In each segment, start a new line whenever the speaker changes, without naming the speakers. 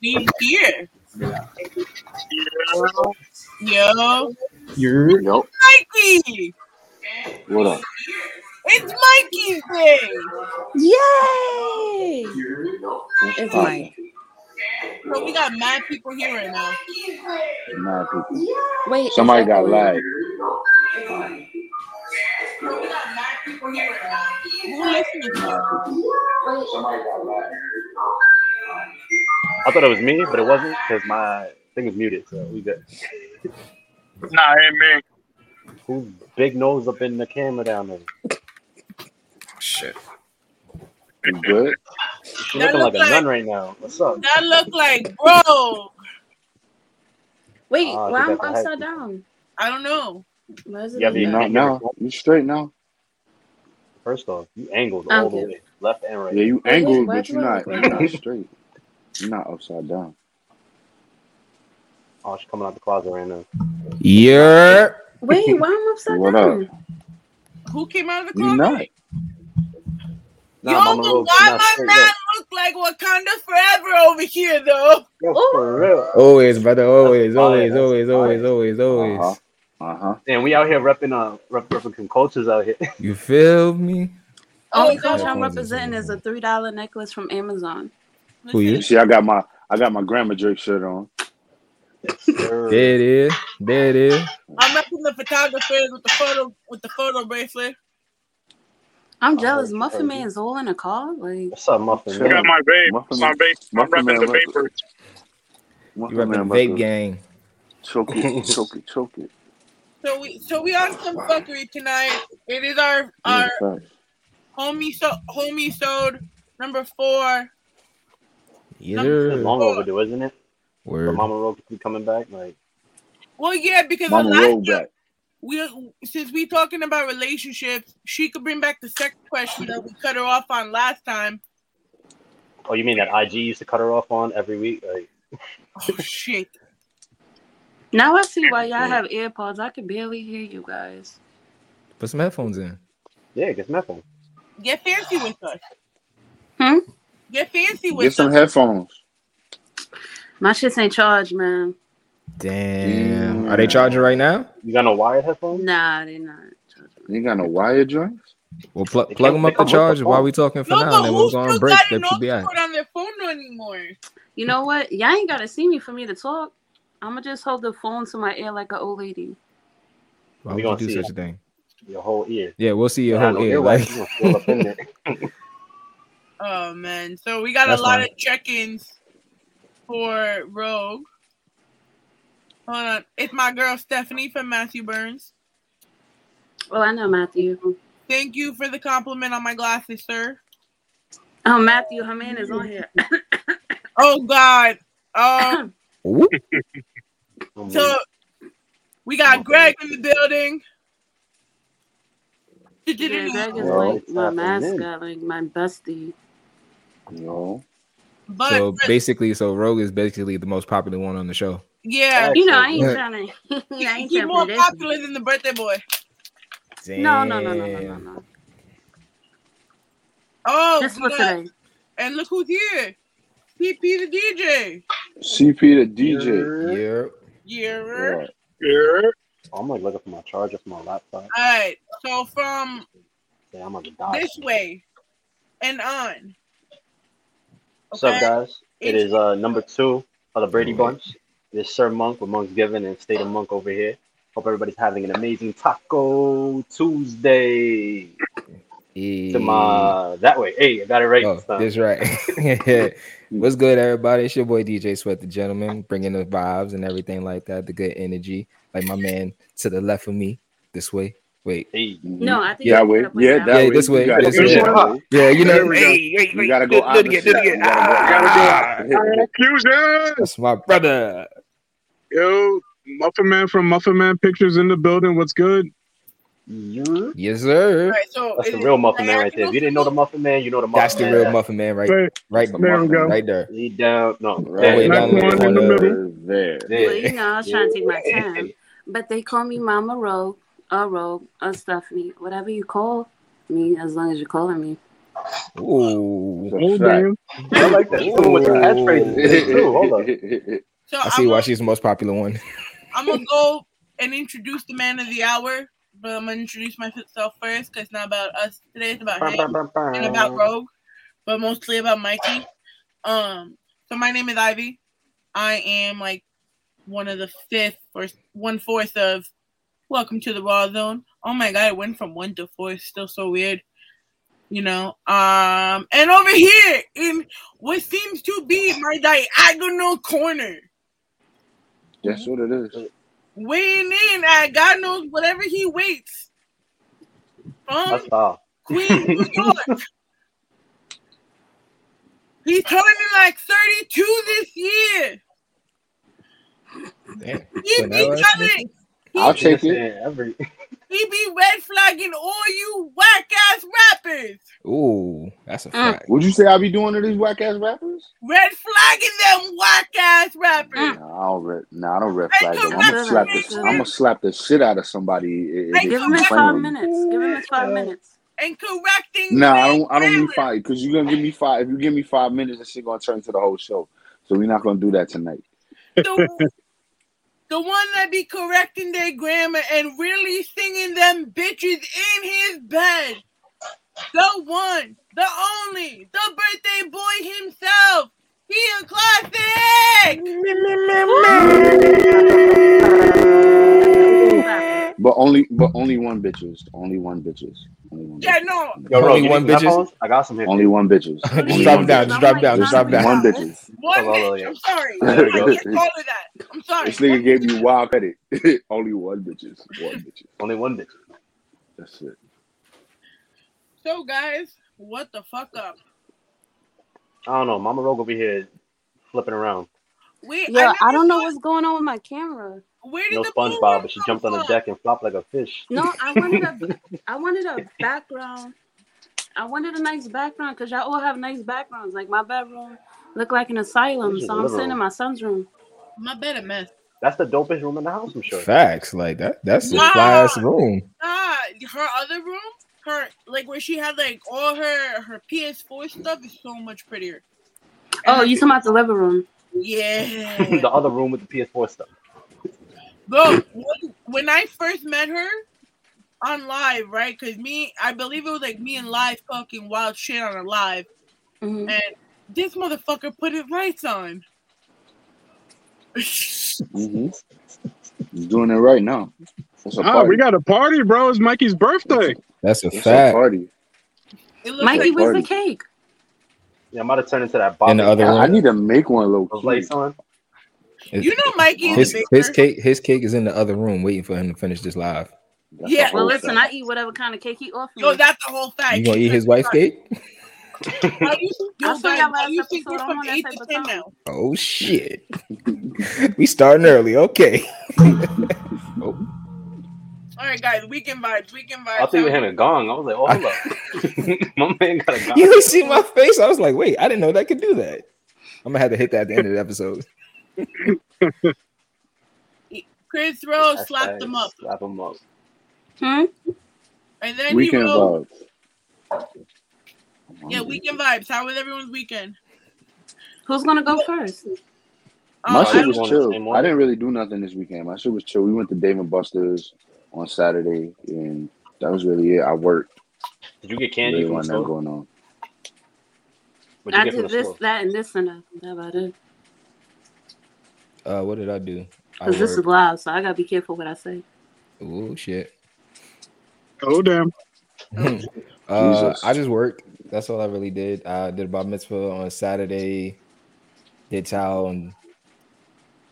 We here. Yo,
You're
Yup.
Mikey.
What up?
It's Mikey's day.
Yay! It's
Uh,
Mike.
So we got mad people here right now.
mad people.
Wait, is
Somebody
that
got
the-
lagged.
So we got mad people here right now. Who listening to?
I thought it was me, but it wasn't because my thing was muted. So we good.
Nah, it ain't me.
Who's big nose up in the camera down there?
Shit.
You good?
She
That
looking like a
look
nun right now. What's up?
That look like, bro.
Wait,
Ah,
well,
they
I'm
got the hype.
upside down.
I don't know.
Why is it
Yeah,
like
but you
that?
Not now. You straight now?
First off, you angled
I'm
all the
good.
way, left and right.
Yeah, you
Why you-
angled,
why
but
you
you're not.
look
You're
like
not straight. You're not upside down.
Oh, she's coming out the closet right now.
you're
Wait, why am I upside
What up?
down?
Who came out of the
You're
closet?
not.
Yo,
Mama
but
Rose,
why
not
my
straight
man
up.
look like Wakanda Forever over here though?
Yo, for real.
always, brother. Always,
That's
always,
fire,
always,
that's
always,
fire.
always,
Uh
always.
huh. Uh huh.
And we out here repping uh rep, repping some cultures out here.
You feel me?
Only
Oh,
culture
no.
I'm representing is a three dollar necklace from Amazon.
Who you?
You see, I got my I got my grandma Drake shirt on.
Sure.
There it is. There it is.
I'm repping the photographers with the photo with the photo bracelet.
I'm
Oh,
jealous.
you
Muffin
crazy.
Man's all in a car. Like,
What's up, Muffin?
I got my vape.
Muffin
my
Man-
vape. I'm
Muffin Man
repping the
rep-
vapors.
You repping vape gang.
Choke it, choke it, choke it.
So we so we on some fuckery tonight. It is our our
Yeah, facts.
homie so homie sode number four.
It's
Yeah.
long overdue, isn't it? For
Word.
Mama Rose to be coming back, like
Well, yeah, because the
Mama roll
last time
back.
we since we talking about relationships, she could bring back the sex question that we cut her off on last time.
oh, you mean that IG used to cut her off on every week? Like,
Oh shit!
now I see why y'all have AirPods. I can barely hear you guys.
Put some headphones in.
yeah, it gets nothing.
Get fancy with us.
Hmm?
Get fancy with
Get some
us.
headphones.
My shit's ain't charged, man.
Damn.
Mm.
Are they charging right now?
You got no wired headphones?
Nah, they not. charging.
You ain't got no wire joints?
Well, pl-
They
plug
come-
them up
they
to
come with the
charge while
phone.
we talking for
No,
now.
but
Then
who
we'll go on
still
break.
got
They
an
should be out.
Oxford on their phone anymore?
You know what? Y'all ain't gotta see me for me to talk. I'ma just hold the phone to my ear like an old lady.
Why
We
would
gonna
you do
see
such
it.
a thing?
Your whole ear.
Yeah, we'll see your
Yeah, I
whole
know,
ear.
you're
Like,
right. You gonna feel up in there.
Oh man, so we got
That's
a lot
fine.
of check-ins for Rogue. Hold on, it's my girl Stephanie from Matthew Burns.
Well, I know Matthew.
Thank you for the compliment on my glasses, sir.
Oh, Matthew, her man is on here.
Oh God. Um.
Ooh,
Oh,
So we got Greg in the building.
Yeah, Greg is
Well,
like my
it's happening.
mascot, like my bestie.
No.
But
so basically, so Rogue is basically the most popular one on the show.
yeah,
You know, I ain't
Yeah.
trying to. I ain't
he's more
trying to
popular than the birthday boy.
Damn.
No, no, no, no, no, no, no.
Oh,
Just
we
for
got-
today.
and look who's here. PP the DJ.
CP the DJ.
Yeah.
Yeah.
Right.
Yeah.
I'm like looking for my charger for my laptop.
All right. So from
Yeah, I'm gonna die.
this way and on.
What's up, guys? It
It's-
is uh number two of the Brady Bunch. It is Sir Monk with Monk's Given and State of Monk over here. Hope everybody's having an amazing Taco Tuesday. To my that way. Hey, I got it right
Oh,
this time.
that's right. What's good, everybody? It's your boy DJ Sweat, the gentleman, bringing the vibes and everything like that, the good energy. Like my man to the left of me, this way. Wait,
Hey,
Mhm.
No, I think
Yeah,
you
wait.
gotta put
Yeah,
down.
that
Yeah,
way.
this way,
You gotta
this
do
way.
that way.
yeah, you know,
There we go.
You gotta go
do it again, do it
opposite.
again.
You gotta
Ah.
go opposite.
Confusion.
Ah, that's my brother.
Yo, Muffin Man from Muffin Man Pictures in the building. What's good?
you
Yes, sir.
All right. So
that's
is
the
it
real Muffin Man right there.
diagonal
If you didn't know the Muffin Man, you know the Muffin
That's the
Man.
real muffin man, right,
Hey,
right,
There
we go.
right there.
Lead down. No,
Right
there.
down
Next one in the
Uh,
middle.
There.
There.
Well, you know, I was trying to take my time, but they call me Mama Rogue, a Rogue, a Stephanie, whatever you call me, as long as you're calling me.
Ooh.
Oh, damn.
I like that. She's the one with the catchphrases too. Hold up.
So
I
I
see
am
why
gonna,
she's the most popular one.
I'm gonna go and introduce the man of the hour, but I'm gonna introduce myself first because it's not about us today. It's about
Bum,
him.
bum, bum,
and about
bum.
Rogue, but mostly about Mikey. Um, so my name is Ivy. I am like one of the fifth or one fourth of Welcome to the Raw Zone. Oh my god, it went from one to four. It's still so weird. You know, um, and over here in what seems to be my diagonal corner,
That's what it is.
weighing in at God knows whatever he Um, weights from
That's all.
Queen New York. He's turning like 32 this year.
Damn.
He
Wait,
be
that was-
coming.
I'll
He,
take
Mm.
it.
Yeah, every
he be red flagging all you whack ass rappers.
Ooh,
Mm.
that's a fact.
Would you say I be doing to these whack ass rappers?
Red flagging them whack ass rappers.
Nah, I don't rip. Nah, I don't rip
Hey,
flag
yo,
them. I'm gonna
that's
slap
right.
the. I'm gonna slap the shit out of somebody. i- i-
Hey,
if
Give
you
him his
complain
five
with me.
minutes. Give him his five minutes.
And correcting.
Nah, I
their
don't. I don't need
grammar.
five because you're gonna give me five. If you give me five minutes, this shit gonna turn into the whole show. So we're not gonna do that tonight.
The, the one that be correcting their grammar and really singing them bitches in his bed. The one, the only, the birthday boy himself. He a classic.
But only, but only one bitches. Only one bitches. Only one.
Yeah,
Bitches.
no.
Yo,
Only
Rogue, you
one
need some
bitches.
headphones? I got some here.
Only one bitches.
Just
Only
drop
one
down, just
bitches.
drop down, just drop down.
One bitches.
Hold
One
on, hold on,
bitch.
yeah.
I'm sorry. I can't call her that. I'm sorry.
This nigga gave you wild credit. only one bitches. One bitches.
Only one bitch.
That's it.
So guys, what the fuck up?
I don't know. Mama Rogue over here flipping around.
Wait,
Yeah, I
never
don't know
saw-
what's going on with my camera.
Where did
No
the
SpongeBob,
program
but she
come
jumped on the
from?
deck and flopped like a fish.
No, I wanted a, I wanted a background. I wanted a nice background because y'all all have nice backgrounds. Like my bedroom looked like an asylum,
This is
so I'm
liberal.
sitting in my son's room.
My bed a mess.
That's the dopest room in the house, I'm sure.
Facts like that. That's a
Nah.
fly ass room.
Nah, her other room, her like where she had like all her her PS4 stuff is so much prettier.
Oh, you talking about the living room?
Yeah,
the other room with the PS4 stuff.
bro. When, when I first met her on live, right? Because me, I believe it was like me and live talking wild shit on a live.
Mhm.
This motherfucker put his lights on.
hmm He's doing it right now. That's a
Nah,
party.
Ah, we got a party, bro. It's Mikey's birthday.
That's a
That's a
fact.
party.
It looked
Mikey,
like
where's the
Party.
cake?
Yeah, I might have turned into that box.
In the other
I,
room.
I need to make one low
Those
key.
lights on.
It's-
you know Mikey is
his
a
his
baker.
cake his cake is in the other room waiting for him to finish this live.
That's
Yeah,
a
Well,
whole
listen,
thing.
I eat whatever kind of cake he offers.
Yo, that's the whole fact.
You gonna eat his wife's cake?
How do you,
I
yo,
saw y'all
guys, how
last
do you think we're
episode. I'm
from
on that
eight
type
to
of
ten
time.
now?
Oh shit. we starting early. Okay. oh,
All right, guys, weekend vibes, weekend vibes.
I thought you were having a gong. I was like, oh, hold up. My man got a gong.
you ain't see my face. I was like, wait, I didn't know that could do that. I'm gonna have to hit that at the end of the episode.
Chris Rose
Hashtag
slapped him Oh, up,
Slap him up.
Hmm?
and then he
Weekend
wrote,
vibes.
"Yeah, weekend vibes. How was everyone's weekend?"
Who's gonna go first?
Um, I,
My
Oh,
shit
you
don't-
was
going the same
chill.
way?
I didn't really do nothing this weekend. My shit was chill. We went to Dave and Buster's on Saturday, and that was really it. I worked.
Did you get candy
Really
from the
wasn't nothing
store?
going on.
What'd
I
you get from
did
the
this,
store?
that, and this, and that. That about it.
Uh what did I do? I
Cause this is
worked.
live, so I gotta be careful what I say.
Oh shit.
Oh, damn.
uh,
Jesus.
I just worked. That's all I really did. I did a bar mitzvah on Saturday, did towel on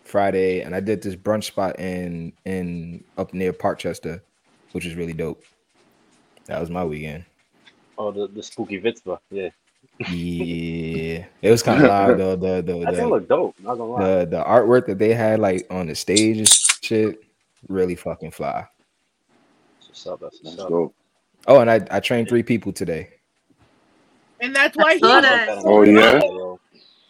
Friday, and I did this brunch spot in in up near Parkchester, which is really dope. That was my weekend.
Oh, the, the spooky Vitzva. Yeah.
Yeah, it was kind of loud though. The the
That thing
the,
looked dope. Not gonna lie.
the the artwork that they had like on the stage and shit really fucking fly.
That's what's up. That's
Let's
what's up.
go.
Oh, and I I trained three people today.
and that's why
I
he
saw
was
that.
so
Oh, yeah?
loud.
Yo,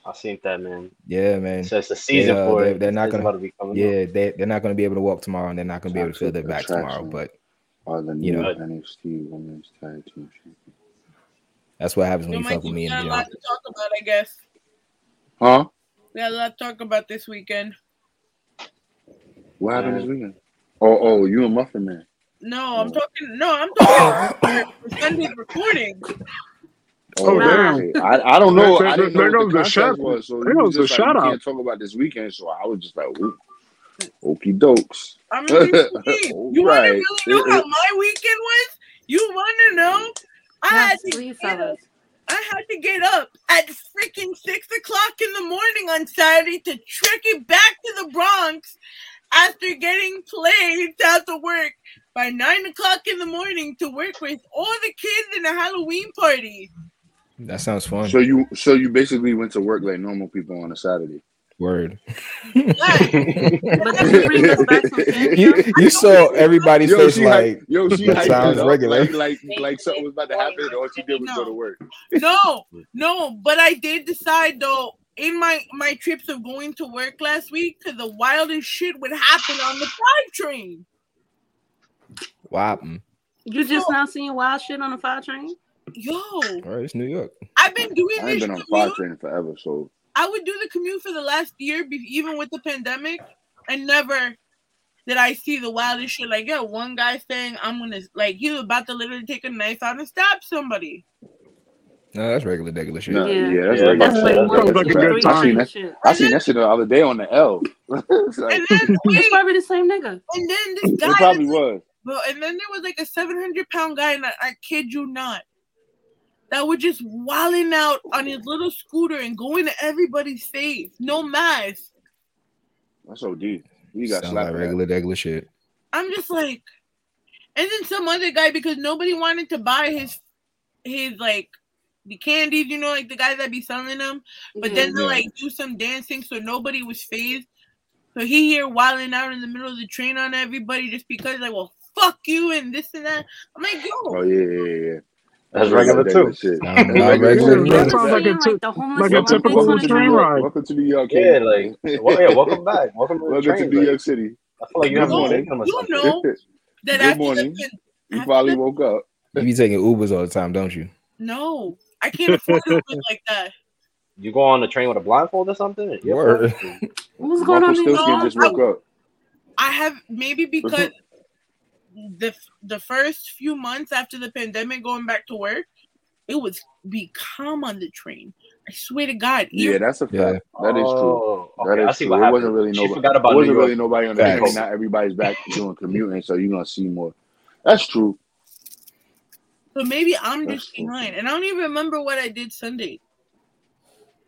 I seen that, man.
Yeah, man.
So it's the season
uh,
for
they-
it.
they're not
It's
gonna-
about to be coming up.
Yeah, they they're not going to be able to walk tomorrow, and they're not going to be able to feel their back
Attraction.
tomorrow. But
Are the
You
new
know.
NXT Women's Tag Team Champions.
That's what happens
So,
when you fuck
Mikey,
with
we
me
got
and
a
you
lot to talk about, I guess.
Huh?
We got a lot to talk about this weekend.
What happened
Yeah.
Uh,
this weekend? Oh, oh, you a Muffin Man.
No, I'm talking. No, I'm talking for Sunday's recording.
Oh,
Wow.
okay. I, I don't know.
There-
I
there-
didn't know what the
there goes the
context
shout-
was. So
there
you was
goes the
just like, we
shout out.
can't talk about this weekend. So I was just like, okey dokes.
I'm gonna leave you be. You want
Right.
to really know how my weekend was? You want to know? I had
Yes,
to
please,
get up.
fellas.
I had to get up at freaking six o'clock in the morning on Saturday to trek it back to the Bronx after getting plagued out to work by nine o'clock in the morning to work with all the kids in a Halloween party.
That sounds fun.
So you, so you basically went to work like normal people on a Saturday.
Word.
Like,
But this is bringing us back from
You,
Sanrio.
you saw everybody's
Yo,
face
she hyped-
like
yo, she
that
hyped it
sounds
up,
regular.
Like, like, like something was about to happen. All she did was go to work.
no, no, but I did decide though in my my trips of going to work last week because the wildest shit would happen on the five train.
wow.
You just now seeing wild shit on the fire train?
Yo,
All right, it's New York.
I've been doing
I ain't
this.
been on fire
commute-
training forever. So
I would do the commute for the last year, be- even with the pandemic, and never did I see the wildest shit. Like, yeah, one guy saying I'm gonna like he was about to literally take a knife out and stab somebody.
No, that's regular, regular shit.
nah,
Yeah.
yeah, that's
Yeah,
regular.
That's
Yeah,
like
that's
one,
sounds
two,
like a
three,
good time.
I seen
train
that.
shit.
I seen that shit the other day on the L. It's like,
And then
It's
wait,
probably the same nigga.
and then this guy
it probably was.
Bro, and then there was like a 700 pound guy, and I, I kid you not, that was just wilding out on his little scooter and going to everybody's face. No mask.
That's OD. You got
sounds
slapped.
like regular, regular shit.
I'm just like, and then some other guy, because nobody wanted to buy his, his like, the candies, you know, like the guys that be selling them, but then they
Yeah.
like do some dancing, so nobody was phased. So he here wilding out in the middle of the train on everybody just because, like, well, fuck you and this and that. I'm like, yo,
Oh yeah, yeah, yeah.
That's regular, too.
shit.
Nah,
That's
nah, regular.
shit.
That sounds like a
Seeing,
typ-
the homeless
like a
around
typical
things on a
Welcome to
train
New
train.
York.
ride.
Welcome to New York.
Yeah,
King.
like, well, yeah, welcome back. Welcome to the
welcome to
train.
New
like,
York City.
I feel like you
Good
haven't
morning.
taken them or
You
something.
know that
Good
after
morning.
the
You
after
probably
the-
woke up.
You be taking Ubers all the time, don't you?
no, I can't afford Uber like that.
You go on the train with a blindfold or something? Yeah,
Word.
What's going on in
Still
York?
just woke up.
I have maybe because the the first few months after the pandemic, going back to work, it was be calm on the train. I swear to God,
Yeah,
ear-
that's a fact.
Yeah.
That is true.
Oh,
That
okay,
is
I see
true.
what
it
happened.
wasn't really
she
nobody.
forgot
it
about New
wasn't
York.
really nobody on the train.
Facts.
Not everybody's back doing commuting, so you're gonna see more. That's true.
so maybe I'm
That's
just
true.
behind, and I don't even remember what I did Sunday.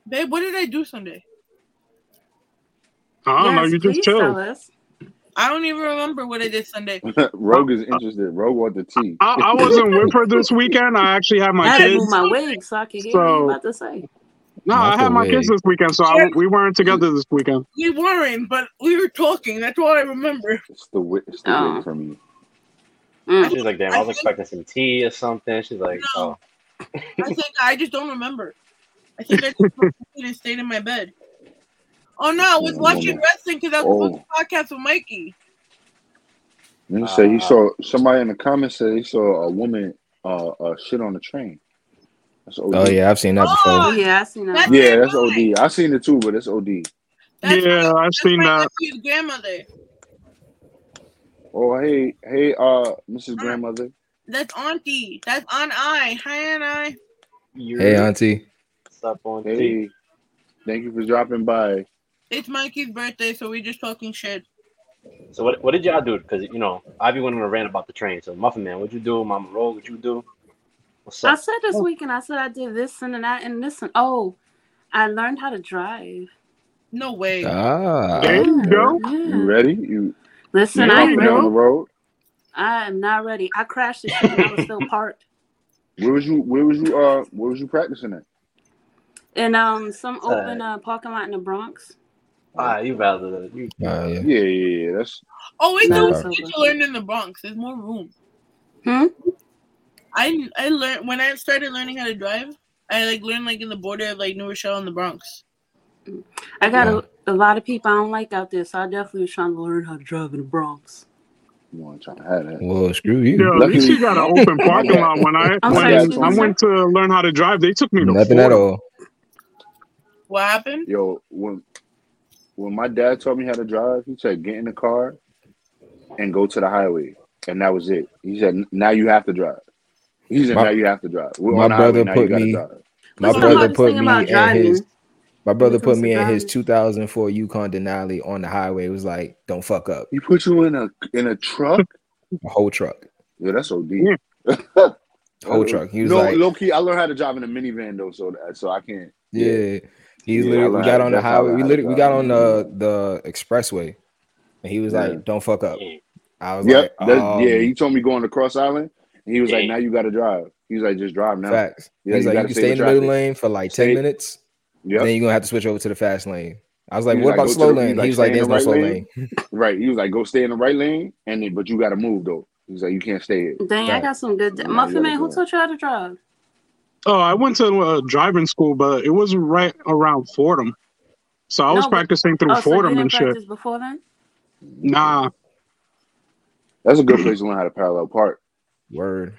Babe, what did I do Sunday?
I don't know. You just
please tell
chilled.
us.
I don't even remember what I did Sunday.
Rogue is interested. Rogue want the tea.
I, I wasn't with her this weekend. I actually had
I
my
had to move
kids.
my wig so I could hear what you
So-
about to say.
No,
Not
I had
the
my kids
wig.
this weekend, so I, we weren't together this weekend.
We weren't, but we were talking. That's all I remember.
It's the wit. It's the
Oh.
wit for me.
Mm.
She's like, damn, I was expecting some tea or something. She's like, oh,
I think I just don't remember. I think I just didn't stayed in my bed. Oh no, I was
Yeah,
watching
mama.
wrestling because I was
Oh.
supposed to podcast with Mikey.
Let me say he
Uh,
saw somebody in the comments said he saw a woman uh, uh shit on the train. That's OD.
Oh yeah, I've seen that
Oh,
before.
Yeah, I seen that.
That's-
Yeah, that's OD. I seen it too, but it's OD.
That's
yeah, I've
That's
seen
my
that.
nephew's grandmother.
Oh hey hey uh
Ah.
Mrs. Grandmother.
That's auntie. That's on I. Hi Aunt I.
you
Hey, auntie.
up on tea.
Hey, thank you for dropping by.
It's Mikey's birthday, so we're just talking shit.
So what, what did y'all do? Because you know, I be went on a rant about the train. So Muffin Man, what'd you do? Mama Roll, what'd you do? What's
I
up?
said this
Oh.
weekend, I said I did this and that and this and oh, I learned how to drive.
No way.
There
Ah,
you go.
Yeah.
You ready? You
Listen,
you
Yeah,
I
up and
you
down
know.
the road?
I am not ready. I crashed this shit when I was still parked
Where was you where was you uh where was you practicing at?
in um some
Alright.
open uh, parking lot in the Bronx.
Ah, you rather you
Ah, yeah.
Yeah, yeah, yeah. That's
Oh, wait,
Nah,
no,
it's
it's
over.
to learn in the Bronx. There's more room.
Hmm?
I I learned when I started learning how to drive. I like learned like in the border of like New Rochelle and the Bronx.
I got a, a lot of people I don't like out there, so I definitely was trying to learn how to drive in the Bronx.
You want to try to have that?
Well, screw you.
Yo, at least you got an open parking lot. When I
I'm
when
sorry, excuse
I
me,
went to learn how to drive, they took me to
Nothing at
Florida.
all.
What happened?
Yo, when when my dad taught me how to drive, he said get in the car and go to the highway, and that was it. He said now you have to drive. He said
My-
now you have to drive. We're
my
on the highway,
brother
now
put
you gotta
me-
drive.
My
What's the
brother
hardest
put
thing
me
about
in
driving?
his- My brother put
comes
me
to
in his
driving.
2004 Yukon Denali on the highway. It was like, don't fuck up.
He put you in a in a truck.
A whole truck.
Yo, that's OD.
Yeah.
Whole truck. He was
no,
like,
low key. I learned how to drive in a minivan though, so that, so I can't.
yeah. He
Yeah,
literally,
I
we
learned
got
how-
on the
that's how I
highway.
learned
We
how to
literally we
drive.
got on the the expressway, and he was
Yeah.
like, "Don't fuck up." I was
Yep.
like,
that-
um,
yeah. He told me going to Cross Island, and he was like,
Yeah.
"Now you got to drive." He was like, "Just drive now."
"Facts."
Yeah,
He's
you
like,
gotta
"You can
stay
stay in
with
the middle
traffic.
lane for like
Stay-
ten minutes,
Yep.
then you're gonna have to switch over to the fast lane." I was like,
He's
"What
like,
about
"Go to
slow
the-
lane?"
he's like,
he was like,
"Stay
"There's
in
no
the
slow
right
lane."
lane." Right. He was like, "Go stay in the right lane," and then, but you got to move though. He's like, "You can't stay here."
Dang, I
Right.
got some good.
Yeah, you
Muffin
gotta
man, who
drive.
taught you how to drive?
Oh, I went to a driving school, but it was right around Fordham. So I was
No, but-
practicing through
Oh, so you
Fordham
didn't
and shit.
practice before then?
Nah,
That's a good place to learn how to parallel park.
Word.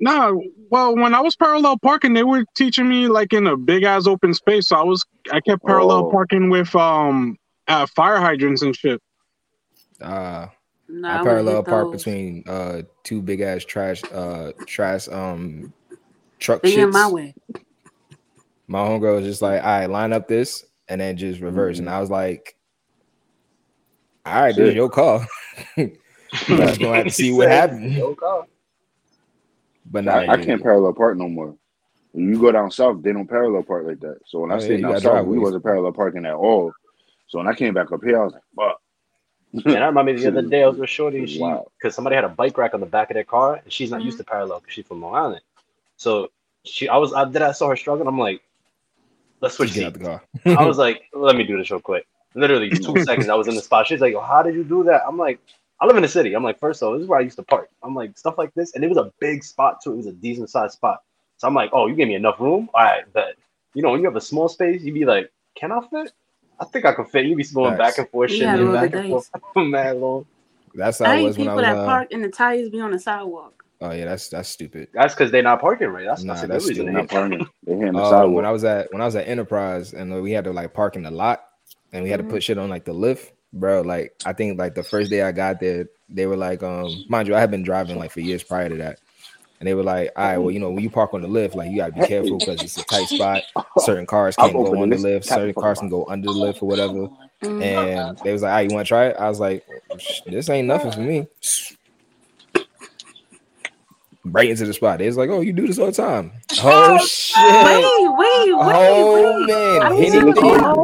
nah. Well, when I was parallel parking, they were teaching me like in a big ass open space. So I was I kept parallel
Oh.
parking with um uh, fire hydrants and shit.
Uh,
No,
I,
I,
parallel park
between.
between uh two big ass trash uh trash um truck
They in my
shits.
way.
my homegirl was just like, all right, line up this and then just reverse.
Mm.
And I was like, all right, this
Shit.
is your call. you guys gonna have to see what happens.
Yo, God.
But nah,
I, I can't parallel park no more. When you go down south, they don't parallel park like that. So when I
Oh, yeah,
stayed
you
down
got
south, we
driveways.
wasn't parallel parking at all. So when I came back up here, I was like, "Fuck."
And I remember the other day I was with Shorty and she,
Wow.
because somebody had a bike rack on the back of their car, and she's not
Mhm.
used to parallel because she's from Long Island. So she, I was, I did, I saw her struggling. I'm like, let's switch
Just get out
seats.
the car.
I was like, let me do this real quick. Literally two seconds, I was in the spot. She's like, how did you do that? I'm like, I live in the city. I'm like, first of all, this is where I used to park. I'm like, stuff like this, and it was a big spot too. It was a decent sized spot. So I'm like, oh, you gave me enough room. All right, but you know, when you have a small space, you'd be like, can I fit? I think I could fit. You'd be going
Facts.
back and forth,
You
shit,
gotta
roll the
back and
dice.
forth, mad long.
That's how
I
it
hate
was when I
people
was.
that
Uh,
park and the tires be on the sidewalk.
oh yeah, that's that's stupid.
That's because they're not parking right. That's,
Nah,
that's a
that's
good reason.
They're
to
stupid.
hate
not parking. They're hitting the
Uh,
sidewalk.
when I was at when I was at Enterprise and uh, we had to like park in the lot and we had
Mhm.
to put shit on like the lift, bro. Like I think like the first day I got there, they were like, um, mind you, I had been driving like for years prior to that. And they were like, all right, well, you know, when you park on the lift, like you gotta be careful because it's a tight spot. Certain cars
I'm
can't go
opening
on the
this
lift,
type of
certain
fucking
cars can
box.
go under the lift or whatever.
Mhm.
And they was like, all right, you wanna try it? I was like, this ain't nothing for me. Right into the spot. They was like, oh, you do this all the time. Oh shit.
Wait, wait, wait,
Oh
wait.
man,
I was
anything
never gonna-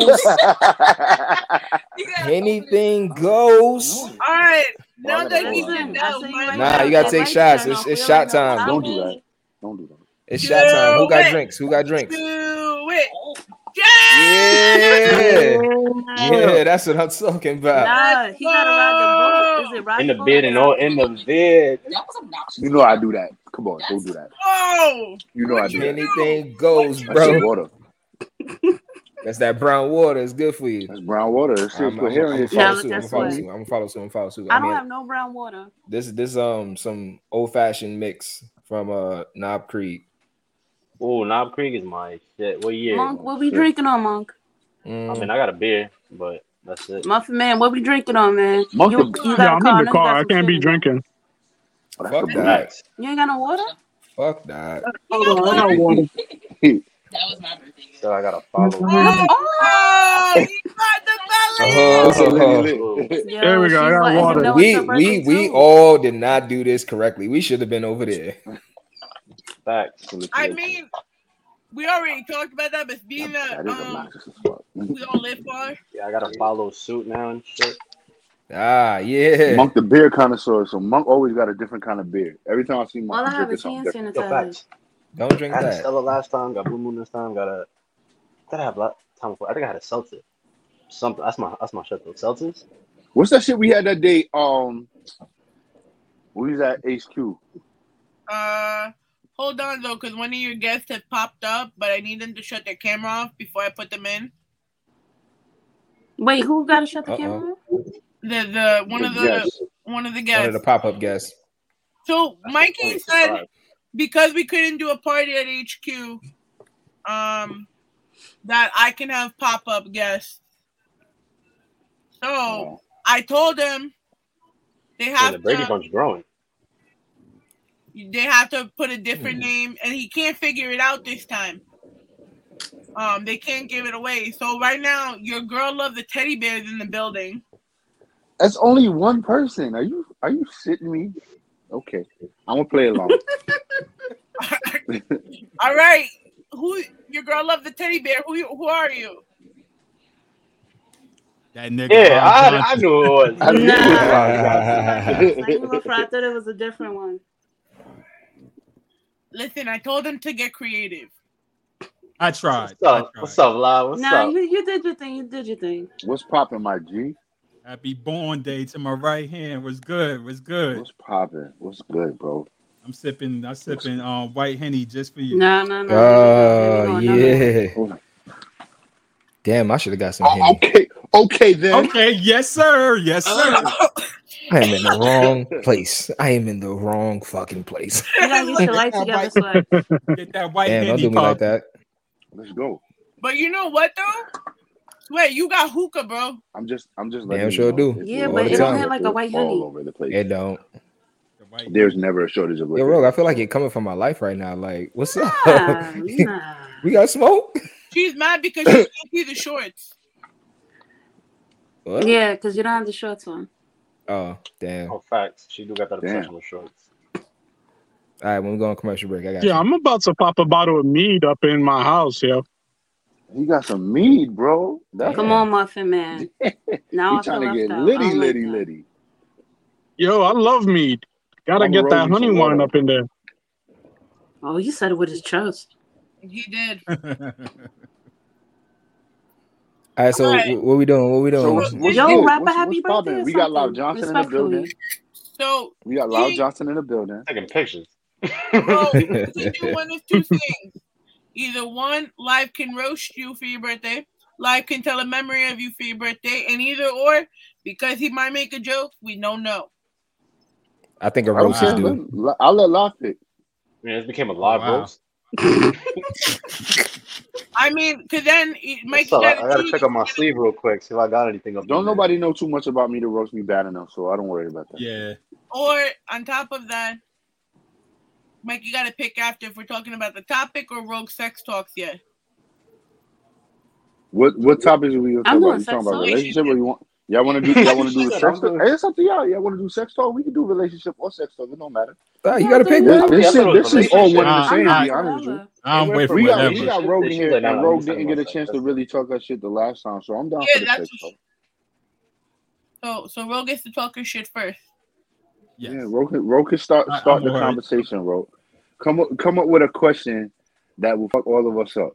goes.
You gotta
Anything goes.
All right.
Well,
Now
I
that
gotta
he
go
did that,
out.
Listen, I see you
Mike,
right
Nah,
now.
you gotta
That
take
lights
shots.
turn
It's-
off.
it's
We already
shot
know what
time.
I
Don't do
mean.
Don't do that.
It's
Do
shot time. Who got
it.
drinks? Who got
do
drinks?
it. Yeah.
Yeah, yeah, that's what I'm talking about.
Nah, he gotta ride the boat. Is it
me.
ride
in the
boat?
bed and all in the bed.
You know I do that. Come on, don't do that.
Oh.
You know I do that.
Anything goes,
That's some
bro.
water.
That's that brown water. It's good for you.
That's brown water. That's
I'm,
just
I'm,
put hair in
I'm
your
gonna
Now
follow
look,
face.
suit. I'm gonna
that's
follow
what-
suit. I'm gonna follow suit. I'm gonna follow suit.
I
I
don't
mean,
have no brown water.
this this um some old fashioned mix from uh Knob Creek.
Oh, Knob Creek is my shit. What year?
Monk, what we
Shit.
drinking on, Monk?
I
Mm,
mean, I got a beer, but that's it.
Muffin man, what we drinking on, man?
Monk
you,
the-
you got
Yeah,
a
I'm
car.
in the
I know you got
car. I
some
can't
shit
be
in there.
drinking.
Oh, that's
fuck
the
that.
Max.
You ain't got no water?
Fuck that.
Hold on, I got water.
So I gotta follow.
Oh, you
Oh.
got
black. Lit,
Oh.
lit, lit.
Yo,
There we go,
she's
I got
letting him
water.
know it's
we
her
we
birthday,
we
too.
all did not do this correctly. We should have been over there.
Facts.
the belly. I mean, we already talked about that, but being that
That is
um,
obnoxious as fuck.
we all live far,
Yeah, I gotta follow suit now and shit.
Ah, yeah.
Monk the beer connoisseur, so Monk always got a different kind of beer. Every time I see
All
Monk,
I
he
have
drinking
is
something
hand
different.
Yo,
sanitizer.
facts.
Don't drink
I had a
that.
Stella last time. Got Blue Moon this time. Got a. Did I have la- time before? I think I had a seltzer. Something. That's my. That's my shit though. Seltzers.
What's that shit we had that day? Um, we was at HQ.
uh, hold on though, because one of your guests had popped up, but I need them to shut their camera off before I put them in.
Wait, who got to shut the
Uh-oh.
camera? off?
The the one of the
Yes.
one of the
One of
guests.
the pop up guests.
So Mikey
point,
said
right.
because we couldn't do a party at HQ, um, that I can have pop up guests. So I told them they
Man,
Oh, have
Oh. the Brady
to
Bunch growing.
they have to put a different
Hmm.
name, and he can't figure it out this time. Um, they can't give it away. So right now, your girl love the teddy bears in the building.
That's only one person. Are you are you sitting me? Okay, I'm gonna play along.
All right, who your girl love the teddy bear? Who you- who are you?
That nigga.
Yeah,
Ron
I, I
Johnson.
knew it
I
was.
knew
Nah.
it.
Like before, I thought it was a different one.
Listen, I told them to get creative.
I tried.
What's up?
I
What's
tried.
up, Live? What's
Nah,
up?
you, you did your thing. You did your thing.
What's popping, my G?
Happy born day to my right hand. Was good. Was good.
What's popping? What's good, bro?
I'm sipping. I'm sipping um white henny just for you.
No, no, no.
Oh yeah.
Oh,
Damn, I should have got some
Oh,
Henny.
okay, okay then.
Okay. Yes, sir. Yes, sir.
I am in the wrong place. I am in the wrong fucking place.
You gotta get your life together, Swag.
Get that white
Damn, don't
henny
do me like
pop.
that.
Let's go.
But you know what though? Wait, you got hookah, bro.
I'm just, I'm just.
Damn sure
you know,
do.
it's
Yeah,
all
but
over
it don't
the
hit like a
place,
white honey.
All over the place.
It don't.
The white
There's never a shortage of
Yo,
liquor.
Rogue, I feel like you're coming for my life right now. Like, what's up?
Nah, nah.
we got smoke?
She's mad because she can't see the shorts.
What?
Yeah, because you don't have the shorts on.
Oh, damn. All
Oh, facts. She do got that
Damn.
obsession with shorts.
right, when we go on commercial break, I got
Yeah,
you.
I'm about to pop a bottle of mead up in my house, yo.
He got some mead, bro. That's
Come
Yeah.
on, Muffin Man. Now
he
I feel
trying to
left
get
out. I
litty,
don't like
litty,
that.
litty.
Yo, I love mead. Gotta
I'm
get that
rolling
honey
some
wine
water.
up in there.
Oh, you said it with his chest.
He did.
All right, so
All right.
wh- what we doing? What we doing?
So what's, what's
Yo,
good?
rap a Oh,
What's-
happy
what's poppin'?
birthday. or
We got Loud
something,
Johnson in the
respectfully.
building.
So
We got Loud
He-
Johnson in the building.
Taking pictures.
so you can do one of two things. Either one, life can roast you for your birthday. Life can tell a memory of you for your birthday, and either or, because he might make a joke, we don't know.
I think a
I don't
roast
Wow.
care.
is due.
Let- I'll let Loud pick.
Man, this became a
Oh,
live
Wow.
roast.
I mean, because then it- Mikey
What's up? I,
gotta
I gotta
choose
check out my sleeve real quick, see if I got anything up.
Don't
in there.
nobody know too much about me to roast me bad enough, so I don't worry about that.
yeah.
Or on top of that, Mike, you gotta pick after if we're talking about the topic or rogue sex talks yet.
What what topics are we gonna talk
I'm
about?
doing
You talking
sex
about
talk.
relationship or you want y'all wanna do y'all wanna do
She
the
said,
sex
"I'm
talk? Hey, it's up to y'all. Y'all wanna do sex talk? We can do relationship or sex talk, it don't matter.
Ah, you
Yeah,
got to
dude.
pick
Yeah,
one.
I
This,
thought it
shit,
was
this is all one and the
relationship.
same,
Nah,
to
I'm
be
with
honest with you.
whatever.
I'm
They went
with
for
We got we
relationship.
whatever.
got
She
Rogue
said she
in here,
like, nah, nah,
and
we
Rogue
just talking
didn't get a
about sex.
chance to
That's
really talk our shit the last time, so I'm down
Yeah,
for the
that's-
sex talk.
So so Rogue gets to talk her shit first.
Yes.
Yeah, Rogue, can- Rogue can start
I-
start
I'm
the
worried.
conversation, Rogue. Come up come up with a question that will fuck all of us up.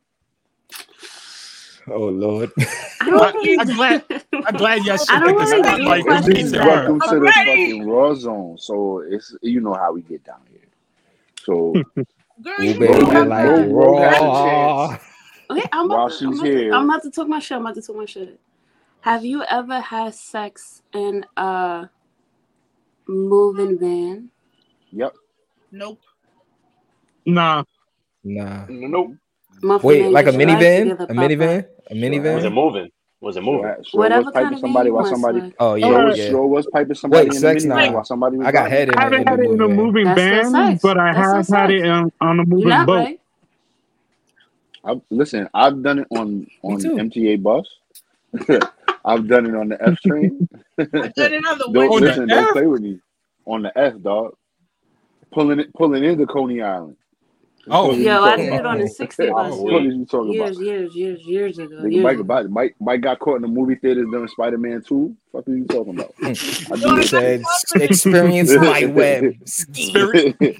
Oh, Lord.
I don't
I-
really
I'm glad- I'm glad y'all
I
should
don't
pick this.
really
I'm
do
like,
questions
this needs to
that-
work.
welcome to the
Alrighty.
fucking raw zone. So it's you know how we get down here. So
Girl,
Ooh,
you
baby,
know
I
I'm
like
not-
it
Rogue has a
raw.
Wait, I'm about,
while
to,
she's
I'm, about to-
here-
I'm about to talk my shit. I'm about to talk my shit. Have you ever had sex in a moving van?
yep.
nope.
Nah,
Nah.
Nope.
Muffin
Wait,
Man,
like a
get your life
minivan?
together,
A
Papa.
minivan? A
Was it
minivan?
moving? Was it moving?
Sure,
Whatever kind
was piping
of van
somebody
you
while
want,
somebody
Swag.
Oh,
sure
yeah,
Alright.
was
yeah.
sure was piping somebody
Wait,
in the
sex?
minivan
Nah.
while somebody was
I got
driving.
head in
I
a,
haven't
in a
had it in a
moving van.
moving
That's still
van,
sex.
but I
That's still
have had
sex.
it in, on a
You're
moving
not
boat.
right.
I've, listen, I've done it on
Me
on
too.
MTA bus. I've done it on the F train.
I've done it on the
Don't
On
one.
the
listen. Don't
F?
play with me on the F, dog. Pulling it, pulling into Coney Island.
Oh.
What are you
Yo, I
talking
did it
about?
on a
Oh.
60 bus.
Oh,
what are
wait.
you talking about?
Years, years, years, years ago.
Nigga,
Years
Mike,
ago.
Mike, Mike, Mike got caught in the movie theaters during Spider Man 2. Fuck are you talking about? I do
He
this.
said, experience my web. Ski.
Spirit,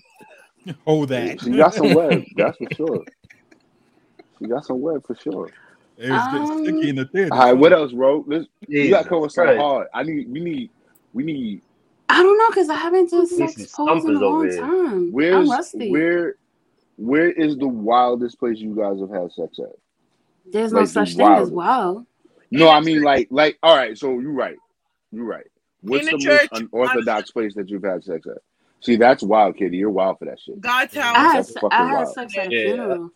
hold that.
she got some web, that's for sure. She got some web for sure.
It was getting
Um,
sticky in the theater.
All right, what else, bro? Let's, you got to
Jesus
come with something
Christ.
hard. I need, we need, we need.
I don't know because I haven't done
These
sex
some
poles in a
stumpers over
long
here.
time. I'm
Where's
rusty.
where? Where is the wildest place you guys have had sex at?
There's no
Like the
such thing as
wildest.
wild.
No, I mean like, like. All right, so you're right. You're right. What's
In
the
the church,
most unorthodox place that you've had sex at? See, that's wild, Kitty. You're wild for that shit.
God's
I
house.
had,
That's
se-
fucking
I had
wild.
sex at a
Yeah.
funeral.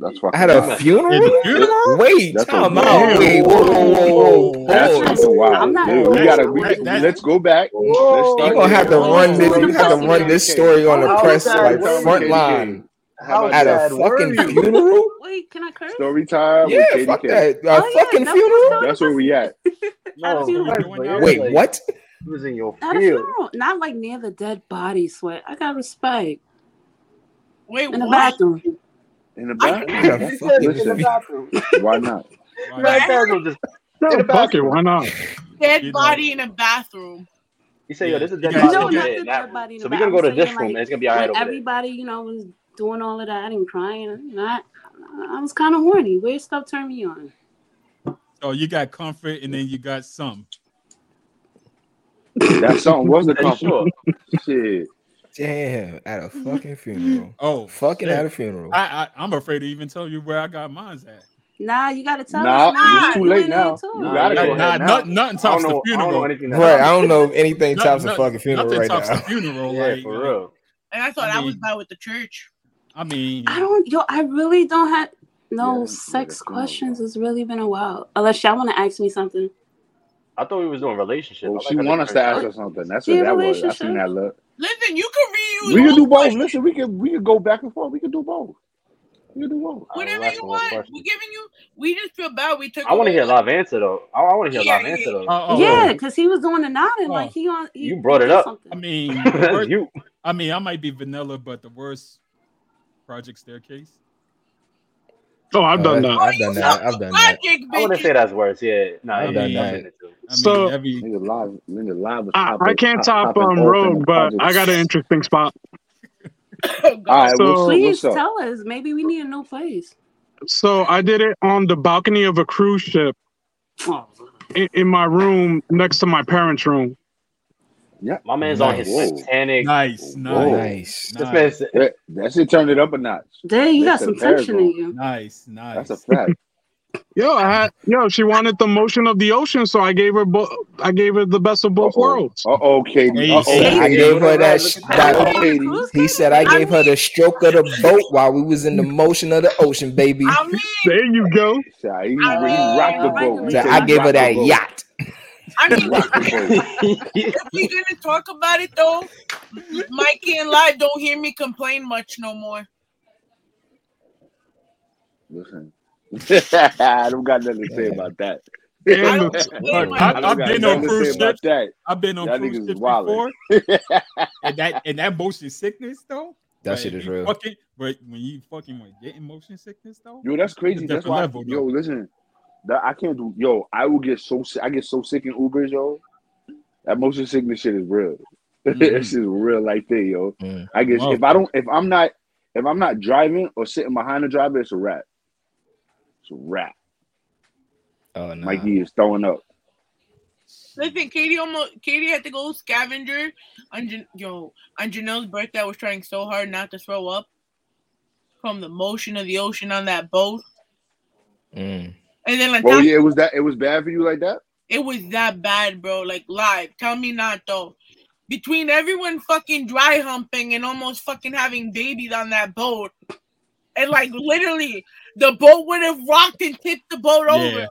That's fucking
I had
wild.
a funeral. Wait,
That's a-
time
Damn.
out. Wait, whoa, whoa, whoa,
That's
whoa.
fucking wild.
I'm not-
Dude, we
That's-
gotta. We,
that-
that-
let's go back. Let's
Whoa.
start
You gonna have to
Hold on,
run this.
hold
You
on,
have to
hold
run
on.
this story on the
Hold on,
press
hold
like
on.
front line
How
at a
bad were
fucking
you?
funeral.
Wait, can I curse?
Story time. with
Yeah,
Katie
fuck
K.
that. A
Oh, yeah,
fucking
no,
funeral.
That's where we at.
No,
At a
funeral.
but you're
Wait,
like,
Wait, what?
you was in your
At a
field.
funeral, not like near the dead body sweat. I got respect
Wait,
in the
what?
bathroom.
In the
I-
back.
At a
You said in the
fucking-
bathroom. You
Why not?
in the bathroom just- In the
Fuck it,
bathroom.
why not?
Dead
You know.
body in a bathroom.
You say, yo,
Yeah.
this is dead
No,
body.
not
over
the
there in
dead
that room.
body in the
So we're gonna go
back.
to
I'm
this
saying,
room and
like,
it's gonna be
When
alright over there.
everybody, you know, was doing all of that and crying, and I, I was kind of horny. Weird stuff turned me on.
So you got comfort and then you got some.
That song was the
Are you
comfort.
sure?
Shit.
Damn, at a fucking funeral.
Oh,
Fucking
shit.
at a funeral.
I, I I'm afraid to even tell you where I got mine's at.
Nah, you gotta tell
Nah,
us. Nah,
it's too
you
late
ain't in it
now.
too.
You gotta
Nah,
go
nah,
Not,
ahead now.
not, nothing
I don't
tops
know.
the
I don't know
funeral.
anything. that-
Right, I don't know if anything
Nothing-
tops a
nothing-
fucking funeral
nothing
right
tops
now.
the funeral.
Yeah,
like,
for real.
And I thought
I
I, was
mean-
bad with the church.
I mean,
I don't, yo, I really don't have no
Yeah,
sex
yeah, come on,
questions.
bro.
It's really been a while. Unless y'all wanna ask me something.
I thought we was doing relationship.
Well, she want us to ask her something. That's what
Yeah,
that was. I
relationship.
seen that look.
Listen, you can reuse
We can do
all
both.
the-
Listen, we can we can go back and forth. We can do both. We can do both.
whatever you want. We're giving you. We just feel bad. We took.
I want to
away-
hear a live answer though. I, I want to hear a
Yeah,
live
yeah,
answer though.
oh, oh,
yeah, because he was doing the nodding.
Oh.
Like, he on. He,
You brought
he
it
did
up.
something.
I mean, the
That's
worst-
you.
I mean, I might be vanilla, but the worst project staircase.
Oh, I've
Oh,
done
that-
that.
I've done that. I've done that.
Logic,
I wouldn't
bitches.
say that's worse. Yeah, no,
I
it
done
is
that.
something to do.
I mean,
So-
every
Nigga live, nigga live was
I,
popping,
I can't
pop,
top
popping
um
off in the
Rogue, but
project.
I got an interesting spot.
Oh, God.
All right, what's,
So-
Please
what's up?
tell us. Maybe we need a new place.
So I did it on the balcony of a cruise ship
Oh,
in, in my room next to my parents' room.
My man's on his
Nice.
satanic.
nice,
Whoa.
Nice.
nice,
This man's
That, that shit turned it up a notch.
dang, you got
Listen,
some tension in you.
nice, nice.
That's a fact.
Yo, I had yo. She wanted the motion of the ocean, so I gave her both. I gave her the best of both worlds.
Uh oh, Katie. Uh oh,
Hey,
I
Katie.
gave her that. sh-
I
that-
was
Uh-oh,
on a
Katie.
cruise
he said I
I
gave her the stroke of the boat while we was in the motion of the ocean, baby.
I mean,
There you go.
So he, he
I mean,
rocked the boat. He
So
said
I
he
gave her
rocked the
that
boat.
yacht.
I
He
mean,
rocked the boat.
if we're gonna talk about it though, Mikey and Lai don't hear me complain much no more.
Listen, I don't got nothing to say about that.
I
And
don't
the,
complain
I-
much.
I don't
I've
got
been
nothing
on
to
cruise
say about
ships.
that.
I've been on
Y'all
cruise
niggas is
ships
wildin'.
before, and that and that motion sickness though.
That
but
shit
if
is
you
real.
Fucking, but when you fucking were getting motion sickness though,
Yo, that's
it's
crazy.
a
That's
different
why.
level,
yo,
though.
listen, that I can't do. Yo, I will get so sick. I get so sick in Ubers, yo. That motion sickness shit is real. this is real like that, yo.
Mm.
I guess if
Motherfucker.
I don't, if I'm not, if I'm not driving or sitting behind the driver, it's a wrap. It's a wrap.
Oh no.
Mikey is throwing up.
Listen, Katie almost Katie had to go scavenger on Jan- yo on Janelle's birthday. I was trying so hard not to throw up from the motion of the ocean on that boat,
Mm.
and then like
Oh yeah, it was that. It was bad for you like that.
it was that bad, bro. Like live, tell me not though. Between everyone fucking dry humping and almost fucking having babies on that boat, and like literally the boat would have rocked and tipped the boat over.
Yeah,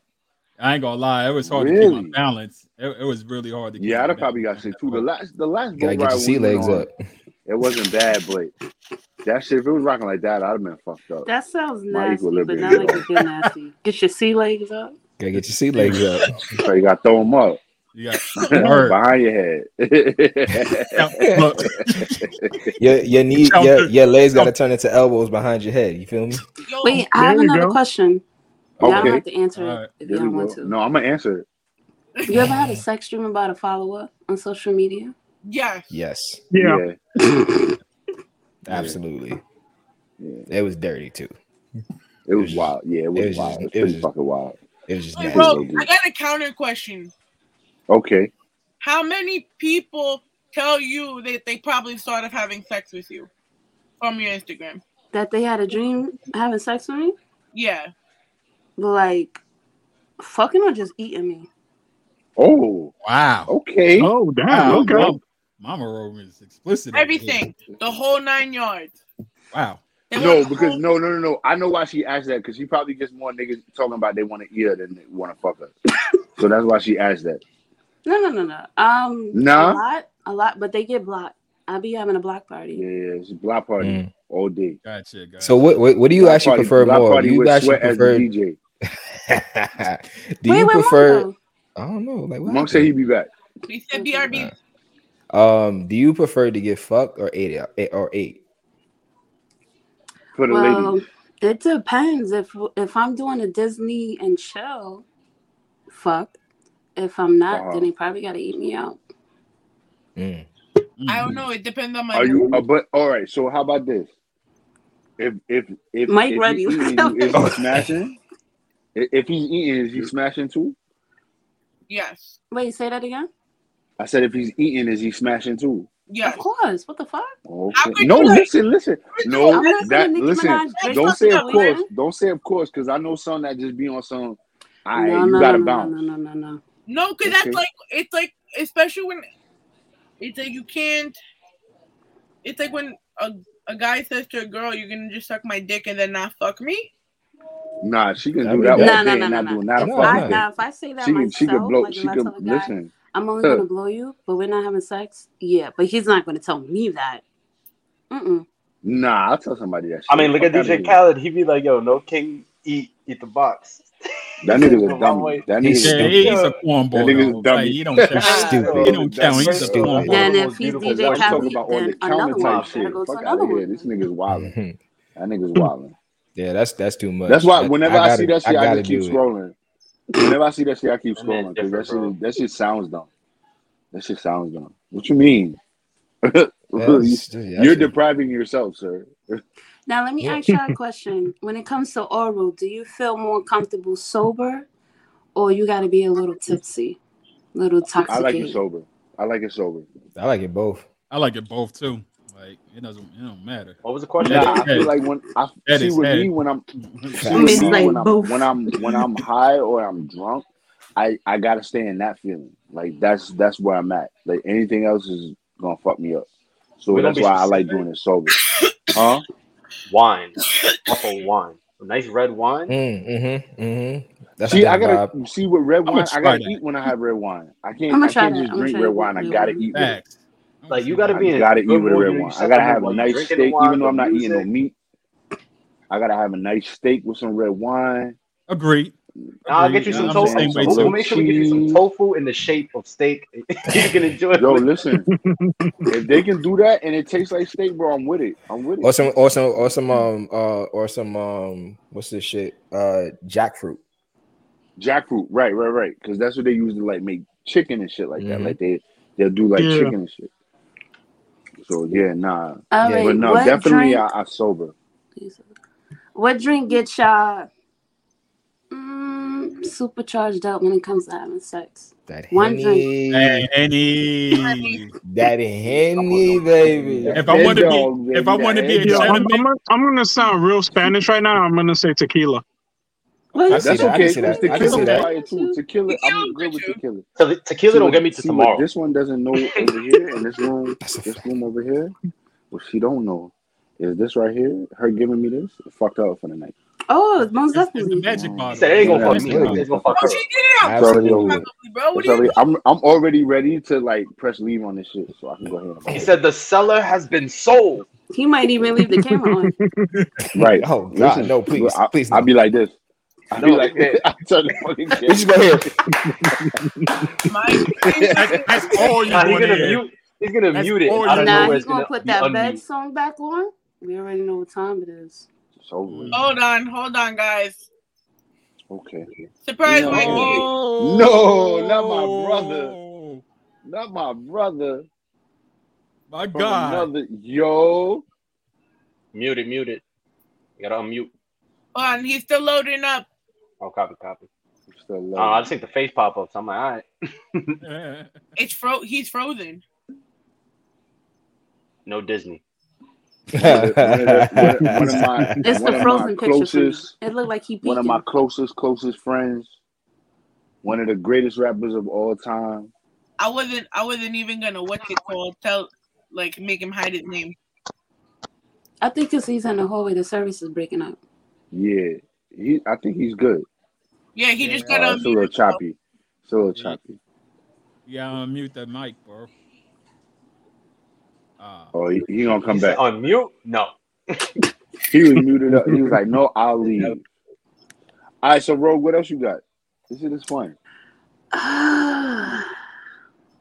I ain't gonna lie. It was hard to keep
Really?
my balance. It, it was really hard to. keep
Yeah,
my
I probably got
balance.
sick too. The last, the last
Gotta
boat
get
ride
your
we
sea
went
legs
on,
up.
it wasn't bad, but that shit, if it was rocking like that, I'd have been fucked up.
That sounds
My
nasty, but
equilibrium
not
is
like a good nasty. Get your sea legs up.
Gotta get your sea legs up.
So you got to throw them up
You got Word.
behind your head.
Yeah, Look,
Your your knee, your,
Shelter.
your legs gotta turn into elbows behind your head. You feel me?
Yo,
Wait, I
There
have
you
another
go.
question. Y'all don't
Okay.
have to answer it
Alright.
if
There
y'all
we
want
go.
to.
No, I'm gonna answer it.
You ever had a sex dream about a follower on social media?
yeah,
Yes,
yeah,
absolutely.
yeah, yeah.
It was dirty too.
It was
just-
wild. Yeah, it was,
it was just-
wild. It was
it
pretty
was just-
fucking wild.
It was just
Wait,
nasty.
bro,
dude.
I got a counter question.
Okay,
How many people tell you that they probably started having sex with you from your Instagram?
That they had a dream having sex with me?
Yeah,
Like fucking or just eating me?
Oh,
wow.
Okay.
Oh, damn.
Wow,
okay.
Mama, Mama Rome is explicit. over here.
Everything, the whole nine yards.
Wow.
They
no,
want the
because
whole-
no, no, no, no. I know why she asked that because she probably gets more niggas talking about they want to eat her than they want to fuck her. so that's why she asked that.
No, no, no, no. Um,
Nah.
a lot, a lot, but they get blocked. I be having a block party.
Yeah, it's a block party
Mm.
all day.
Gotcha. gotcha.
So what, what what do you
Block
actually
party-
prefer
block
more?
party
Do you
with
actually
Sweat as the
prefer?
DJ.
do
Wait,
you
wait,
prefer?
Mongo.
I don't know. Like what
Monk said he'd
happened?
be back.
He said BRB.
Um, do you prefer to get fucked or ate out eh, or ate?
for the
Well,
ladies.
it depends. If if I'm doing a Disney and chill, fuck. If I'm not,
Uh-huh.
then they probably gotta eat me out.
Mm.
I
Mm-hmm.
don't know. It depends on my.
Are you?
mood.
Uh, but all right. So how about this? If if if
Mike
if
ready.
he's eating, you, is he smashing? I- If he's eating, is he smashing too?
Yes.
Wait, say that again.
I said if he's eating, is he smashing too?
Yes.
Of course. What the fuck?
How
Okay.
could
No,
you like-
listen, listen. No,
I'm not
that
saying Nicki
listen.
Minaj great
Don't say of
situation.
course. Don't say of course, because I know some that just be on some.
No,
I
no,
you
no,
gotta
no,
bounce.
no, no, no, no, no.
No, because
Okay.
that's like it's like especially when it's like you can't. It's like when a a guy says to a girl, "You're gonna just suck my dick and then not fuck me."
Nah, she can
I
do
mean, that-
that all
No,
day
no,
and
no,
not
no,
do
no.
not a
If
fucking
Nah.
I,
thing.
now, if I say that
She can
myself,
she can blow.
like if
She
I
can
tell a guy,
listen.
I'm only
Huh.
gonna blow you, but we're not having sex. Yeah, but he's not gonna tell me that. Mm-mm.
Nah, I'll tell somebody that. Shit.
I mean, look at
Fuck outta
DJ
here.
Khaled. He'd be like, "Yo, no king, eat, eat the box."
That nigga's a
Come my
dummy.
way.
That
He's
nigga's a
Yeah,
stupid.
dummy.
he's a
That
cornball.
nigga's
though.
dummy.
Like, he don't count.
Stupid.
He don't count. He's
First
a
of all,
Stupid.
that's one of
Then
the
if
most
he's
beautiful
DJ
Why
women.
you talk
Khaled,
about all
then
the
another
counter
one.
type
Nah,
Gotta
shit?
man.
go to
Fuck out
another
of here.
one.
This nigga's wilding. That nigga's
Hmm.
wilding.
yeah, that's that's too much.
That's why
That
whenever
I
I see
gotta
that
I
shit, I
gotta
just keep
do it.
scrolling. Whenever I see that shit, I keep
That man's
scrolling
different,
because that shit
bro.
is, that shit sounds dumb. That shit sounds dumb. What you mean?
That's, that's
You're depriving yourself, sir.
Now let me
Yeah.
ask y'all a question. When it comes to oral, do you feel more comfortable sober, or you gotta be a little tipsy, little
I like it
intoxicated?
sober. I like it sober.
I like it both.
I like it both too. Like it doesn't. It don't matter.
What was the question?
That
Nah,
is
I feel
head.
like when I
That
see
is
with me
head.
when I'm see with
Miss
me
like
when I'm
both.
when I'm when I'm high or I'm drunk, I I gotta stay in that feeling. Like that's that's where I'm at. Like anything else is gonna fuck me up. So
We gonna
that's
be
why I like
specific.
doing it sober. Huh?
Wine, apple wine, a nice red wine.
Mm, mm-hmm, mm-hmm. That's
See, I
that
gotta
vibe.
see with red
I'm gonna
wine. I
try
gotta
that.
eat when I have red wine. I
I'm
can't. I
gonna try
can't
that.
just
I'm gonna
drink
try
red
to get
wine. I
red
gotta
wine.
eat with it.
Facts.
Like
I'm gonna
you
try
gotta
that.
I
be in a
gotta eat
good
with a
mood.
red
You, you
wine. I
suck
gotta
on it
have a
while you're
nice
drinking the
steak, even
wine,
though
the
I'm not eating no
music.
meat. I gotta have a nice steak with some red wine.
Agreed.
Now I'll get
Agreed.
you
You know
some
what
I-
I'm
I'm the
saying?
same
tofu. We'll,
way
Some
we'll
little
too.
make sure we get you some
cheese.
tofu in the shape of steak. you can enjoy it
Yo,
with
listen. If they can do that and it tastes like steak, bro, I'm with it. I'm with it.
Or some or some or some um uh or some um what's this shit? Uh jackfruit.
Jackfruit, right, right, right. Because that's what they use to like make chicken and shit like that.
Mhm.
Like they they'll do like
Yeah.
chicken and shit. So yeah, nah.
All
Yeah.
right,
But no,
what
definitely I,
drink?
I sober.
What drink gets y'all mm, supercharged up when it comes to having sex?
That
One drink.
henny.
Any.
That henny,
If
baby.
I want to
Hey,
be,
dog,
if
baby,
I
that
want to be
hey,
a
Yo,
dog.
I'm, I'm,
gentleman,
gonna- I'm gonna sound real Spanish right now. I'm gonna say tequila.
What
I
you
see
That's
that. I
say?
can
okay,
see
because
that. I can
tequila
see that.
Tequila's
fire too. Tequila, I'm good with tequila.
Te-
See
tequila. Don't
what
get me to
see what
tomorrow.
this one doesn't know over here in this room,
That's a
this
fact.
room over here, what she don't know is this right here, her giving me this, it fucked her up for the night.
Oh, most
it's, it's the
definitely.
magic
He
bottle.
said it ain't
It's
gonna
the
fuck me
magic
up.
Absolutely.
It's
Absolutely.
gonna fuck her up.
Oh, she did it up,
It's already over
Absolutely.
probably,
with.
bro. What
It's
do you
already
mean?
I'm I'm already ready to like press leave on this shit so I can go ahead and
He
fuck it up.
said the seller has been sold.
He might even leave the camera on.
Right.
Oh God,
Listen,
no,
look,
please,
I
please
I'll
no.
be like this. I'll be
No,
like
look there.
I turn the fucking
We just
shit.
go here.
Mike, you
That's,
think
that's all you
Nah, he's
want to
gonna
hear.
mute. He's gonna
That's
mute it.
all
And I
you
don't know
Now
where
want
he
it's
gonna
gonna
put
be
that bed
unmute.
song back on. We already know what time it is.
It's over with.
Hold on, hold on, guys.
Okay.
Surprise,
No.
Mikey.
Oh,
No, not my brother. Not my brother
My
from
God.
another yo.
Mute it. Mute it. You gotta unmute.
Hold on, Oh, he's still loading up.
Oh, copy, copy.
I'm still
Uh, I
low.
just think the face pop ups. I'm like, all right.
It's fro. He's frozen.
No Disney.
One of, the, one, of the, one, of, one of my
It's the
one of my
frozen picture for me.
closest
It looked like he
one of my
peeking.
closest closest friends one of the greatest rappers of all time.
I wasn't. I wasn't even gonna what's it called? Tell like make him hide his name.
I think because he's in the hallway, the service is breaking up.
Yeah, he. I think he's good.
Yeah, he just got
Uh,
on.
it's a little choppy. It's a little
Yeah.
choppy.
Yeah, unmute that mic, bro. Uh,
Oh, he, he gonna come
He
back.
said, on mute? No.
He was muted up. He was like, "No, I'll leave." All right, so Rogue, what else you got? This shit is fun.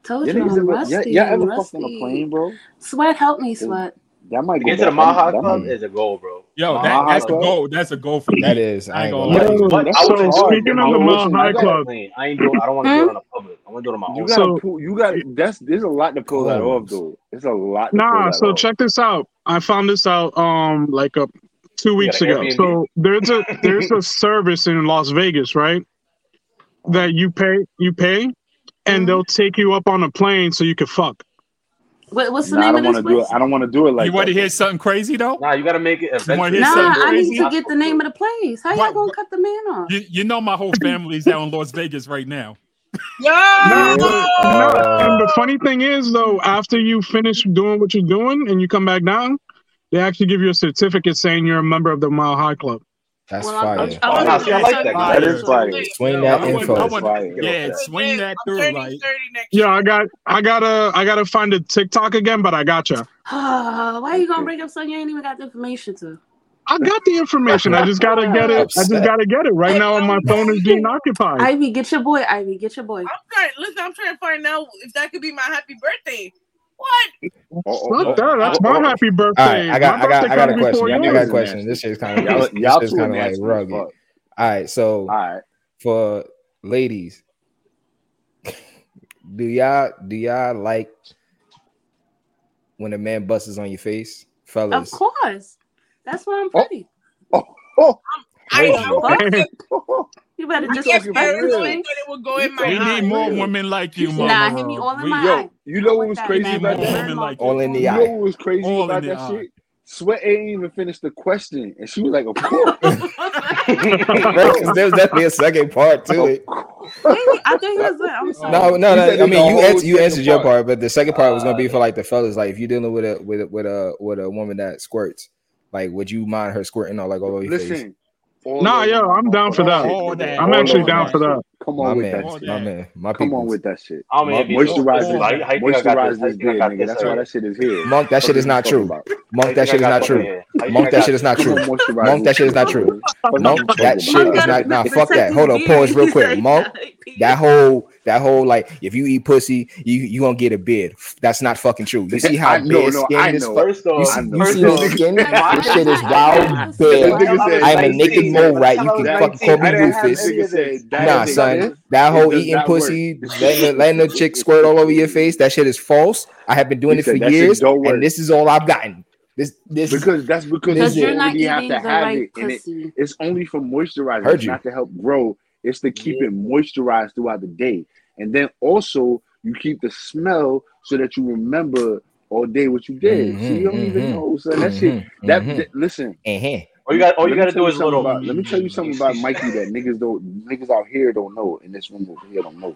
Told
Yeah,
you, I'm
niggas ever, yeah,
rusty.
yeah,
I'm
ever fucked on a
rusty.
plane, bro?
Sweat, help me, sweat.
That might
To
go
get to the
back on-
Maha
that
Club
might-
is a goal, bro.
yo,
Maha
that, that's a
Club.
goal. That's a goal for me.
That is, I ain't gonna
lie.
lie.
to you.
to you.
But I
so
was hard.
speaking
I
of the
was
Mile High
hard on a
Club,
plane. I ain't do. I don't want to do it on a public. I want to do it on my
You
own.
gotta
So-
pull. You gotta. That's there's a lot to pull that off,
Goals.
though. It's a lot. To pull
nah.
that
So
off.
check this out. I found this out um like a two weeks
got an
ago.
Airbnb?
So there's a there's a service in Las Vegas, right? That you pay you pay, and
Mm-hmm.
Mhm.
they'll take you up on a plane so you can fuck.
What, what's the
Nah, I
name of
don't want
this
to do it.
place?
I don't want to do it like
you want to
that.
hear something crazy though?
Nah, you gotta make it.
You
Eventually.
Oh,
wanna hear
Nah,
something
I need
crazy?
to get the name of the place. How
What-
y'all gonna cut the man off?
You, you know my whole family's out in Las Vegas right now.
Yo!
No,
Yeah.
No, and the funny thing is though, after you finish doing what you're doing and you come back down, they actually give you a certificate saying you're a member of the Mile High Club.
That's
Well, I'm-
fire.
I'm-
Oh, nah, see, I like that.
That is fire.
Swing
No, I
that
wouldn't-
info.
I
That's
wouldn't-
fire.
Yeah,
I'm
swing that
I'm
through,
turning
like
30 next
Yeah,
year.
I got I gotta I gotta find a TikTok again, but I got you.
why you gonna bring up something you ain't even got the information to?
I got the information. I just gotta get it. I just gotta get it. Right now my phone is being occupied.
Ivy, get your boy. Ivy, get your boy.
I'm trying. Listen, I'm trying to find out if that could be my happy birthday. What?
Oh, oh, oh,
Fuck that. That's
oh,
my
oh.
happy birthday.
All right, I got,
my
I got,
birthday
I got a
comes before
question. I got
yours.
a question. This shit's kind
Y'all,
of,
y'all
this
two
kind of like
nasty.
rugged.
as
All
fuck.
right, so
All right.
for ladies, do y'all, do y'all like when a man busts on your face,
Of
fellas?
course. That's why I'm
Oh.
pretty.
Oh,
I,
Hold
I,
Fuck.
on.
Hey,
You better
We
just
guess
talking about
respect
Aaron
real.
thought
me.
it would go in my
we
Nah,
need more
really?
women like you, mama.
Nah, hit me all in
We-
my
yo,
eye.
you know what was
That
crazy
man
about
burn
More
that?
women
my
like
All in
phone.
the
You
eye.
know what was crazy
All
about
in the
that
eye.
shit? Sweat ain't even finished the question, and she was like, "Of course,
Right, because there's definitely a second part to
of
it.
course."
Wait, I thought he was lit. I'm sorry.
No, no,
You
no.
said
I
it's a
mean, you
whole
answered, you
second
answered your
part.
part, but the second part was gonna be for
Uh,
like the fellas. Like, if you're dealing with a with a with a with a woman that squirts, like, would you mind her squirting all like all over your face?
Listen, all
Nah,
over
yo,
my
I'm down for
motherfucking
that.
shit,
All
nigga.
that.
I'm
All
actually
over
down
my
for that.
shit. Come
My
on with
man,
that
All
shit.
my
that.
man, my
Come on
people.
with that shit.
I don't mean,
Mo-
if you do,
Moisturize
listen,
this.
how you, how you think I got this? uh,
Moisturize
How you
this
think I
beard,
got
nigga.
this
That's why
over?
that shit is here.
Monk, that
Fuck
shit
is
is
you
not
talking
true.
about?
How
Monk,
you think
that
I
shit is
got
not
this over
true.
here? How you think
Monk,
I
that
got
shit
this?
is not true.
Moisturize
Monk, that
this
shit is
shit,
not true.
nigga. Fuck is you
Monk,
talking
that
about?
shit
I'm
is
gonna
not. Nah, fuck
protect
that.
his
Hold on,
beard.
pause real
He's
quick.
like,
Monk, that
"Ivy."
whole that whole like, if you eat pussy, you you gonna get a beard. F- That's not fucking true. You see
I
how
know,
bare
no,
skin
I
this
know.
fuck.
First
You
off,
see, you
first
see his
off,
skin.
I
This shit is
I didn't
wild
By
have pussy
bare.
This
the time I
nigga said
was
I'm a naked
19,
mole
by the
rat.
time
You
I was
can
that.
fuck,
19,
call
I
me
didn't have
Rufus.
any
Nigga
of this.
said
I
that
didn't
Nah,
is
think I
a
did.
son, that
It
whole
does
eating
not work.
pussy, letting, letting a chick squirt all over your face, that shit is false. I have been doing
He
it for
said that shit
years,
don't
and
work
this is all I've gotten. This, this is
because that's because
Because
This is-
you
you're not
already have
eating
to
the
have
right
it, and it
pussy.
it's only for moisturizing.
Heard
It's
you.
not to help grow. It's to keep it moisturized throughout the day, and then also you keep the smell so that you remember all day what you did.
Mhm,
See, you don't even
mhm,
know, son. That shit.
mhm,
That,
mhm.
that- listen.
Uh-huh.
All you got, all you
Let me
got to
tell
do
you
is a
something
little.
about. Let me tell you something about Mikey that niggas don't niggas out here don't know in this room over here don't know.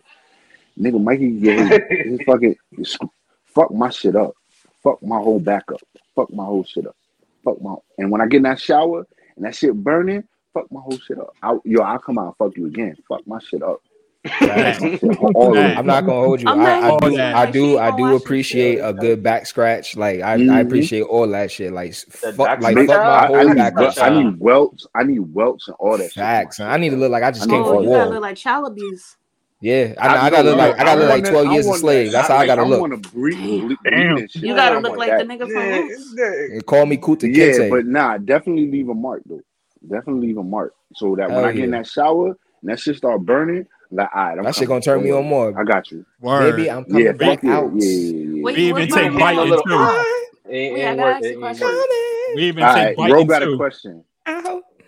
Nigga, Mikey can get his, his fucking sc- fuck my shit up. Fuck my whole back up. Fuck my whole shit up. Fuck my and when I get in that shower and that shit burning, fuck my whole shit up. I, yo, I'll come out and fuck you again. Fuck my shit up.
Facts.
Shit, all of it.
I'm not gonna hold you.
I'm
I,
not
I
even
do,
saying
I
like she
do,
ain't
I
gonna
do
wash her shit.
appreciate a good back scratch. Like I, I
Mhm.
appreciate all that shit. Like
That back
fuck, like
scratch
Big-
fuck my
out?
I, I
whole
Back
need
back
wel-
scratch
up.
I
out.
need welts. I need welts and all that shit. on
Facts.
my
I need to
shit,
look like I just came
Oh,
from a
you gotta look
wall.
like child abuse.
Yeah, I,
I
I gotta
no
look
no.
like I
I
gotta look
want
like
that.
twelve
I
years a
want that.
slave. That's
I
how I
like.
gotta
I
look.
want to breathe,
Damn.
ble- bleed
Damn.
and shit.
You
I
gotta
want
look like
that.
the nigga from Roots.
And call me Kuta
Yeah,
Kente.
but nah, definitely leave a mark though. Definitely leave a mark so that when
Hell
I get in
yeah.
that shower and that shit start burning, like, all right, I'm
That shit
coming.
gonna turn
Don't
me on
worry, I
more.
got you.
Baby,
Word.
I'm
Yeah,
coming
We,
fuck
back
yeah,
out.
yeah, yeah, yeah.
Wait,
we
what
even
about
take
him?
Even a
biting
little.
too.
Ow.
It ain't,
Wait,
it
I
ain't
gotta
worth.
ask
It
you a
ain't
question.
worth.
We even
All right,
take
Ro
biting
got a
too.
question.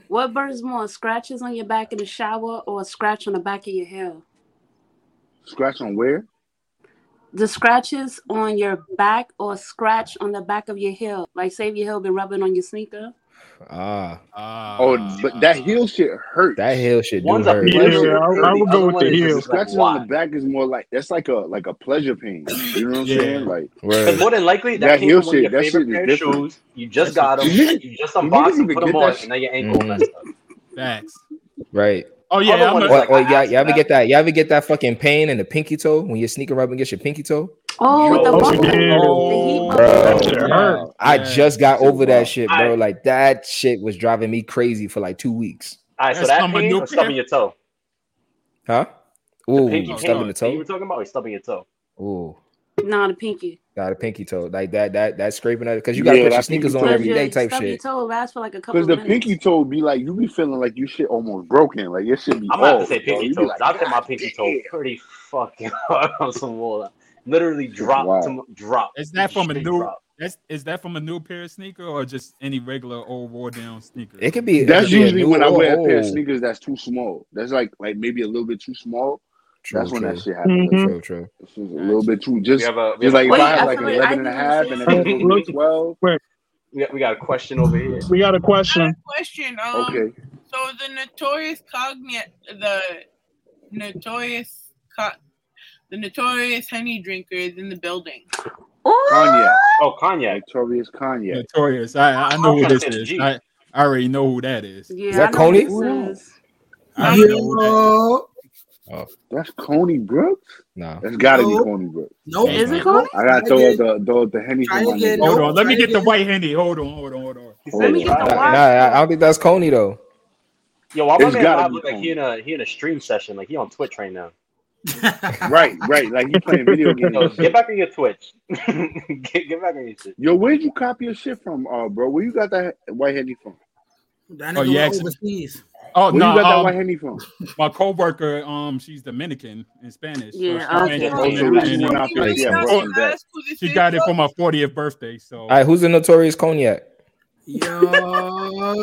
What burns more, scratches on your back in the shower or a scratch on the back of your hair?
Scratch on where?
The scratches on your back or a scratch on the back of your heel. Like, say if your heel been rubbing on your sneaker.
Ah,
oh, but that heel shit hurt.
that heel shit do
One's a
hurt.
Yeah,
pleasure.
I, I would
The other
go with
one
the
is
heel.
The
just like,
scratches
why?
on the back is more like that's like a like a pleasure pain. You know what I'm
Yeah.
saying? Like
But
Word.
more than likely, that,
That
came
heel
from one
shit-
of your
that
favorite
shit is
pair of
different.
shoes. You just
That
got them.
shit- Did
You just unboxed
even
them, put
get
them
that
on,
shit?
and now your ankle
Mm-hmm.
Mhm.
messed up.
Facts.
Right.
Oh
Other
yeah, I'm
one
a,
is
Or,
like
or
an
y'all, y'all ever
accident.
get that? Y'all ever get that fucking pain in the pinky toe when your sneaker rub against your pinky toe?
Oh, with the
Yo.
Oh,
muffle.
yeah.
The heat
Oh,
muffle.
Bro,
That shit
yeah,
hurt.
I
yeah.
just got
Shit,
over that
wow.
shit,
I-
bro. Like that shit was driving me crazy for like two weeks.
All right, so
That's
that
some
pain
new
or stubbing your toe?
Huh?
The
Ooh,
pinky
Oh,
stubbing
pain.
the
Pain you were
toe.
talking about? Or stubbing your toe?
Ooh,
Nah, the pinky.
got a pinky toe. Like that, that, that scraping at it because you gotta
Yeah,
put your
that pinky
sneakers on
toe
Because
every
be
day
your
type
stub your
shit.
toe lasts for like a couple
because
of
the pinky
minutes.
toe be like you be feeling like you shit almost broken. Like your shit be
I'm gonna have to
off,
say
bro.
pinky
You be
toe
like,
because I've hit my
God
pinky toe
damn.
pretty fucking hard on some wall. Literally
Shit,
drop to
wow.
m- drop.
Is that from a
Straight
new-
drop.
That's is that from a new pair of sneaker or just any regular old wore down sneaker?
It could be. It
That's
could be a
usually
new
when I
or
wear a pair of
old.
sneakers that's too small. That's like like maybe a little bit too small.
True,
That's when that
true,
shit happens.
Mm-hmm.
Mhm.
true, true.
It's just a little bit too just
We have a we
just
have a
like if I
Wait,
question
I
had like
feel
an
like I
11 and
do
a
the
half and
same
then it
thing.
goes to
Look,
12,
we got, we got a question over here.
we got a question.
question. Um,
okay.
so the notorious cognac, the notorious co- the notorious honey drinker is in the building.
Ooh,
Cognac.
Oh, cognac.
Notorious cognac.
Notorious. I I know
I'm
who
trying to
this
say the
is.
G.
I, I already know who that is.
yeah,
that
I know
Coney?
who
Who that?
this is.
I already know who that.
Oh.
That's Coney Brooks?
No,
That's gotta be
Nope.
Coney Brooks.
Nope.
no,
Is
it's
it
not.
Coney?
I gotta
Try
throw out
again.
the throw out the henny
Try
for my
again.
nigga.
Hold
Nope.
on, let
Try
me get the
again.
white handy. Hold on, hold on, hold on.
He
Let
said
Hold
me
he
get
Nah,
the
tried
nah,
again.
wide
I
scope.
don't think that's Coney though.
Yo, why my
It's
man
gotta
live
be
look like he
Coney.
in a he in a stream session, like he on Twitch right now.
Right, right. Like he playing video games
Yo,
and
get
shit.
back on your Twitch. get, get back on your shit.
Yo, where'd you copy your shit from, uh, bro? Where you got that white henny from?
That
Oh,
nigga
you
went
asked me.
overseas.
Oh
Where
no,
you got that white
um,
henny from?
my coworker, um, she's Dominican in Spanish, so
Yeah,
she went,
okay.
she
Oh,
Okay.
went
so she
and
went
um,
out
You
there.
really
Makes
Yeah,
not
sense.
brought
gonna
you back.
ask who this
she
is,
got it
bro?
for my 40th birthday.
All
So
right, who's the notorious cognac?
Oh,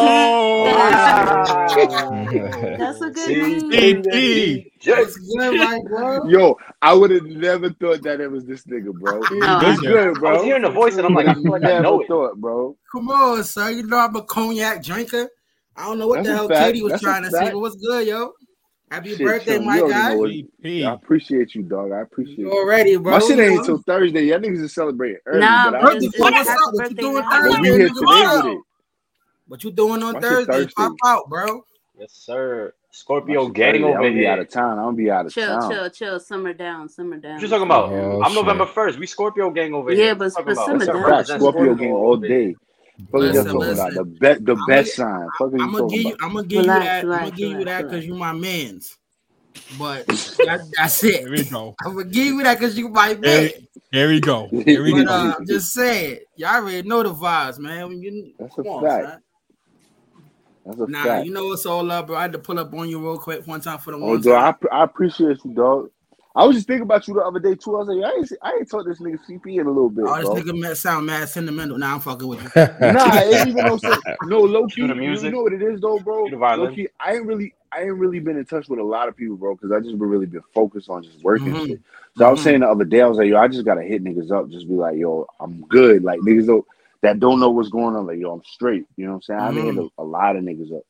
Yo.
oh
Wow.
That's a good
See,
name.
E
see that
E.
he
That's
jerks.
good, right, bro?
Yo, I would have never thought that it was this nigga, bro.
No, I didn't.
This is
It's good,
I was
bro.
hearing the voice and I'm
But
like,
I
I feel like I
never
know it.
thought, bro.
Come on, sir. You know I'm a cognac drinker. I don't know what
That's
the
a
hell
fact.
Katie was
That's a
trying to say,
fact.
but what's good, yo? Happy
Shit,
birthday,
yo, you
my
already
guy.
know it. I
CP.
appreciate you, dog. I
You
appreciate you.
already,
My
bro.
shit
You
ain't
know,
till Thursday. Y'all niggas is celebrating early,
Nah,
but
but
I
bro,
just
you
appreciate
say
what's
it.
happy
up? What
birthday
you doing
now.
But we
Thursday,
here
nigga?
today
What's
with
up?
it.
What you doing on
My shit
Thursday? Pop
Thursday.
out, bro.
Yes, sir.
My
Scorpio
shit
gang
Thursday. I'm
over
gonna be out
here.
of town. I'm gonna be out of
Chill,
town.
chill, chill. Simmer down,
What
simmer
you
down,
talking
simmer
about?
down.
Oh
I'm November
shit.
1st. We Scorpio gang over
Yeah,
here. What
but
you talking
but
about?
That's
simmer
What's
a
up?
down.
fact.
Represent
Scorpio
Scorpio
game
all
all
over here.
day. Fuck is y'all
Listen,
talking about?
listen.
The best, the
I'm gonna,
best sign. Fuck is
I'm
you
gonna
talking
give you,
about?
I'm gonna give you
Relax,
that, I'm gonna
relax,
give you
relax,
that because
relax.
you my man's. But that, that's it.
Here we go.
I'm gonna give you that because you my
Here,
man.
here we go. Here we
But
go.
uh, I'm
That's
just saying, y'all already know the vibes, man. When you
a
come on,
fact.
son.
That's a
Nah,
fact.
you know it's all up, bro. I had to pull up on you real quick one time for the
Oh,
one
dog, I,
time.
pr- I appreciate you, dog. I was just thinking about you the other day too. I was like, I ain't, I ain't talked this nigga CP in a little bit,
Oh, this
bro.
nigga ma- sound mad sentimental. Nah, I'm fucking with you.
Nah, it ain't even no sense. No, low
Cue the
key, you
music.
know what it is though, bro.
Cue the
Low
violin.
key, I ain't really, I ain't really been in touch with a lot of people, bro, because I just been really been focused on just working
hmm
shit. So I was
hmm
saying the other day, I was like, yo, I just gotta hit niggas up, just be like, yo, I'm good. Like niggas don't, that don't know what's going on, like yo, I'm straight. You know what I'm saying? I've been
hmm
hitting a, a lot of niggas up,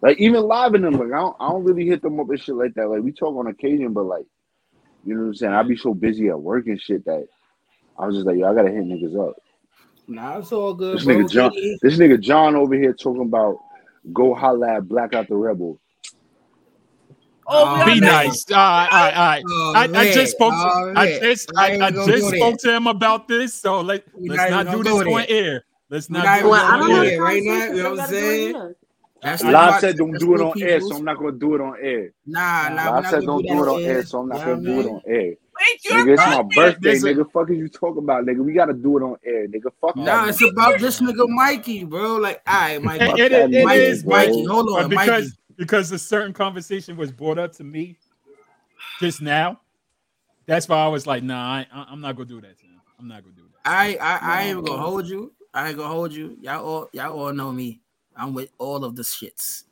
like even live in them. Like I don't, I don't really hit them up and shit like that. Like we talk on occasion, but like. You know what I'm saying? I'd
Yeah.
be so busy at work and shit that I was just like, yo, I gotta hit niggas up.
Nah, it's all good,
This nigga
bro.
John,
Katie,
this nigga John over here talking about go holla at Black Out the Rebel.
Oh, we
oh
Be
already
man,
nice. All right, all right, all right.
oh
I, I
man,
just spoke to
oh
I
man.
just
I
I,
ain't
I
even gonna
just
go there.
spoke to him about this, so let
We're
let's
not even
not
gonna
do
go
this
there.
on air. Let's
We're
not
not
do
even
it
Well, I
gonna
on
don't
go
know the
air.
there right now. You
conversations I gotta do it
know what I'm saying?
here.
That's
I
too
Live
much.
said don't
That's
do it
too
on air, so
people's.
I'm not gonna do it on air.
Nah,
nah.
nah, we're
Live
not
said
gonna do that
don't do
on
it on air,
air.
so I'm
You
not
know what I
gonna do it
mean?
on air.
Wait, your
Nigga, it's
All
my
right,
birthday?
there-
birthday,
there's a
nigga. Fuck is you talking about, nigga? We gotta do it on air, nigga. Fuck that
Nah,
oh
it's
nigga.
my
about this
god.
nigga Mikey, bro. Like, all right, Mikey.
Fuck
It, it,
that
it
nigga,
Mikey's
is
Mikey.
bro.
Mikey,
Hold
but
on,
because
Mikey.
because a certain conversation was brought up to me just now, that's why I was like, nah, I, I- I'm not gonna do that to him. I'm not gonna do that.
I I I
Nah,
ain't gonna
bro.
hold you. I ain't gonna hold you. Y'all all y'all all know me. I'm with all of the shits.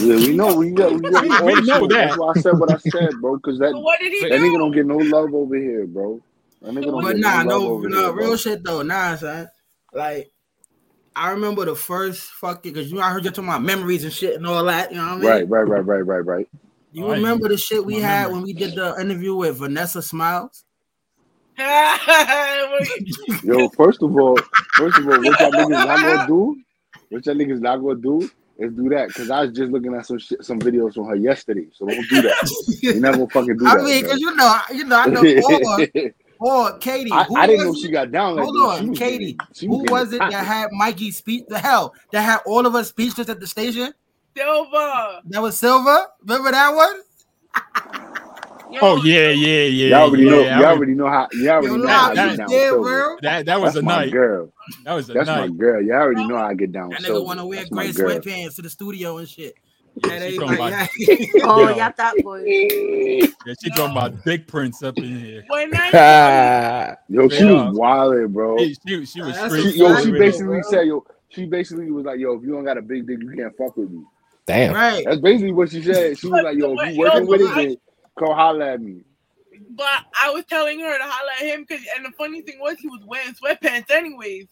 Yeah, we know we got we got we
We
all
we know
the shit. That's
that.
why I said what I said, bro. Cause that
So what did he
But
That nigga don't
do?
get no love over here, bro. That
So
nigga don't
what
But
get
did
no
nah,
love
no,
over
no
here,
real
bro.
shit though. Nah, son. Like I remember the first fucking because you know, I heard you talking about memories and shit and all that. You know what I mean?
Right, right, right, right, right, right.
You remember the shit we had when we did the interview with Vanessa Smiles?
Yo, first of all, first of all, what y'all niggas not gonna do? What y'all niggas not gonna do is do that because I was just looking at some shit, some videos from her yesterday. So don't do that. You're not gonna fucking do that.
I mean,
bro.
because you know, I- you know, I know or, or Katie.
I,
who
I didn't know
was
she
it?
got down like
Hold
that. She
on,
was
Katie.
getting- she
Who
getting
was it that
hot.
had Mikey speak the hell that had all of us speechless at the station?
Silva.
That was Silva. Remember that one?
Yo,
Oh yeah, yeah, yeah.
y'all already
yeah,
know.
I
Y'all
re-
already know how. Y'all already
Yo,
know
nah,
how I
you
get
was
down.
there,
with Silva.
bro.
that that was
That's
a
my
night.
girl.
That was a
That's my
night.
girl. Y'all already know how I get down. with
That
Silva.
nigga want to wear
That's my
gray
girl.
sweatpants to the studio and shit. Yeah,
she
they
talking
like,
about-
yeah.
Oh,
Yeah.
y'all thought boys.
Yeah, she talking about big prints up in here.
When I
Ah,
Yo, she
Straight
was
up.
wilding, bro.
She, she, she was
That's
straight.
She,
That's
yo,
a
she
fact,
basically
bro.
said, yo, she basically was like, yo, if you don't got a big dick, you can't fuck with me.
damn.
right.
That's basically what she said. She was like, yo, if you working with it, then come holler at me.
but I was telling her to holler at him because and the funny thing was he was wearing sweatpants anyways.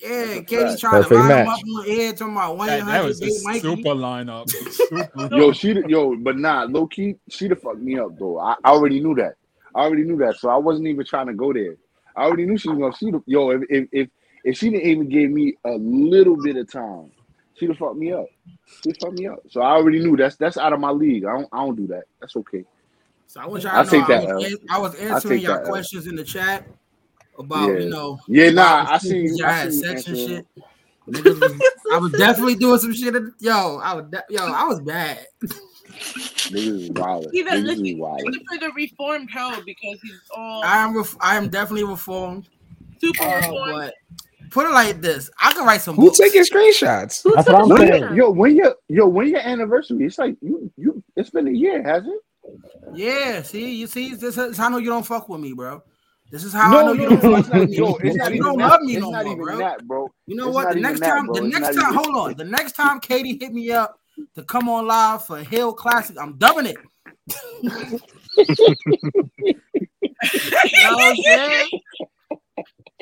That's
Yeah,
a
Katie
fact.
trying to
Perfect
line him
match.
up on air talking about one
That, that
hundred
was a
eight Mikey.
super lineup. Super.
Yo, she, the- yo, but nah, low key, she the fucked me up though. I, I already knew that. I already knew that, so I wasn't even trying to go there. I already knew she was gonna see the yo. If if if, if she didn't even give me a little bit of time, she'd have fucked me up. She'd fucked me up. So I already knew that's that's out of my league. I don't I don't do that. That's okay.
So I want y'all
I'll
to know
take
I
that,
was,
L.
an- I was answering
take
y'all
that, L.
questions in the chat about
Yeah.
you know
Yeah,
about
nah,
the
I
shit
seen you.
y'all
I
had
seen you
sex and
answering.
shit. Niggas was- I was definitely doing some shit. in- Yo, I was de- yo, I was bad.
Niggas is wild.
Even
Niggas is
listen,
wild.
listen for the reformed hoe because he's all
I am ref- I am definitely reformed.
super
Uh,
reformed.
but put it like this, I could write some
Who's
books.
taking screenshots?
Who took
That's what
the
I'm
When
saying.
your
screenshot?
yo, when your yo, when your anniversary? It's like you you. It's been a year, has it?
Yeah, see, you see, this is how I know you don't fuck with me, bro. This is how I know
No,
you
no,
don't
no.
fuck
It's
with
not.
me.
Yo, it's
This is how
not
you
even
don't
that.
love me
It's
no
not
more,
even
bro.
that, bro.
You know
It's
what?
not
The
even
next
that,
time,
bro.
the
It's
next
not
time,
even.
hold on. The next time Katie hit me up to come on live for Hill Classic, I'm dubbing it.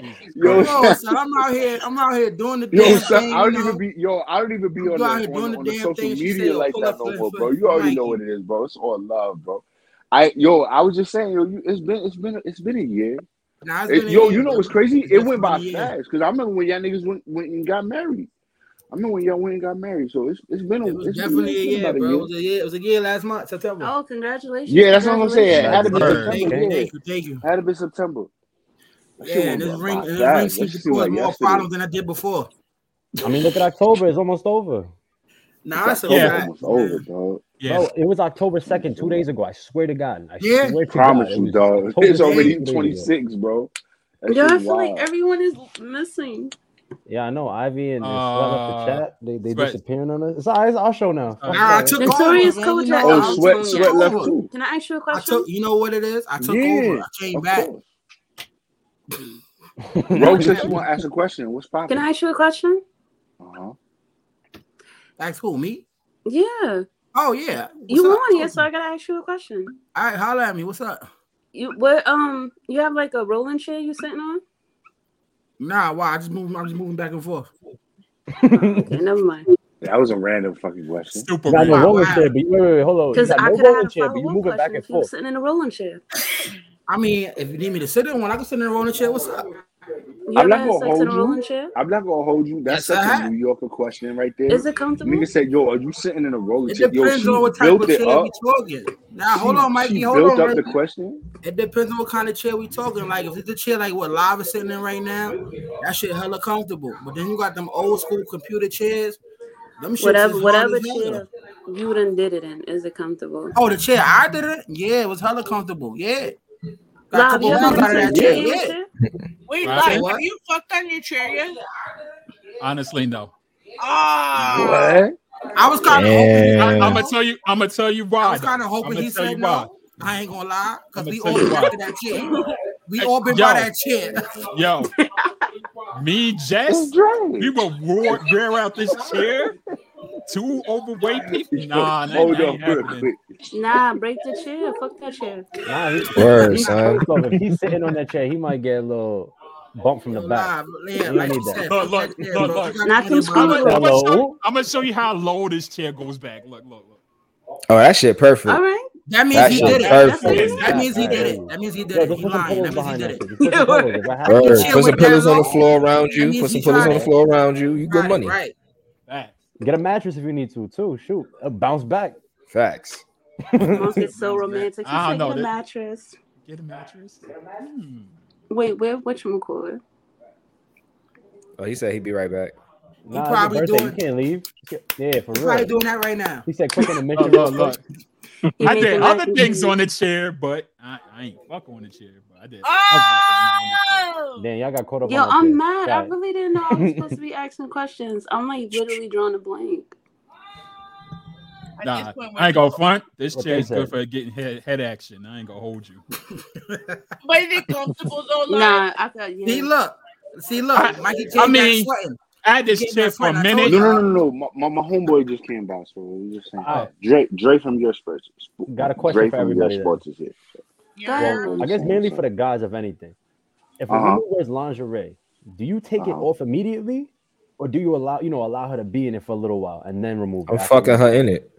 You know what I'm saying?
Yo,
Come on, son. I'm out here, I'm out here doing the
yo,
damn
son,
thing.
I
You
don't
know?
even be. Yo, I don't even be
I'm
on the
out here
on,
doing
the-
the
on the
damn
social
thing. She said,
media
yo,
like
pull
that
up
no
for,
more, bro.
for,
You
for
already know
Mikey.
what it is, bro. It's all love, bro. I yo, I was just saying, yo, you, it's been it's been it's been a year.
Nah, it's
It,
been a
yo, you
year,
know
bro.
what's crazy?
It's
It
definitely
went
been
by
a year.
fast because I remember when y'all niggas went, went and got married. I remember when y'all went and got married. So it's it's been a,
It was
it's been
definitely
it's
a
been
year,
about a
bro. It
year.
was a year. It was a year last month, September.
Oh, congratulations.
Yeah, that's what I'm saying.
Congratulations.
It had to be
Word.
September.
Thank you,
Yeah,
thank you, thank you.
had to be September. That shit
Yeah, and
went
this
by
ring, and
by
this ring
fast. That
season
shit seemed
two is
like
more
yesterday.
problems than I did before.
I mean, look at October. It's almost over.
Nah,
It's
that's a
October
Yeah.
fact,
almost over,
man.
dog.
Yeah.
Bro, it was October
It's almost
2nd, two
over.
days ago. I swear to God. I
Yeah.
swear to God.
Promise
It
you,
was
dog.
October
It's
2nd,
already
two days ago.
26, bro. That
Yo,
shit's
I feel like
wild.
everyone is missing.
Yeah, I know. Ivy and, and Sweat left the
Uh,
chat. They they
Sweat.
disappearing on us. It's all right, it's our show now.
Sorry.
Fuck
Nah, I
that.
took
Notorious
over, man. You know,
Kojak.
Oh,
I
Um,
sweat,
took,
Kojak,
sweat
took
left
over.
too.
can I ask you a
I
question?
took. You know what it is? I took over.
Yeah,
I came
of
back.
course. Roach
Kojak,
said she want to ask a question. What's
can
popping?
I ask you a question?
Uh huh.
That's who me.
Yeah.
Oh yeah. What's
You
up?
on here, so I gotta ask you a question.
All right, holla at me. What's up?
You what um you have like a rolling chair you sitting on?
Nah, why? I just moving. I'm just moving back and forth.
Okay, never mind.
That was a random fucking question.
Super
You got no
random.
Wow,
roller
wow.
chair, but you, wait, wait, wait, hold on. You
Because
got
I
no
could have had
roller
a
chair, but you
follow up
moving back
question if you
and
were
Oh.
forth.
sitting in a rolling chair.
I mean, if you need me to sit in one, I can sit in a rolling chair. What's up?
You
I'm
ever
not
had
gonna
sex in
hold
a
you.
rolling chair?
I'm not gonna hold you. That's
Yes, I
such a
have.
New Yorker question right there.
Is it comfortable?
Nigga said, "Yo, are you sitting in a roller
It
chair?" Yo,
depends on
she
what type
built
of
it
chair
up.
we talking. Now, hold
She
on,
she
Mikey. Hold
built
on,
up the
Mikey.
question.
It depends on what kind of chair we talking. Like if it's a chair like what Live is sitting in right now, that shit hella comfortable. But then you got them old school computer chairs. Them shits
Whatever
is hard
whatever
as hell.
chair you done did it in, is it comfortable?
Oh, the chair I did it. Yeah, it was hella comfortable. Yeah, got a
Rob,
couple
you ever
rounds
done
out of
some
that
dick
chair.
in your
Yeah.
chair?
Wait,
Right.
Live,
Say
have
what?
you fucked on your chair yet?
Honestly, no.
Ah,
What?
I was kind of hoping. He,
I, I'm
Damn.
gonna tell you. I'm gonna tell you
I
why.
was kind of
I'm
hoping
gonna
he
tell you
said
why.
no. I ain't gonna lie, cause
I'ma
we
tell
all
you
been
why.
after that chair. We all been by
Yo,
that chair.
yo, me,
It's
Jess, we
Dre.
will roar, wear out this chair. Two overweight people.
Yo,
Nah, that,
hold
that
up
ain't
real
happening.
quick.
Nah, break the chair. Fuck that chair.
Nah, he,
Word,
he
son.
first off, if he's sitting on that chair, he might get a little bump from the back.
yeah,
You
like
need
you
that.
said,
Look, look,
Yeah, bro,
look, look.
you gotta Knock be them in the
I'm
screws
gonna- I'm gonna
off.
show- I'm gonna show you how low this chair goes back. Look, look, look.
Oh, that shit perfect.
All right.
That means
That
he
shit
did it.
perfect.
That means he
Alright, there
did it.
you go.
That means he did
Yo,
it.
just
He
put some
lying.
pillows
That means he
behind
did
that
it.
shit. Just Put some pillows. If I have to-
Word.
shit
Put some
went down
pillows on the
low.
floor around
That
you.
means
Put some
he
pillows
tried
on the
it.
floor around you. You good
Right,
money.
right.
Back.
Get a mattress if you need to, too. Shoot, uh, bounce back.
Facts.
Monk is so
Sounds bad.
romantic. He
I
said,
don't know
get a
that-
mattress.
Get a mattress. Hmm.
Wait, where? Which one cooler?
Oh, he said he'd be right back.
Nah, it's
probably
your birthday.
doing-
You can't leave. Yeah, for
He's probably
real.
doing that right now.
He said, quick
Look,
intermission.
look,
real
look.
quick.
He
I
making
did
life
other
easy.
things on the chair, but I, I ain't fuck on the chair. But I did. other
Oh!
Damn, y'all got caught up
Yo,
on that shit.
I'm mad. I
God.
really didn't know I was supposed to be asking questions. I'm like literally drawing a blank.
At
things
this
on the- Nah,
point, we're
I ain't gonna front. This
What
chair
they
is good
said.
for getting head, head action. I ain't gonna hold you.
But is it comfortable though, Lon?
Nah, I thought yeah.
See, look. See, look.
I-
Mikey J
I
got
mean-
sweating.
I had this
Get
chair
that
for a
front, I told
minute.
you.
No, no, no, no. My, my, my homeboy just came by, so we just saying.
Alright.
Dre, Dre from your sports.
Got a question
Dre
for
from your
everybody then.
sports is here. so.
Well,
Yeah.
I guess mainly for the guys, if anything. If a
Uh-huh.
woman wears lingerie, do you take it
Uh-huh.
off immediately, or do you allow you know allow her to be in it for a little while and then remove it?
I'm
afterwards?
fucking her in it.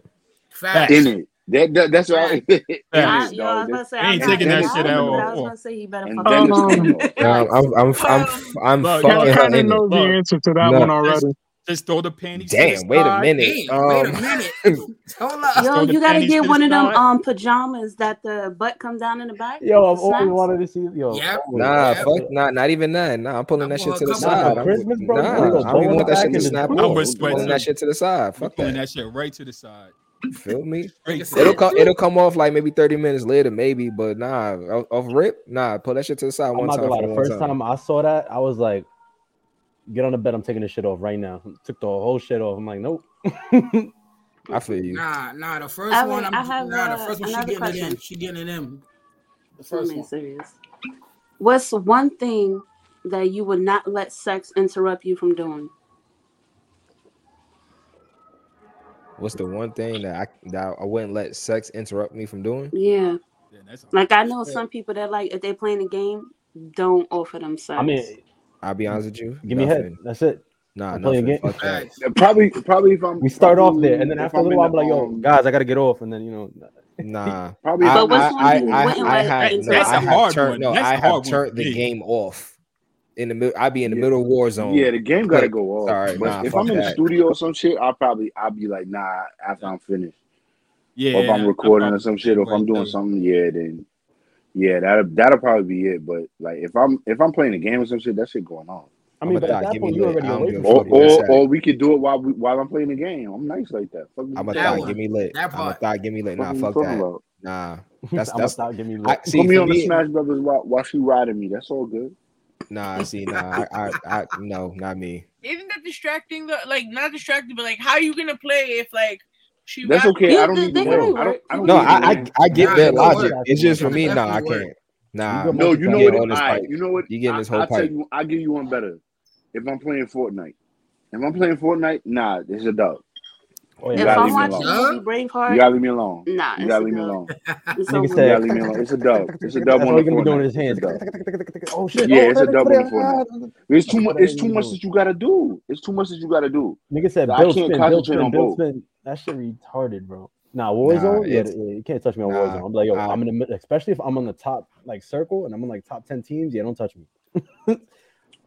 Facts.
In it. That, that that's right. in it,
Yeah.
I, yo, I was
dog.
about to say
I ain't
I'm not
taking
gonna
that
lie,
shit
but
at
I was
all.
about to say he better
And
fuck
then
him.
it's
Um,
porno.
Nah, I'm I'm I'm I'm, I'm
Look,
fucking
y'all
I
her
kind of
in it.
know the
Look,
answer to that
Nah.
one
Just,
already.
just throw the panties to the
Damn, wait a
side.
minute.
Damn, wait a
Um
minute. Hold
Just
up.
Yo,
throw the
you gotta
panties
get
to the
one of them
side.
um pajamas that the butt come down in the back.
Yo, I've
the
always
snaps.
wanted to see. Yo,
Yep.
always,
Nah,
Yep.
fuck not not even that. Nah, I'm
I
pulling that shit
want
to
a
the
couple
Nah,
side.
for
I'm
Christmas, bro, you
nah,
gotta go
I don't even
bone
want that
back
shit to
and just
snap
put
I
off.
would
I'm
sweat
pulling that
too.
shit to the side.
I'm
Fuck
pulling
that.
that shit right to the side.
Feel me?
Straight to
It'll
the
Said,
come it'll come off like maybe 30 minutes later, maybe, but nah, off off rip, nah, pull that shit to the side
I'm
one
not gonna
time
lie.
for
The
one
first
time.
time I saw that, I was like, "Get on the bed. I'm taking this shit off right now." Took the whole shit off. I'm like, "Nope."
I feel you.
Nah, nah. The first
I
one,
would-
I'm
I have,
nah. The
uh,
first one, she
another
getting it in.
question.
She getting it in. The
I'm
first
being
one.
serious. What's one thing that you would not let sex interrupt you from doing?
What's the one thing that I that I wouldn't let sex interrupt me from doing?
Yeah,
Then that's all.
like I know some people that like if they playing a game, don't offer them sex.
I mean,
I'll be honest with you,
give me head.
nothing.
That's it.
Nah,
I'm playing
nothing.
a game.
Fuck that.
Facts.
Probably, probably if I'm
We start off
probably
there, and then
if
after a
I'm
little
in
while, I'm
the
like, "Yo,
um
guys, I gotta get off," and then you know,
Nah,
probably if
I
But
I'm
which
I
in
one you
I
yeah
I
wouldn't
I
let
had
That,
no,
that's
interrupt
I
a
have
you?
hard
turned
one.
no,
That's a
I have
hard one for
turned the
me.
game off in the middle. I'd be in the
yeah
middle of war zone.
yeah the game gotta
Click.
go off.
Sorry,
But
nah,
if
fuck
I'm in the
that.
studio or some shit, I'll probably I'll be like nah after I'm finished. Or if I'm
Yeah, I, I
recording or
probably
some
the
shit,
same
or if
way
I'm doing
too.
something, yeah, then yeah, that'll that'll probably be it. But like if I'm if I'm playing a game or some shit, that shit going on.
I
I'm
mean,
a
but at that
thought. Give me
point, you're
lit. I
already
don't
away
give
from
a
Or
fuck.
it.
That's
or
it.
or we could do it while we while I'm playing the game. I'm nice like that. Fuck
I'm
you
a
That
thought.
one.
talking
Give
about.
me lit.
That
I'm a
part.
thought. Give me lit.
Fuck
Nah,
are you
fuck
talking
that.
about?
Nah, that's
I'm gonna
that's.
stop giving me
I
lit.
see
Put me
for
on the
me.
Smash Brothers while while she riding me. That's all good.
Nah, see, nah. I I, I no, not me.
Isn't that distracting though? Like not distracting, but like how you gonna play if like she
That's
rap-
okay. I
You,
don't
they,
need to
they can
win.
make
I don't.
work.
I
People
don't
No,
can
need to
make
I
work.
I,
win.
I get
Nah,
that
it don't
logic.
work.
It's
You
just
Nah,
for
can
it
me.
make
Nah, I
definitely work.
can't.
you
Nah,
can
No,
make
you
you
know
sex
getting
what?
on
work.
this
I
pipe.
you know what?
You getting
I
this whole
I'll tell
pipe.
you. I give you one better. If I'm playing Fortnite, if I'm playing Fortnite, nah, it's a dub.
Oh yeah,
You
If
gotta
that's
I'm
leave me
watching
alone.
the movie
Dub?
You
Braveheart,
gotta leave me alone.
nah,
You
it's a
gotta leave me
dub.
alone.
It's
nigga
You
over.
gotta
said.
leave me alone. It's a dub. It's a
That's
dub on
all
the
you're gonna be doing
Fortnite.
is
It's a
hands.
dub.
Oh shit!
Yeah,
Oh,
it's a
that is
dub
what
on the
it.
Fortnite.
ah.
It's too
That's
much.
what
It's
everything
too
you're
much
doing.
that you gotta do. It's too much that you gotta do.
Nigga said
I
build
can't
spin, build
concentrate
spin,
on
build
both.
spin. That shit retarded, bro. Nah,
Nah,
Warzone, yeah,
it's
yeah, you can't touch me on
nah.
Warzone. I'm like, yo,
I
I'm in the mid, especially if I'm on the top like circle and I'm on like top ten teams. Yeah, don't touch me.
I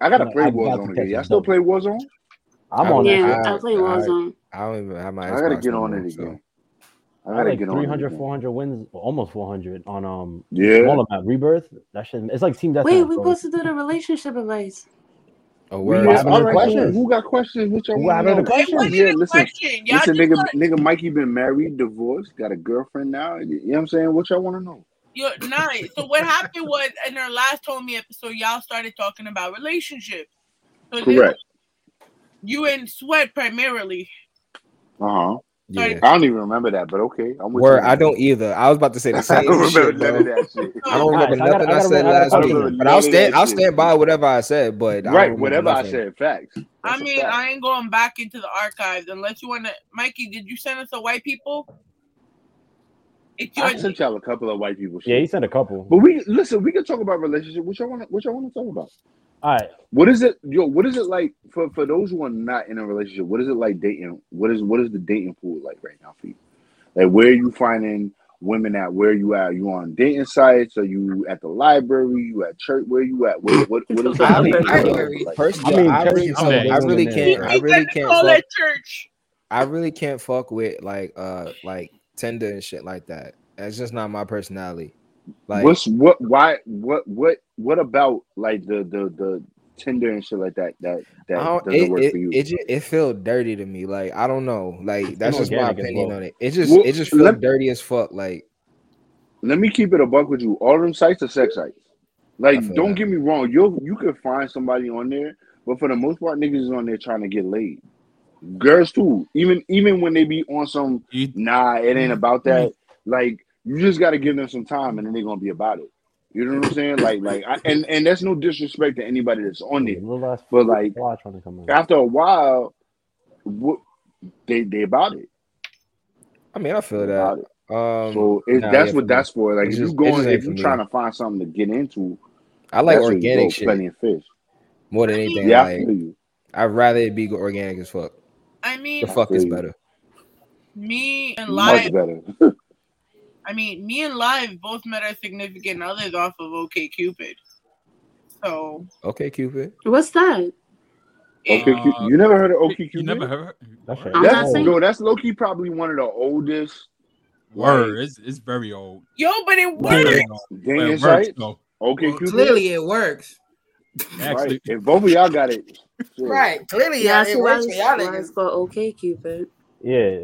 I'm
gotta
like,
play
I got
Warzone
to
again.
catch a
Y'all still
dub.
play Warzone?
I'm
I
on that
Yeah,
shit.
I
I
play
I
Warzone.
I don't even have my
I gotta
Xbox
get
no
on
more.
it
So
again. I
I had
gotta
like
get on it
300,
again.
400 wins, well, almost 400 on um the
Yeah.
smaller map, Rebirth. That shit, it's like Team
Wait,
Deathmatch,
we
bro.
supposed to do the relationship advice.
a
We
Oh, word.
don't
Yeah,
have
all
another
right, cool.
questions.
Who got questions? What y'all
Who
want to
have another
know?
It
questions?
wasn't
Yeah,
a
listen,
question. Y'all
listen,
just
nigga,
like
nigga, Mikey been married, divorced, got a girlfriend now. You know what I'm saying? What y'all want to know?
you're nice. So what happened was in our last homie episode, y'all started talking about relationships. So this,
Correct.
you and Sweat primarily
Uh huh.
Yeah.
I don't even remember that, but okay, I'm with you
Word. I
now.
don't either. I was about to say the
I
same
don't remember
shit,
none
bro.
of that shit.
I don't
All right,
remember
so I got,
nothing
I
I
got, a,
said
I got a
last
I don't
question
week,
remember
then.
but I'll
none of
stand.
that
I'll
shit.
stand by whatever I said, but I don't
Right,
remember
whatever I
nothing.
said, facts.
I
That's a
mean,
fact.
I ain't going back into the archives unless you want to. Mikey, did you send us a white people? It's your
I sent y'all a couple of white people
Yeah, he
shit,
sent a couple.
but we listen. We can talk about relationship. What y'all want? What y'all want to talk about?
All right.
What is it, yo? What is it like for, for those who are not in a relationship? What is it like dating? What is what is the dating pool like right now for you? Like, where are you finding women at? Where you at? You on dating sites? Are you at the library? You at church? Where you at? What what, what is
I mean,
dating
I-
pool like?
personally,
I mean,
I, really,
Terry's on
I
dating
really
women
can't.
now.
I really can't.
Call
Fuck,
that church.
I really can't fuck with like uh like Tinder and shit like that. That's just not my personality. Like
What's what? Why? What? What? What about like the the the Tinder and shit like that? That that
I don't,
doesn't
it,
work
it,
for you.
it, ju- it feel dirty to me. Like I don't know. Like that's just my
Inorganic as
opinion
well.
on it. It just
Well,
it just feels
let-
dirty as fuck. Like
Let me keep it a buck with you. All them sites are sex sites.
I
Like,
feel
don't
that.
get me wrong. You you can find somebody on there, but for the most part, niggas is on there trying to get laid. Girls too. Even even when they be on some
You-
nah, it ain't about that. Like you just got to give them some time, and then they're gonna be about it. You know what I'm saying? Like like, I, and and that's no disrespect to anybody that's on there.
Little ass
But, like,
fly trying to come in.
After a while, what, they they about it.
I mean, I feel
They about
that.
it.
Um,
So it,
nah,
that's
yeah, for
what
me.
that's for. Like
It's
if
just- it
you going,
just ain't
if
for
you
me.
trying to find something to get into,
I like
that's where you go.
organic shit
Plenty of fish.
more than anything.
Yeah, I
Like
feel you.
I'd rather it be organic as fuck.
I
The
mean,
fuck
feel
is
you.
better.
me and
Much
Live.
better.
I mean, me and Live both met our significant others off of OK Cupid. So
Okay, Cupid.
What's that?
it,
okay, Cu- you never heard of OKQ?
uh, You never heard?
That shit-
I'm
That's
not saying-
no. That's low key probably one of the oldest
Word. It's, it's very old.
yo, but it worked.
Very old.
dating
But it works,
sites.
though.
Okay,
Well, clearly it works.
Actually,
Right. If both of y'all got it, shit.
Right. Clearly
Yeah,
yeah,
I
it
see why
works for
it's,
y'all
why it's
niggas.
called OK Cupid.
Yeah,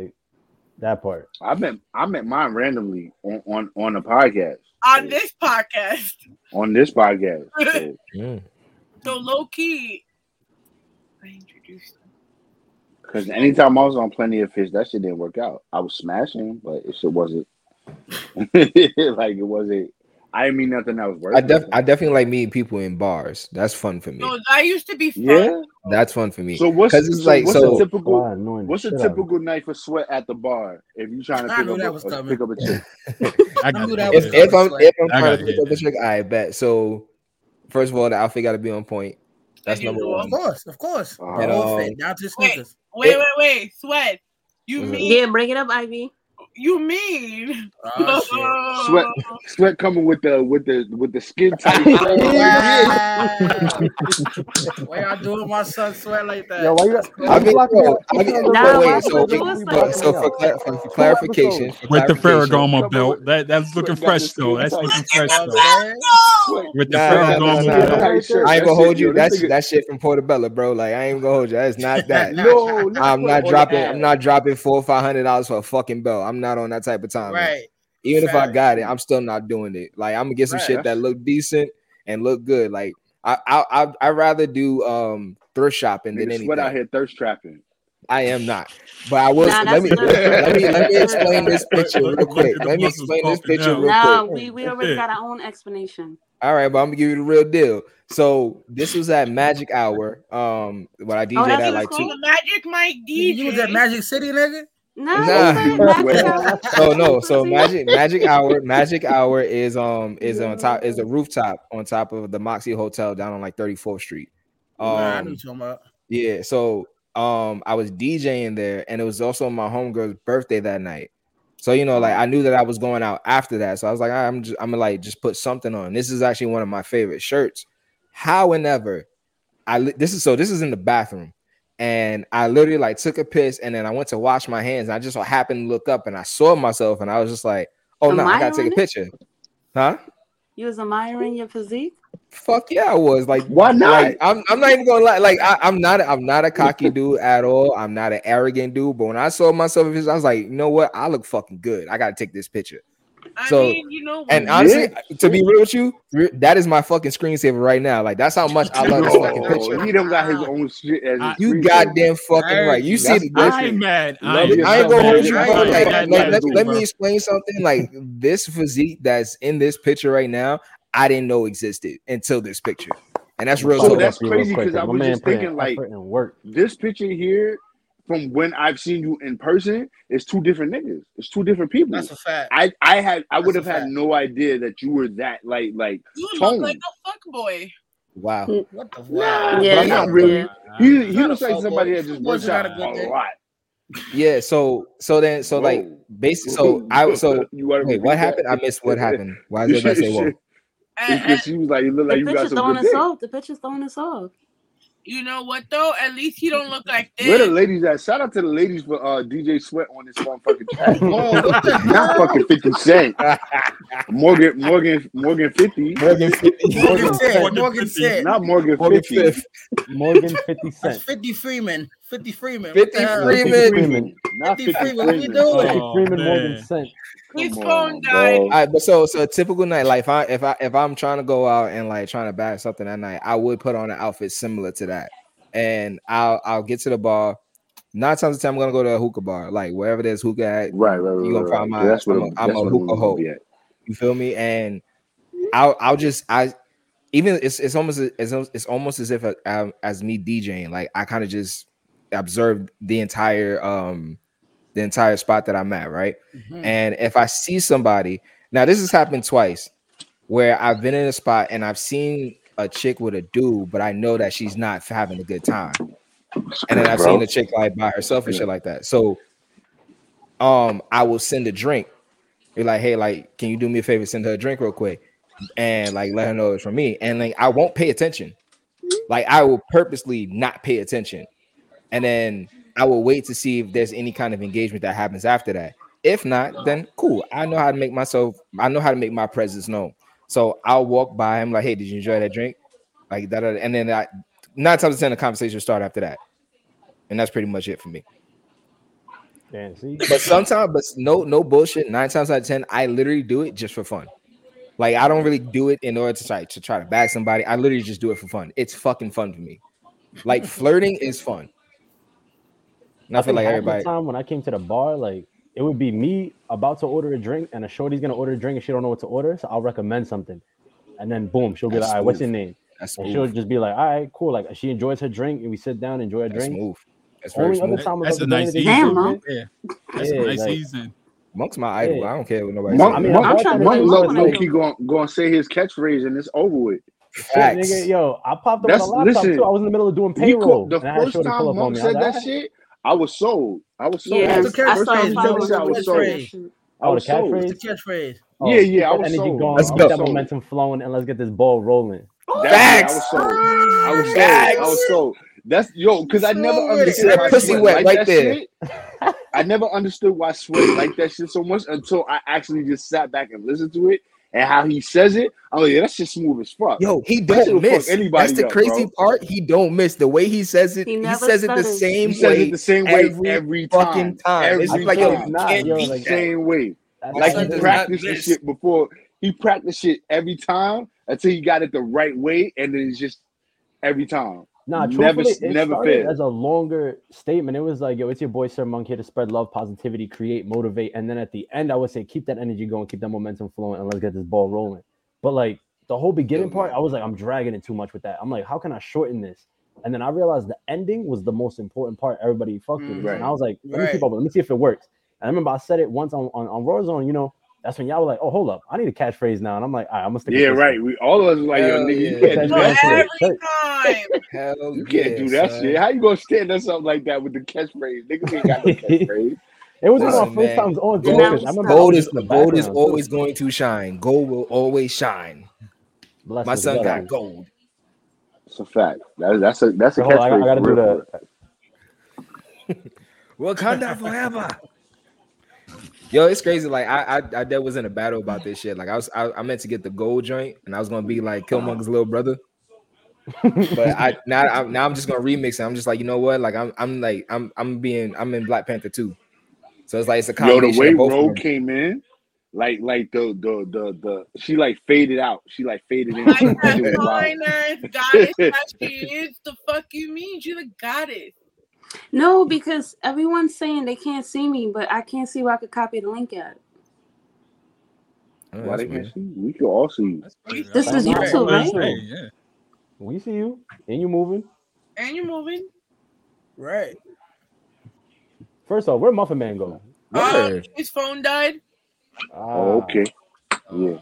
that part.
I met I met mine randomly on on on a podcast
on this podcast.
on this podcast. Shit.
Mm.
So low key, I introduced. him.
Because anytime I was on Plenty of Fish, that shit didn't work out. I was smashing, but it shit wasn't like it wasn't. I didn't mean nothing that was worth.
I def-
it.
I definitely like meeting people in bars. That's fun for me.
No, that used to be fun.
yeah.
That's fun for me.
So what's
'Cause it's
so
like
what's
so.
a typical
Fly annoying the
what's a
shit out of me.
typical night for sweat at the bar if you trying to
I
pick
knew
up
that
a,
was
a,
coming.
pick up a chick?
I
I
got
knew
it.
that
if,
was
if I'm
Sweat.
if I'm
I
trying
gotta
to pick
hear
up a
that.
chick, I bet. So first of all, the outfit got to be on point. That's
As
number
usual.
Of
one.
course, of course. The
Uh-huh.
whole
Um,
fit, down to the
Wait.
sneakers.
Wait, wait, wait, sweat. You
Mhm.
mean
Yeah, bring it up, Ivy.
you mean?
Oh shit.
Sweat sweat coming with the with the with the skin tight. yeah.
Wow. Why y'all doing my son sweat like that?
Yo, why you?
That's
why
cool.
I
you
mean,
blocking me
yo,
out?
I mean,
Two
Nah,
but
why you
episodes in,
wait. So,
nigga,
wait,
do
you
us
be
like
blocking
so, so
me
for,
out.
cla- for, for
Two
clarification,
episodes.
for
With the
clarification,
Ferragamo
Come
belt.
on.
That that's looking
Sweat got
fresh
the
though.
skin
That's
tight.
looking
You
fresh
know what I'm
though.
saying?
No.
Sweat
With the
Nah,
sweat
nah,
got the
nah,
Ferragamo
nah,
skin
nah.
belt.
tight shirt.
I ain't
That
gonna
shit,
hold
yo,
you.
this
That's
nigga.
that shit from Portobello, bro. Like I ain't gonna hold you. It's not that.
No, not
I'm
put it
not
on the
dropping. I'm
ass.
not dropping four or five hundred dollars for a fucking belt. I'm not on that type of time.
Right.
Even if I
Facts.
got it, I'm still not doing it. Like I'm gonna get some
Right.
shit that look decent and look good. Like I I I I'd rather do um thrift shopping than
Nigga sweat out
anything.
here thirst trapping.
I am not, but I will.
Nah,
let
that's
me
another
let me let me
story.
explain this picture
Look-
real
look
quick.
at the
Let me
muscles
explain this
popping
picture
now.
real quick.
Nah, we, we already got our own explanation.
All right, but I'm gonna give you the real deal. So this was at Magic Hour. Um, when I DJ'd
Oh, that's
at
what's
like two.
called?
The magic Mike
You, you was at
DJ.
Magic City, nigga?
Nah,
Nah.
you said
Sweat.
magic hour.
No, Oh, no. So Magic Magic Hour Magic Hour is um is on top is a rooftop on top of the Moxie Hotel down on like 34th Street.
Nah, I knew
Um,
what you're talking about.
yeah. So um, I was DJing there, and it was also my homegirl's birthday that night. So you know, like I knew that I was going out after that. So I was like, "All right, I'm just I'm gonna like just put something on. This is actually one of my favorite shirts. How and ever, I li- this is so this is in the bathroom, and I literally like took a piss, and then I went to wash my hands, and I just so happened to look up, and I saw myself, and I was just like, "Oh
Am
no, I
I
gotta take
on
a
it?
picture, huh?"
You was admiring your physique?
Fuck yeah, I was like,
Why not?
like I'm, I'm not even gonna lie. Like I, I'm not, I'm not a cocky dude at all. I'm not an arrogant dude. But when I saw myself, in this, I was like, you know what? I look fucking good. I gotta take this picture.
I
So-
mean, you know what?
And
Yeah.
honestly, to be real with you, re- that is my fucking screensaver right now. Like that's how much I love this fucking
No,
picture.
he done got his own shit as
I-
his
You
free
goddamn fucking
Heard
right. You
you.
see
That's
the
different.
I ain't mad. I ain't,
Love
I
yourself
ain't gonna
mad.
hold
as
you,
I
bro.
ain't
I
Like,
ain't
mad
like,
that
at
let,
mad
that.
let,
dude,
let me
bro.
explain something. Like this physique that's in this picture right now, I didn't know existed until this picture, and that's
I'm gonna
real
So
follow
talk.
it up
Oh, that's
for you real
crazy
quick
'cause I
because my
was
man
just
put in
thinking, like,
effort and work.
this picture here from when I've seen you in person is two different niggas. It's two different people.
That's a fact.
I I had I would
That's
have
a
had
fact.
no idea that you were that like like
You look
tone.
like a fuck boy.
Wow.
What the
Wow.
Yeah,
Yeah.
not really.
Yeah.
He he
Not a
looks like
fuckboy.
somebody that just works
Wasn't
out
that a good
a
thing?
lot.
Yeah, so so then so like basically so I so wait, what happened? I missed what happened. Why did everybody say whoa?
Because she was like, you look like
The
you
bitch
got
is
some good
throwing us
dick.
off. The bitch is throwing us off.
You know what though? At least he don't look like this.
Where the ladies at? Shout out to the ladies for uh, DJ Sweat on this motherfucking track.
Oh, what the
Not
hell?
fucking 50 Cent. Morgan, Morgan, Morgan 50.
Morgan 50.
Morgan said, Morgan said.
Not Morgan 50.
Morgan Fifth.
Morgan 50
That's
Cent.
50 Freeman. 50 Freeman.
50 Freeman.
Not
50 Freeman. What
Freeman.
we doing?
Freeman Morgan Cent.
His
Come
phone
on,
died.
All right, but so so a typical night, like if I if I if I'm trying to go out and like trying to buy something that night, I would put on an outfit similar to that, and I'll I'll get to the bar. Nine times out of ten, I'm gonna go to a hookah bar, like wherever there's hookah at.
Right, right, right.
You gonna
right,
find
right.
my
That's what
I'm a,
I'm-
I'm a
that's what I'm
hookah
gonna
hoe.
be at.
You feel me? And I'll I'll just I even it's it's almost it's, al- it's almost as if uh, um, as me DJing, like I kind of just observed the entire um the entire spot that I'm at, right? And if I see somebody now, this has happened twice where I've been in a spot and I've seen a chick with a dude, but I know that she's not having a good time. And then I've
Bro.
seen a chick like by herself and shit like that. So um I will send a drink. You're like, hey, like, can you do me a favor? Send her a drink real quick and like let her know it's from me. And like I won't pay attention. Like I will purposely not pay attention. And then I will wait to see if there's any kind of engagement that happens after that. If not, then cool. I know how to make myself, I know how to make my presence known. So I'll walk by him, like, hey, did you enjoy that drink? Like that, and then I nine times out of ten the conversation will start after that. And that's pretty much it for me.
Damn, see?
But sometimes, but no, no bullshit. Nine times out of ten, I literally do it just for fun. Like I don't really do it in order to try to try to bag somebody. I literally just do it for fun. It's fucking fun for me. Like flirting is fun. And I, feel
think
like
half
everybody.
the time when I came to the bar, like it would be me about to order a drink, and a shorty's gonna order a drink, and she don't know what to order, so I'll recommend something, and then boom, she'll be
That's
like, "All right, what's your
smooth.
name?"
That's
and she'll
smooth.
just be like, "All right, cool." Like she enjoys her drink, and we sit down, enjoy a
That's
drink.
smooth. That's very
Only other
smooth.
time I've
That's
ever
a
done
nice
anything
easy.
Damn, Mom.
stupid.
Yeah, that's
Yeah,
a nice
like
season.
Monk's my idol.
Yeah.
I don't care what nobody
Monk,
I
says.
mean, I'm
Monk,
trying
to
Monk
let Monk
low,
wanna
low
do
key
it.
going going to say his catchphrase and it's over with.
shit, nigga.
Facts.
Yo, I popped up on a
That's
laptop too.
listen.
I was in the middle of doing
He
payroll,
caught the
and I had
first
Shorty pull
time
up on
Monk
me. I was
said
like,
that
"All right."
shit. I was sold. I was sold.
Yeah,
What's the
I
catchphrase?
started
First time
What's
following
Monk
the
said,
him
I
on
was
Twitter. That
catchphrase?
sold.
shit.
I
Oh, the
was sold.
What's
catchphrase.
the catchphrase?
Oh,
Yeah,
keep
yeah, I
that
was
energy
sold.
going.
Let's
I
Keep
go.
was
that
sold.
momentum flowing, and let's get this ball rolling.
That's yeah, I
Facts.
was sold. I was sold. I was
Facts.
sold. That's yo, because I never
Slow with it.
You see
understood
that
why
pussy
sweat
wet
like
right
that
there.
shit. I never understood why Sweat liked that shit so much until I actually just sat back and listened to it and how he says it. I'm like, yeah, that shit smooth as fuck.
Yo, he
That shit
don't
will fuck
miss. That's
anybody
the
up, bro.
crazy part. He don't miss the way he says it.
He
He
never
says it the
stutters.
He
same
says it
way
the same way
every
every
fucking
time.
time. It's
Every
like,
Absolutely
yo, you
time.
not,
can't
yo.
beat
Like
that.
Same way.
that's
Like
not
Like
he
he
even
does not
practiced the
miss.
shit before he practiced shit every time until he got it the right way, and then it's just every time.
Nah,
Never
truthfully, it
never
started
failed.
as a longer statement. It was like, yo, it's your boy Sir Monk here to spread love, positivity, create, motivate. And then at the end, I would say, keep that energy going, keep that momentum flowing, and let's get this ball rolling. But like the whole beginning
Yo,
part,
man.
I was like, I'm dragging it too much with that. I'm like, how can I shorten this? And then I realized the ending was the most important part. Everybody fucked with this. And
Mm, Right.
I was like, let me keep
Right.
up with it. Let me see if it works. And I remember I said it once on, on, on Raw Zone, you know, that's when y'all were like, oh, hold up. I need a catchphrase now. And I'm like, all right, I'm going to stick with
Yeah,
this one.
right. We all of us were like, yo,
Hell
nigga, you
yeah.
Put
can't
that
do
No,
that
jam to
shit.
it.
every
Put-
time.
Hell
You can't
yeah,
do that shit.
son.
How you gonna stand us up like that with the catchphrase? Niggas ain't got no catchphrase.
It was one of
Listen,
my first
man.
times on
And now we
campus. I remember
Gold,
I
stuck.
gold
was
is
just in the
gold is
background too.
always going to shine. Gold will always shine. My
Blessings,
son got
blessings.
gold.
It's a fact. That, that's a that's a
Wait, hold on, I, got- I
catchphrase
gotta
for
do
real, for
the.
real.
Wakanda forever. Yo, it's crazy. Like I, I, I dead was in a battle about this shit. Like I was, I, I meant to get the gold joint, and I was gonna be like Killmonger's little brother. But I now, I'm now I'm just gonna remix it. I'm just like, you know what? Like I'm, I'm like, I'm, I'm being, I'm in Black Panther too. So it's like it's a
Yo, the
combination
way
of both of them.
Rogue came in, like like the the the the she like faded out. She like faded in.
Like
That
that
shit was wild.
fine earth goddess that she is. The fuck you mean? She the goddess.
No, because everyone's saying they can't see me, but I can't see where I could copy the link at.
Oh,
Why
that's
they can't
weird.
see? you? We could all see. you.
That's weird. I
This
thought
is
That's
we
not
were
what
YouTube,
we're
supposed
right?
to say,
saying.
yeah.
We see you and you moving.
And you moving?
Right.
First off, where Muffin Man go?
Uh,
Word. Uh,
his phone died.
Ah,
Oh, okay. Yeah.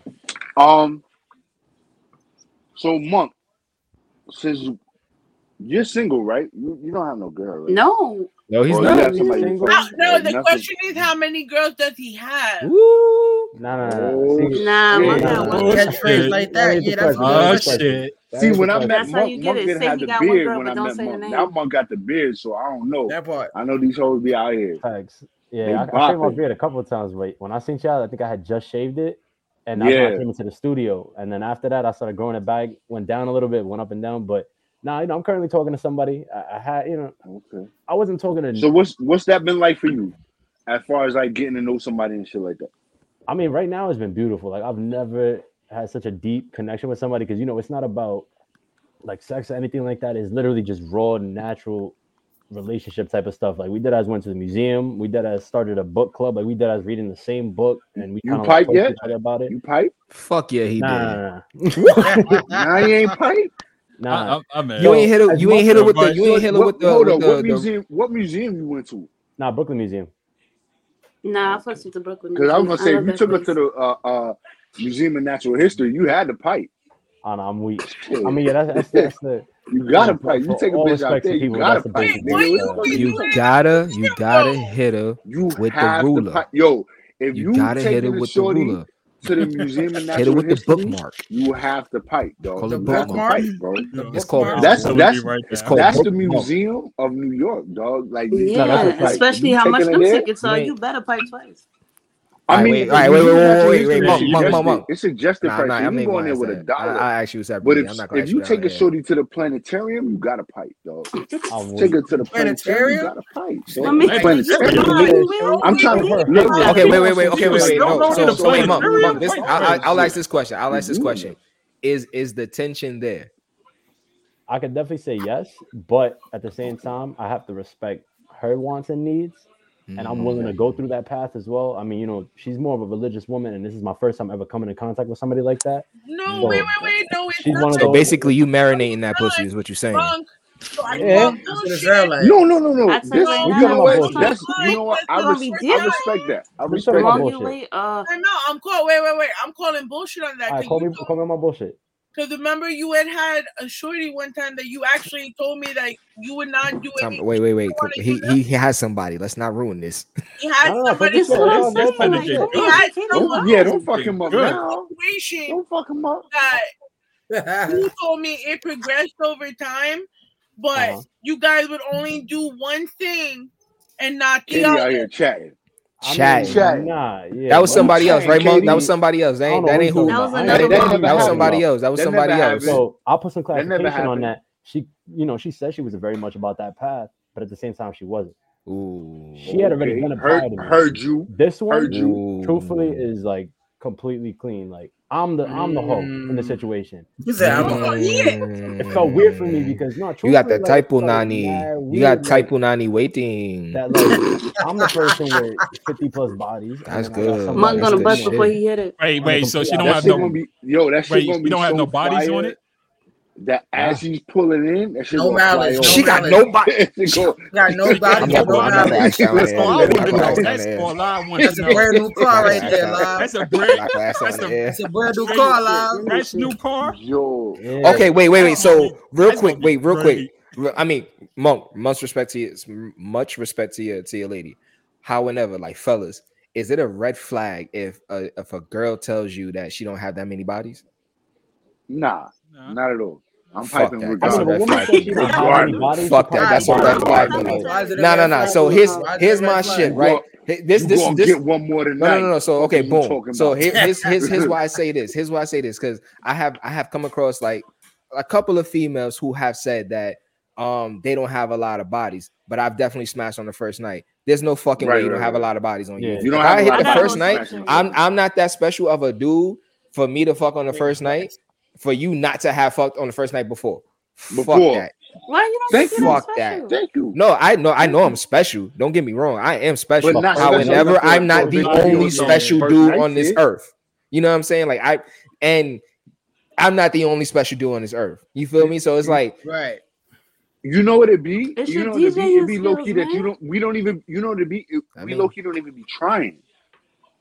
Um. So Monk, since you're single, right? You, you don't have no girl. Right?
No.
No, he's
Or you
not.
have somebody you
Single.
fuck
Oh, no,
or
the
nothing.
question is how many girls does he have?
Woo. Nah, nah, nah.
Oh,
See,
Nah,
shit.
my man
Oh,
one.
shit.
catchphrase like
That
that.
ain't the
Yeah, that's
question.
what
Oh
it is.
shit.
that
See,
ain't
when
the
I
question.
met
That's how
Monk,
you get
Monk
it.
didn't
Say he
have the
got one
beard
girl,
when
but
I
don't
met
say the
Monk.
name.
Now Monk got the beard, so I don't know.
That part.
I know these hoes be out here.
Facts.
They
Yeah, I, I shaved my
bopping.
beard a couple of times, but when I seen y'all, I think I had just shaved it, and that's when I
Yeah.
came into the studio. And then after that, I started growing it back. Went down a little bit, went up and down. But now, you know, I'm currently talking to somebody. I, I had, you know,
Okay.
I wasn't talking to.
So what's what's that been like for you, as far as like getting to know somebody and shit like that?
I mean, right now it's been beautiful. Like I've never had such a deep connection with somebody because you know it's not about like sex or anything like that. It's literally just raw, natural relationship type of stuff. Like we did as went to the museum. We did as started a book club. Like we did as reading the same book, and we
You
kind of like
pipe
talked to
yet?
each other about it.
You pipe?
Fuck yeah, he
Nah,
did.
nah, nah,
Now you ain't pipe?
nah.
I, I, I'm mad.
You ain't hit her.
as
You
much-
ain't hit her
Yeah,
with the.
but-
You ain't
What,
hit her
what,
with the.
hold
With
on. What
the. the
museum? What museum you went to?
Nah, Brooklyn Museum.
Nah, I fucks with the Brooklyn
Because I was
Museum.
gonna
I
say, if
love
you
that
took her to
place.
the uh, uh, Museum of Natural History, you had to pipe.
I know Ah, I'm weak. I
Shit.
mean, yeah, that's that's the, that's the
you
you
gotta
know for,
pipe. You
Um, for
take a
all
bitch out
respects to
there, you
people. That's
gotta
the
pipe,
Wait,
basic
what
nigga.
basic stuff.
you
What the fuck
wait,
you
you
wait,
talking about?
gotta. You gotta
no.
hit her
You
with the
have to
ruler.
pipe. Yo, if
You
you
gotta hit her
taking a
with the
shorty
ruler.
to the Museum of
Hit her
Natural
with the
History,
bookmark.
you have to pipe, dog.
Call
The
it
You have to
bookmark.
bookmark.
pipe, bro.
Yo,
The
It's called.
bookmark.
I'm
That's
killing me
that's
right
It's
now.
called
that's the
bookmark.
Museum of New York, dog. Like you
No, that's
gotta
a
Yeah,
pipe.
fact.
If
especially
you
how much
taking her
them
there,
tickets
You
are.
ain't.
You better pipe twice.
I
All right,
mean,
wait,
at
all
the
right, wait, wait,
Museum of
wait,
Natural
wait, wait,
Yeah,
History, it's
Monk,
you
Monk, Monk,
suggested.
Monk.
It's suggested
Nah, I'm not. I'm not
pricing. You can
even
go
gonna
in there
ask
with a
that. I,
dollar.
I ask you
But
separately.
if
I'm not gonna
if
ask you
you
that on
take a
air.
shorty to the planetarium, you gotta pipe, dog.
I'm
Take
weak.
her to the planetarium, you
Planetarium?
gotta pipe,
I
dog.
mean, you
Hey, hey,
Planetarium,
are you
nigga.
Wait,
really?
I'm
wait,
trying
For
wait,
to
her,
look,
her
wait.
I
Okay,
pipe.
wait, wait,
think
wait.
she
Okay, wait,
was
wait.
thrown
No.
onto
so
the
So, so wait, Monk, Monk.
planetarium.
This,
Wait a
I, I,
minute.
I'll ask this question. I'll
you
ask this
doing
question.
that.
Is is the tension there?
I could definitely say yes, but at the same time, I have to respect her wants and needs, and I'm willing to go
Mm.
through that path as well. I mean, you know, she's more of a religious woman, and this is my first time ever coming in contact with somebody like that.
No, wait,
So
Mm.
wait, wait. No, it's
she's one of
So
not.
those.
basically, you marinating that
Not
pussy is what you're saying.
drunk. So I
Yeah,
call
That's what it sounds
bullshit.
like.
No, no, no, no.
I tell you
This,
right now,
we talking
No,
you know
the
about
what?
first time,
bullshit.
That's you
like
know what?
that's
I
gonna
res-
gonna be
be
I
different.
different.
respect that. I
We talking
respect
about
More
that.
you
bullshit.
wait, uh,
I know. I'm call. Wait, wait, wait. I'm calling bullshit on
All
that
right,
because
call
you
me, call me on my bullshit.
Because remember, you had had a shorty one time that you actually told me that you would not do
Tom,
anything.
wait, wait,
You
wait.
want to
He
do nothing.
he he has somebody. Let's not ruin this.
He had
No, no, no.
somebody
Forget
this
for
is
that.
what
It's
I'm
all
Let's
good.
saying.
him.
Like,
penetrate
come
He
that.
on,
had
you can't
Don't
someone
yeah,
even
don't
This
fuck
is
him up
good.
now.
situation
Don't fuck him up.
that you
That's
told me it progressed over time,
Uh
but
huh.
you guys would only do one thing and not the
Katie out
other.
here chatting.
I
You
Chatting.
chatting.
mean, nah, yeah,
That was
but
You
I,
somebody else,
chatting,
right, Monk? That was
Katie.
somebody else. That
I don't
ain't
know what
that
he's
ain't
talking
That
about.
who.
was
I
That
ain't
another
That
one.
know what he's
ain't that was
that never
talking
happened.
somebody
about.
else. That was
That never
somebody else.
happened.
So I'll put some
That never
clarification on
happened.
that. She, you know, she said she was very much about that path, but at the same time, she wasn't. She had
Ooh,
already
Okay.
been
Heard
prior to me.
heard you.
This one,
Heard you.
truthfully,
ooh,
is like completely clean. Like I'm the I'm the hoe in the
mm.
situation.
He said,
And
"I'm
it,
the
Oh,
hoe."
yeah.
it felt weird for me
mm.
because no,
You got
truthfully,
the
like it
type
felt like
punani.
mad
You got
weird.
type
Like
punani waiting.
that, like I'm the person with 50 plus bodies, and
That's
then I got
Monk
good.
somebody
That's
gonna
with you
good
bust
know
before
shit.
he hit it.
Wait,
I'm the
wait. So
complete
she don't
That
have
opposite.
shit
no.
gonna be yo. That shit
Wait,
gonna
she
be
don't have no
so
bodies on
fire
it.
that as
Nah,
he's pulling in, that shit
No
gonna fly
mileage, no
She
off.
got
mileage.
nobody.
It
She,
go,
Got no
she got
I'm
bodies and
not
no
going. I'm not gonna
mileage.
ask down
That's
That's
there.
all
all we
I'm
I want
want
not
to
to
gonna
know.
know.
ask down
That's
there.
all I want to
That's a
know.
brand new
I'm
car
not gonna
right
ask
there,
down there.
live.
That's a
I'm
brand.
not gonna ask
That's
down
a
there.
That's a brand new
brand,
car,
Shit,
live.
that new
fresh
shit.
new car.
yo,
yeah.
That's
Okay, wait, wait, wait.
that's gonna
So
be
real
that's
quick,
gonna be
wait, real quick.
great.
Re- I mean, monk, much respect to you, s- much respect to your to your lady. However, like fellas, is it a red flag if a, if a girl tells you that she don't have that many bodies?
nah,
Nah.
not at all. I'm
Fuck
piping
that. That's
I mean,
a
if
regardless.
a
red
woman says
flag to
she
me.
don't have any
Regardless.
bodies, she
Fuck that.
probably
All right,
That's a
lying. That's
but why, why,
red
all
flag to
I'm
me.
saying.
why is it a
No, no,
red
no.
flag
So
for
here's
you?
Oh,
Why is it a
here's
red
my
flag
shit,
You
for
right?
go,
Hi- This
you
this
gonna
this
get one more
no no
tonight.
no no. So
Fuck
okay,
is you
boom.
talking
So
about?
here here's here's here's
you?
why I say this. Here's why I say this because I have I have come across like a couple of females who have said that um they don't have a lot of bodies, but I've definitely smashed on the first night. There's no fucking
Right,
way you don't
right,
have a
right.
lot of bodies on you.
Yeah.
If
You don't
if
have
I
a
hit
I
lot
the
of
gotta
first
go
night,
bodies.
smash on
Smashing on you.
I'm
you.
I'm not that special of a dude for me to fuck on the
Wait,
first
what?
night, for you not to have fucked on the first night before. Fuck
Before,
that.
Why you don't
thank
think you're that
you,
Fuck that.
special?
thank you,
No, I know I
Thank
know I'm
you.
special. Don't get me wrong. I am
but
special.
For
not
first
special
night,
However,
enough for
I'm
for a
not
bitch
the
Nah,
to
you
feel
only
don't know.
something
special
first
dude
night.
on this
Shit.
earth. You know what I'm saying? Like I and I'm not the only special dude on this earth. You feel
You,
me? So it's
you,
like
right.
You know what it be?
It's
You
your
know what it be? It
DJing
be low
skills,
key that
man.
you don't. We don't even. You know what it be? It-
I
we low
mean,
key don't even be trying.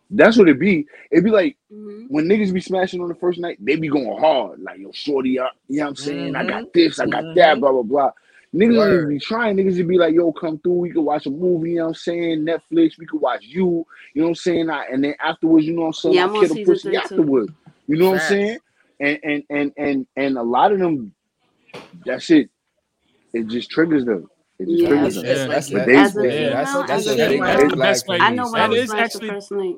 That's what it be. It be like
Mm-hmm.
when niggas be smashing on the first night, they be going hard. Like, yo, shorty, uh, you know what I'm saying? I
Mm-hmm.
got this, I got that, blah, blah, blah. Niggas
Word.
be trying, niggas just be like, yo, come through, we could watch a movie, you know what I'm saying? Netflix, we could watch you, you know what I'm saying? I, and then afterwards, you know what I'm saying?
Yeah,
I
I'm on
kill the
season
pussy
three, too.
afterwards. You know what I'm
Facts.
saying? And and and and and a lot of them, that shit, it just triggers them. It just
Yeah.
triggers them.
Yeah, that's-
but
that's-
they,
yeah, that's-
female,
that's
I
a
get
big
it.
red flag for
I
me,
know
son.
when I
That
was
is
right
actually-
the first night.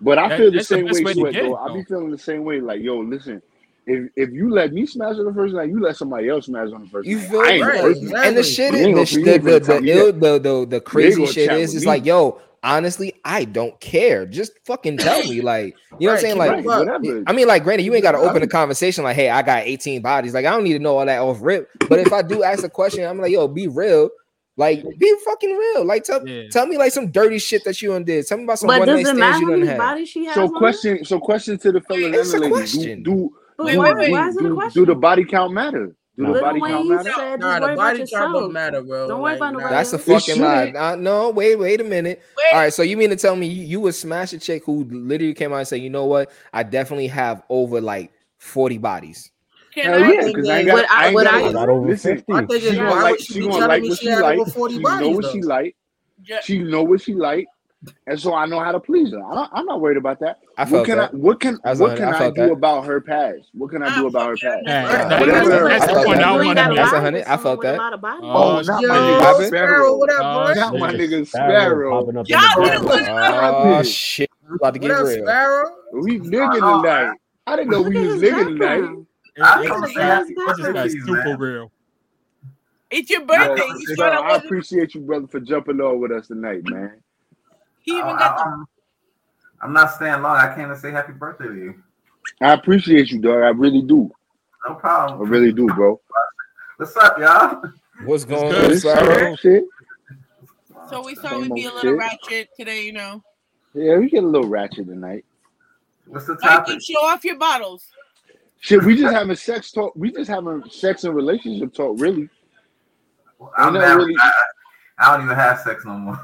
But I
That-
feel the
that's the
same
best
way,
way to
sweat
get it,
though. I be
though.
feeling the same way. Like, yo, listen, if if you let me smash on the first night, you let somebody else smash on the first
You
night.
feel
I
me?
ain't the
Right,
Like,
first
exactly.
man.
and the shit,
You ain't gonna
is-
you
the
ain't
the the
gonna tell
the
me
ill
that.
the the, the
You ain't
crazy
gonna
shit
chat
is,
with
it's
me.
like, yo, honestly, I don't care. Just fucking tell me, like, you know what I'm
Right,
saying?
keep it
Like,
Right,
buck.
whatever.
I mean, like, granted, you
Keep it
ain't got to
buck.
open a conversation like, hey, I got 18 bodies. Like, I don't need to know all that off rip. But if I do ask a question, I'm like, yo, be real. Like, be fucking real. Like, tell
Yeah.
tell me like some dirty shit that you done did. Tell me about some
But
one
does
night
it
stands
matter
you
how
done
many
had.
bodies she has
So
on her?
question, so question to the fellow and
It's
the
a
lady. Do
question.
do
But
Wait,
why,
wait,
do
wait.
why is
do
it a
do do the
question?
body count matter? Do the
No.
Little
body count
Wayne
matter?
said, just
Nah, the
worry about
body count don't
yourself.
matter, bro.
Don't worry
Like,
about
nah.
nobody
That's a
else.
It
fucking lie.
shouldn't.
Nah, no, wait, wait a minute. All
Wait,
right, so you mean to tell me you, you would smash a chick who literally came out and said, you know what? I definitely have over like 40 bodies.
can
Hell
I?
yeah,
I
because I ain't
think
got
Would
is,
I
I ain't
would I
gotta
I
do
got
it?
over
listen.
my
50.
thing is,
Yeah.
She gonna
why
like
would she
she
be
gonna
telling
like
me
what
she
she
had
like.
over forty
She know
bodies
what she
though?
like.
Ju-
She know what she like, and so I know how to please her. I don't, I'm not worried about that.
I
What
felt
can I?
that.
What can
I was
what
on, I
can I
felt
do
that.
about her past? What can I
I
do about her
fucking
past?
understand.
Hey,
Right.
Nah,
that,
Whatever
that's
that's
her
a, I
that's the
felt
past
point
that.
You ain't
I
is.
want to
gotta
That's a
hear.
lie with
hundred. I
someone
felt
with a
that.
lot of bodies.
Oh
Oh, not my
Yo,
shit!
nigga
Rabbit.
Sparrow,
Sparrow.
what up,
Oh
boy?
Not my
shit!
nigga
Sparrow
Sparrow.
popping up in the
Y'all
Oh,
really
back.
want to know?
stop
Oh
it.
shit. About to
What
get
up,
real.
Sparrow?
We
Oh,
nigga
all
tonight.
right.
I didn't know
Look
we
at
was
his
nigga tonight.
background.
It,
Look at
it
the good
just got
ass
it just got
background.
super real.
It's your
Yo,
birthday. You sure
Sparrow,
that
I
wasn't?
appreciate you, brother, for jumping on with us tonight, man.
He even got the.
I'm not staying long. I came to say happy birthday to you.
I appreciate you, dog. I really do.
No
I
problem.
really do, bro.
What's up, y'all?
What's
It's
going on,
good.
This same
Sparrow?
shit,
So we thought
same
we'd be
old
a little
shit.
ratchet today, you know.
Yeah, we get a little ratchet tonight.
What's the
Mikey,
topic?
show off your bottles.
Shit, we just having sex talk. We just having sex and relationship talk, really. Ain't
I'm
nothing
married.
really.
I, I don't even have sex no more.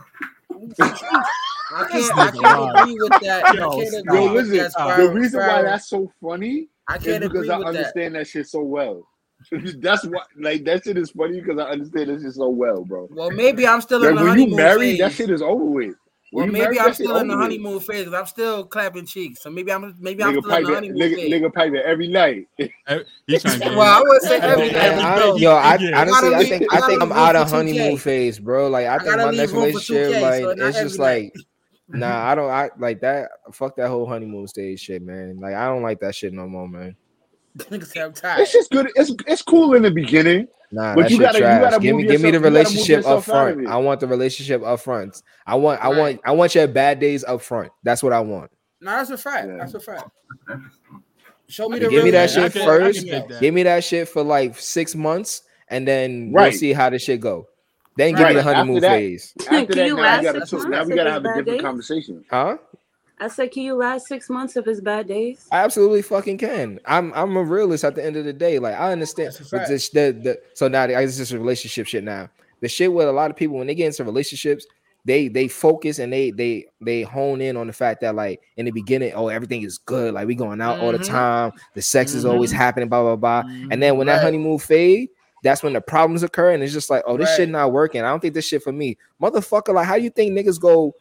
I
This
can't, I
nigga
can't
lied.
agree with that. I
Yo,
can't
Yo,
agree
stop,
with
listen.
that,
stop.
The
Sparrow.
reason why
Sparrow,
that's so funny
I
is
can't
because
agree
I
with that.
understand that shit so well. that's why, like, that shit is funny because I understand this shit so well, bro.
Well, maybe I'm still in
Like,
the
when you
honeymoon
married, that
phase.
shit is over with. When
Well,
you
maybe
married,
I'm
that shit
still in
over
the
with.
honeymoon phase. 'cause I'm still clapping cheeks. So maybe I'm, maybe I'm
Nigga
still in the
piping,
honeymoon
nigga,
phase.
nigga piping every night.
Eh, He trying to get
Well, I
in
wouldn't say
at
every
Yo,
the
night.
man,
every
I
I,
bit
know.
he
yo,
can
I
get.
I gotta
honestly, I
leave.
think,
I
I
gotta leave
think I'm
room
out
for
of
2K.
honeymoon phase, bro. Like, I
I
think
gotta
my
leave
next
room for 2K,
relationship, like,
so not
it's
every
just
night.
like, nah, I don't, I like that. Fuck that whole honeymoon stage shit, man. Like, I don't like that shit no more, man.
Niggas say I'm
It's
tired.
just good. It's it's cool in the beginning,
Nah,
but
that
you
shit
gotta you
trash.
gotta
Give me,
move
give me the
yourself. You gotta move
relationship up
yourself out of
front.
it.
I want the relationship up front. I want, I
Right.
want, I want your bad days up front. That's what I want.
No, that's a fact.
Yeah.
That's a fact. Show me
Like,
the
give me
real
that
you
Yeah, I
shit
could
before
I
first.
could
anything
dig
else.
that.
Give me that shit for like six months, and then we'll
Right,
see how this shit go. Then give me
right.
the
Right.
After
honeymoon
that,
phase,
after
Can
that,
you
now we
last
gotta
six
That's a
talk.
fact.
Now
months
we
if
gotta
it's
have a
bad
different
days?
conversation.
huh?
I said, can you last six months if it's bad days?
I absolutely fucking can. I'm I'm a realist at the end of the day. Like I understand,
That's a
but
fact.
this the, the so now I- this is relationship shit. Now the shit with a lot of people when they get into relationships, they they focus and they they they hone in on the fact that like in the beginning, oh everything is good. Like we going out all the
Mm-hmm.
time. The sex is always
Mm-hmm.
happening. Blah blah blah. And then
Mhm.
when that
Right.
honeymoon fade. That's when the problems occur, and it's just like, oh, this shit
Right.
not working. I don't think this shit for me, motherfucker. Like, how you think niggas go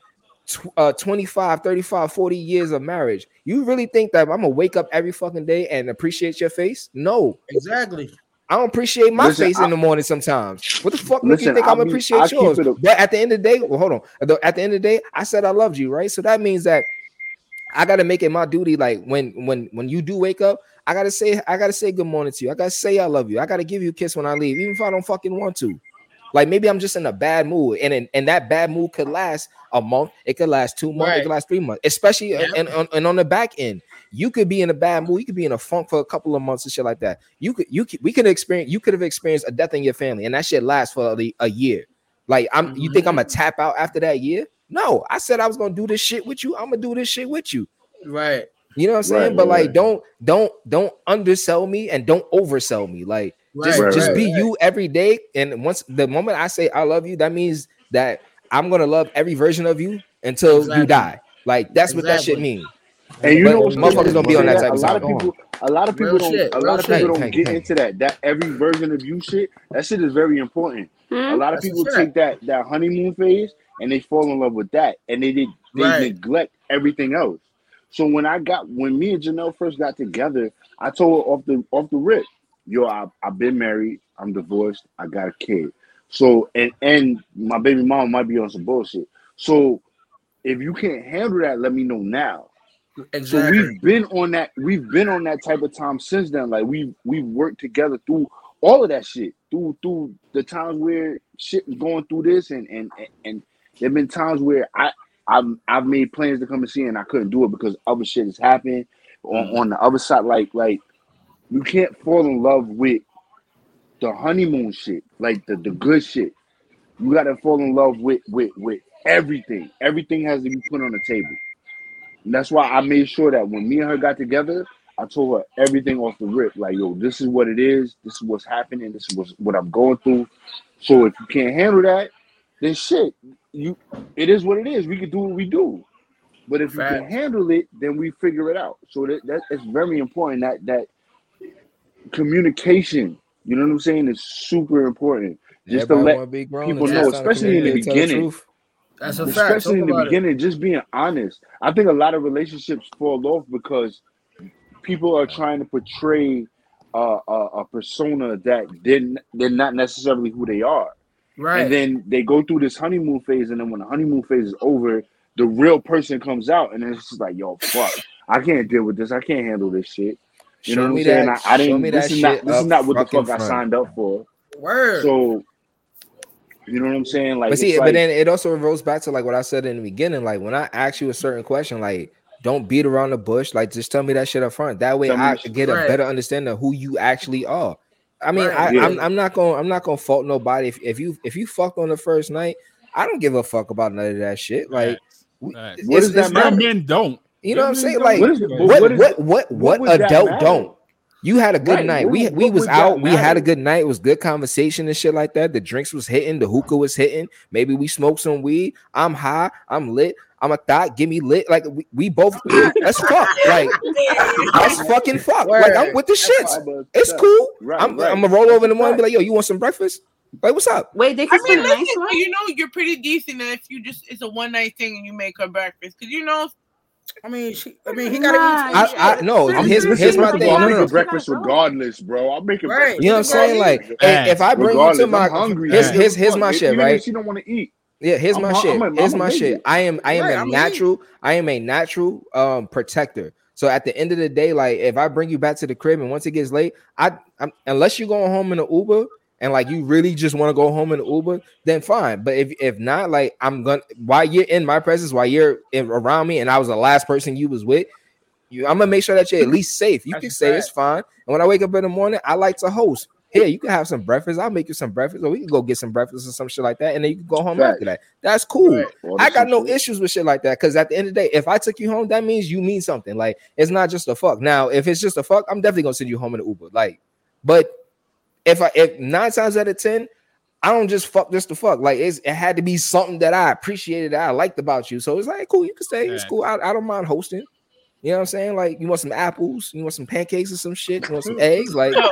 tw- uh 25 35 40 years of marriage you really think that i'm gonna wake up every fucking day and appreciate your face no
Exactly.
i don't appreciate my
Listen,
face
I,
in the morning sometimes what the fuck make you
listen.
think i'm
I'll
gonna
be.
appreciate
I keep
yours
it. A,
but at the end of the day well hold on At the- at the end of the day i said i loved you right so that means that I gotta make it my duty. Like when when when you do wake up, I gotta say I gotta say good morning to you. I gotta say I love you. I gotta give you a kiss when I leave, even if I don't fucking want to. Like maybe I'm just in a bad mood, and and, and that bad mood could last a month. It could last two months. It
Right.
could last three months. Especially
Yeah.
and and on, and on the back end, you could be in a bad mood. You could be in a funk for a couple of months and shit like that. You could you could, we could experience you could have experienced a death in your family, and that shit lasts for a, a year. Like I'm you think I'm
Mm-hmm.
gonna tap out after that year? No, I said I was gonna do this shit with you. I'm gonna do this shit with you.
Right.
You know what I'm
right,
saying?
right,
But like,
right,
don't don't don't undersell me and don't oversell me. Like,
Right.
just
right,
just
Right.
be
right.
Right.
you every day. And once the moment I say I love you, that means that I'm gonna love every version of you until you
Exactly.
die. Like that's what that shit
Exactly.
mean.
And you
But
know what's
motherfuckers don't be on that type
A
of
lot of
time.
people, a lot of people
Real
don't,
shit,
a
real
lot of
shit.
people don't
Tank,
get
tank.
into that. That every version of you shit, that shit is very important.
Mhm.
A lot of
That's a
people
fact.
take that that honeymoon phase and they fall in love with that, and they did they
Right.
neglect everything else. So when I got when me and Janelle first got together, I told her off the off the rip, yo, I, I've been married, I'm divorced, I got a kid. So and and my baby mom might be on some bullshit. So if you can't handle that, let me know now. So
Exactly.
we've been on that. We've been on that type of time since then. Like we we worked together through all of that shit. Through through the times where shit was going through this, and and and, and there've been times where I I've I've made plans to come and see, her and I couldn't do it because other shit has happened on on the other side. Like like you can't fall in love with the honeymoon shit, like the the good shit. You gotta fall in love with with with everything. Everything has to be put on the table. And that's why I made sure that when me and her got together, I told her everything off the rip. Like, yo, this is what it is. This is what's happening. This is what's, what I'm going through. So if you can't handle that, then shit, you, it is what it is. We can do what we do. But if you can
Facts.
handle it, then we figure it out. So that, that it's very important that that communication, you know what I'm saying, is super important. Just to
Everybody
let
want to be grown
people
until
know,
it's time to
especially in the
communicate, tell the
beginning
truth.
That's a fact. Talk
especially in the
about it.
beginning, just being honest. I think a lot of relationships fall off because people are trying to portray uh, a, a persona that they're, n- they're not necessarily who they are.
Right.
And then they go through this honeymoon phase, and then when the honeymoon phase is over, the real person comes out, and it's just like, yo, fuck, I can't deal with this. I can't handle this shit. You
Show
know what I'm
me
saying?
that.
I, I
Show me
didn't. This
that
is not.
shit
This is
up
not what the
fucking
fuck I
front.
signed up for.
Word.
So you know what I'm saying? Like
But see,
it's
but
like
then it also reverts back to like what I said in the beginning. Like when I ask you a certain question, like don't beat around the bush. Like just tell me that shit up front. That way
tell me
I
this shit.
get a
Right.
better understanding of who you actually are. I mean,
Right.
I,
Yeah,
I'm I'm not gonna I'm not gonna fault nobody if, if you if you fuck on the first night. I don't give a fuck about none of that shit. Like we,
Facts.
what
it's
does that
it's
Real
not
matter?
men don't.
you know
Real
what I'm
men
saying?
don't
What
Like
is
give a
but
what
what
fuck.
what
is
what
what
what
would that
adult
matter?
don't? You had a good
Right.
night.
What
We
would-
we
what
was
would that
out. We had a
matter?
good night. It was good conversation and shit like that. The drinks was hitting. The hookah was hitting. Maybe we smoked some weed. I'm high. I'm lit. I'm a thought. Give me lit. Like we, we both let's fuck. Like let's fucking fuck. Like I'm
Word.
with the
That's
shits.
all.
By
It's
myself.
cool.
Right,
I'm I'm
right.
gonna roll
That's
over in
a
the morning. And be like,
fact.
yo, you want some breakfast? Like what's up?
Wait, they
I
can
mean,
spend a night
listen,
with
but you know you're pretty decent if you just it's a one night thing and you make her breakfast because you know
I mean, she. I mean, he gotta eat
Nah,
too.
you
She
I
gotta.
I
gotta
no.
certain
I'm
Here's
certain things
here's
listen.
my
with
First
the
of
thing.
all, I'll
girls
No no no.
make a
that you gotta
breakfast
go with.
regardless, bro. I'll make a
Right.
breakfast
You know what I'm
Niggas gotta
saying?
eat.
Like
regardless.
if, if
Facts.
I bring you to my
Regardless, I'm hungry. I
here's
Facts.
don't give a
here's here's
fuck.
my
E-
shit
Even if
right.
she don't want to eat,
Yeah, here's
I'm
my
hu- I'm
shit.
a,
Here's
I'm a
my
make
shit.
it.
I am I am
Right.
a
I'm gonna eat.
natural, I am a natural um protector. So at the end of the day, like if I bring you back to the crib and once it gets late, I I'm, unless you're going home in an Uber and like you really just want to go home in an Uber, then fine. But if if not, like I'm gonna while you're in my presence, while you're in, around me, and I was the last person you was with, you, I'm gonna make sure that you're at least safe. You
That's
can
a
say it's
fact.
fine. And when I wake up in the morning, I like to host. Here, you can have some breakfast. I'll make you some breakfast, or we can go get some breakfast or some shit like that, and then you can go home after
Facts.
that. That's cool.
Right.
All
I
this
got
some
no
shit.
issues with shit like that because at the end of the day, if I took you home, that means you mean something. Like it's not just a fuck. Now, if it's just a fuck, I'm definitely gonna send you home in an Uber. Like, but if I if nine times out of ten, I don't just fuck just to fuck. Like it's, it had to be something that I appreciated, that I liked about you. So it's like cool, you can stay. It's cool.
Facts.
I, I don't mind hosting. You know what I'm saying? Like, you want some apples? You want some pancakes or some shit? You want some eggs? Like,
no.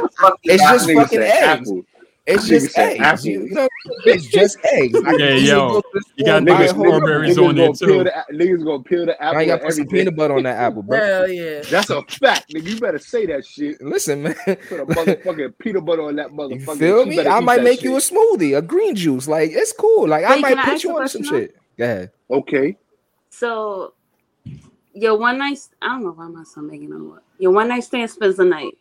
it's
That
just
nigga
fucking
said
eggs.
apple.
It's
Nigga
just
said
eggs. You,
apple.
you know, it's just eggs. I can
Yeah,
easily go to
yo,
the
you
store
gotta
and
throw
buy a
the
Niggas,
whole
niggas,
apple.
strawberries
niggas
on there
gonna peel
too.
the a- niggas gonna peel the
Now you
apple
gotta
and
put some
everything.
peanut butter on that apple, bro.
Hell yeah.
That's a fact, nigga. You better say that shit.
Listen, man.
Put a motherfucking peanut butter on that
you
motherfucker.
feel
She
me?
better
I
eat
might
that
make you a
shit.
smoothie, a green juice. Like, it's cool. Like, I
Wait, can
might
I
put
ask a
you on to some
question though?
shit. Go ahead.
Okay.
So your one night I don't know why my son making them what. Your one night stand spends the night.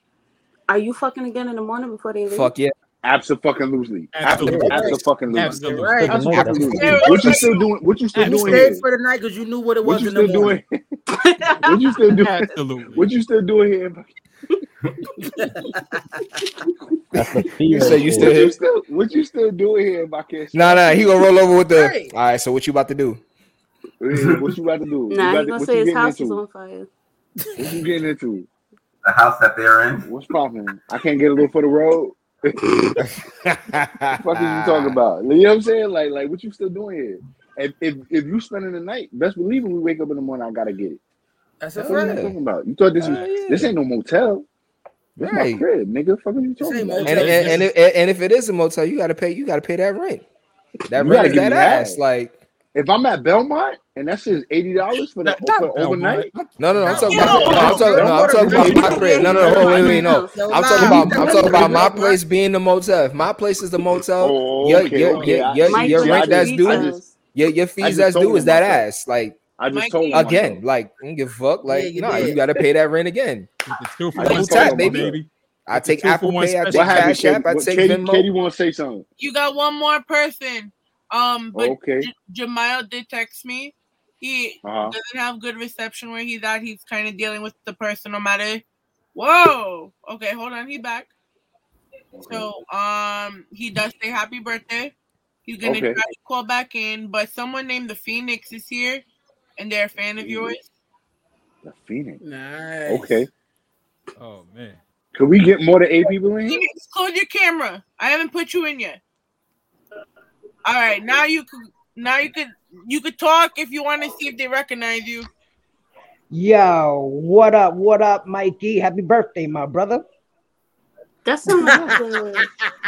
Are you fucking again in the morning before they leave?
Fuck yeah.
Absolutely. Absolutely.
Absolutely.
Right.
Absolutely.
You're
Absolutely.
right.
Spend the night. That's
Absolutely.
fucking
There
What you
is
still doing? What you still
You
doing
stayed
Absolutely.
here?
for the night because you knew what it
What
was
you
in the
still
morning.
doing? What you still doing?
Absolutely.
What you still doing here?
that's the
You
You
fever
say
still
shit.
you still
what you
here?
still what you still doing here if I can't
Nah,
smoke
nah. He
you?
gonna roll over with the.
right.
All right. So what you about to do?
Yeah, what you about to do? You
Nah,
about
he
to,
gonna
what
say
you
his
getting
house is
into?
on fire.
What you getting into?
The house that they're in.
What's popping? I can't get a little for the road. fuck is you talking about? You know what I'm saying? Like, like what you still doing here? If if, if you spending the night, best believe when we wake up in the morning, I gotta get it.
That's
what
a
are you
fact.
talking about? You thought this was
Hell yeah.
this ain't no motel. This
Right.
my crib, nigga. Fuck are you talking
ain't
about?
And and, and, if, and if it is a motel, you gotta pay. You gotta pay that rent. That rent
You gotta
is
give me
that
half.
ass. Like
if I'm at Belmont and that's just eighty dollars for the for overnight.
No, no, no. I'm talking
Yeah,
about.
no,
No, I'm talking. No, I'm
don't
talking
go to
about my
Virginia.
crib. No, no, no. Hold, wait, wait, no.
Yo, live,
I'm talking about.
you
I'm
got
talking about
Belmont.
my place being the motel. If my place is the motel,
Oh,
your
okay,
your
okay.
your
I-
your,
Mike
your
with
rent
the
that's due.
I just-
your your fees
just
that's
told
due is
him
that
myself.
ass. Like
I just told him
again.
myself.
Like I don't give a fuck.
Yeah,
Like
you
nah, you
did.
gotta pay that rent again.
two for
I
Double
just told
tap,
him myself.
baby. I take Apple Pay. I
What
take
happened,
Cash
Katie?
App. I
What-
take
Katie,
Venmo.
Katie want to say something.
You got one more person. Um, but
Okay.
J- Jamil did text me. He
Uh-huh.
doesn't have good reception where he's at. He's kind of dealing with the personal matter. Whoa. Okay, hold on. He back. So um, he does say happy birthday. He's gonna try
Okay.
to call back in, but someone named the Phoenix is here, and they're a fan of yours.
The Phoenix.
Nice.
Okay.
Oh man.
Could we get more than eight people in here?
Phoenix, close your camera. I haven't put you in yet. All right, now you could now you could you could talk if you want to see if they recognize you.
Yo, what up? What up, Mikey? Happy birthday, my brother.
That's some of the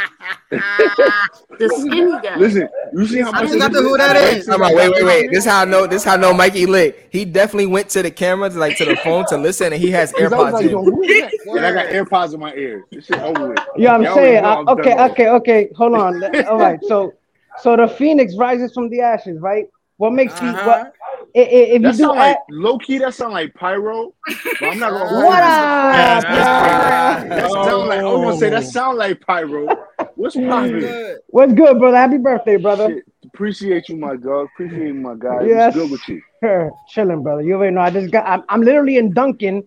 the skinny guy.
Listen, you see how
I
much
don't
of
know
this
who
Time
that
out,
is.
time out, wait, wait, wait. This how I know. This how I know Mikey lit. He definitely went to the camera, like to the phone, to listen, and he has
Because I was
AirPods
like, yo,
in.
who is that? And I got AirPods in my ears. This shit over with.
You know what I'm
Y'all already
saying?
know
Uh,
I'm
okay,
done.
okay, okay. Hold on. All right. So, so the phoenix rises from the ashes, right? What makes you? What
Uh-huh.
i- i- if you
That
do
sound like
act-
low key. That sound like pyro. But I'm not gonna hold you.
What
That's
up,
pyro. That sound like I was gonna say that
Oh.
sound like pyro. What's poppin'?
bro? What's good, brother? Happy birthday, brother.
Shit, appreciate you, my God. Appreciate you, my guy.
Yes,
What's good with you?
sir. Chilling, brother. You already know. I just got. I'm, I'm literally in Dunkin',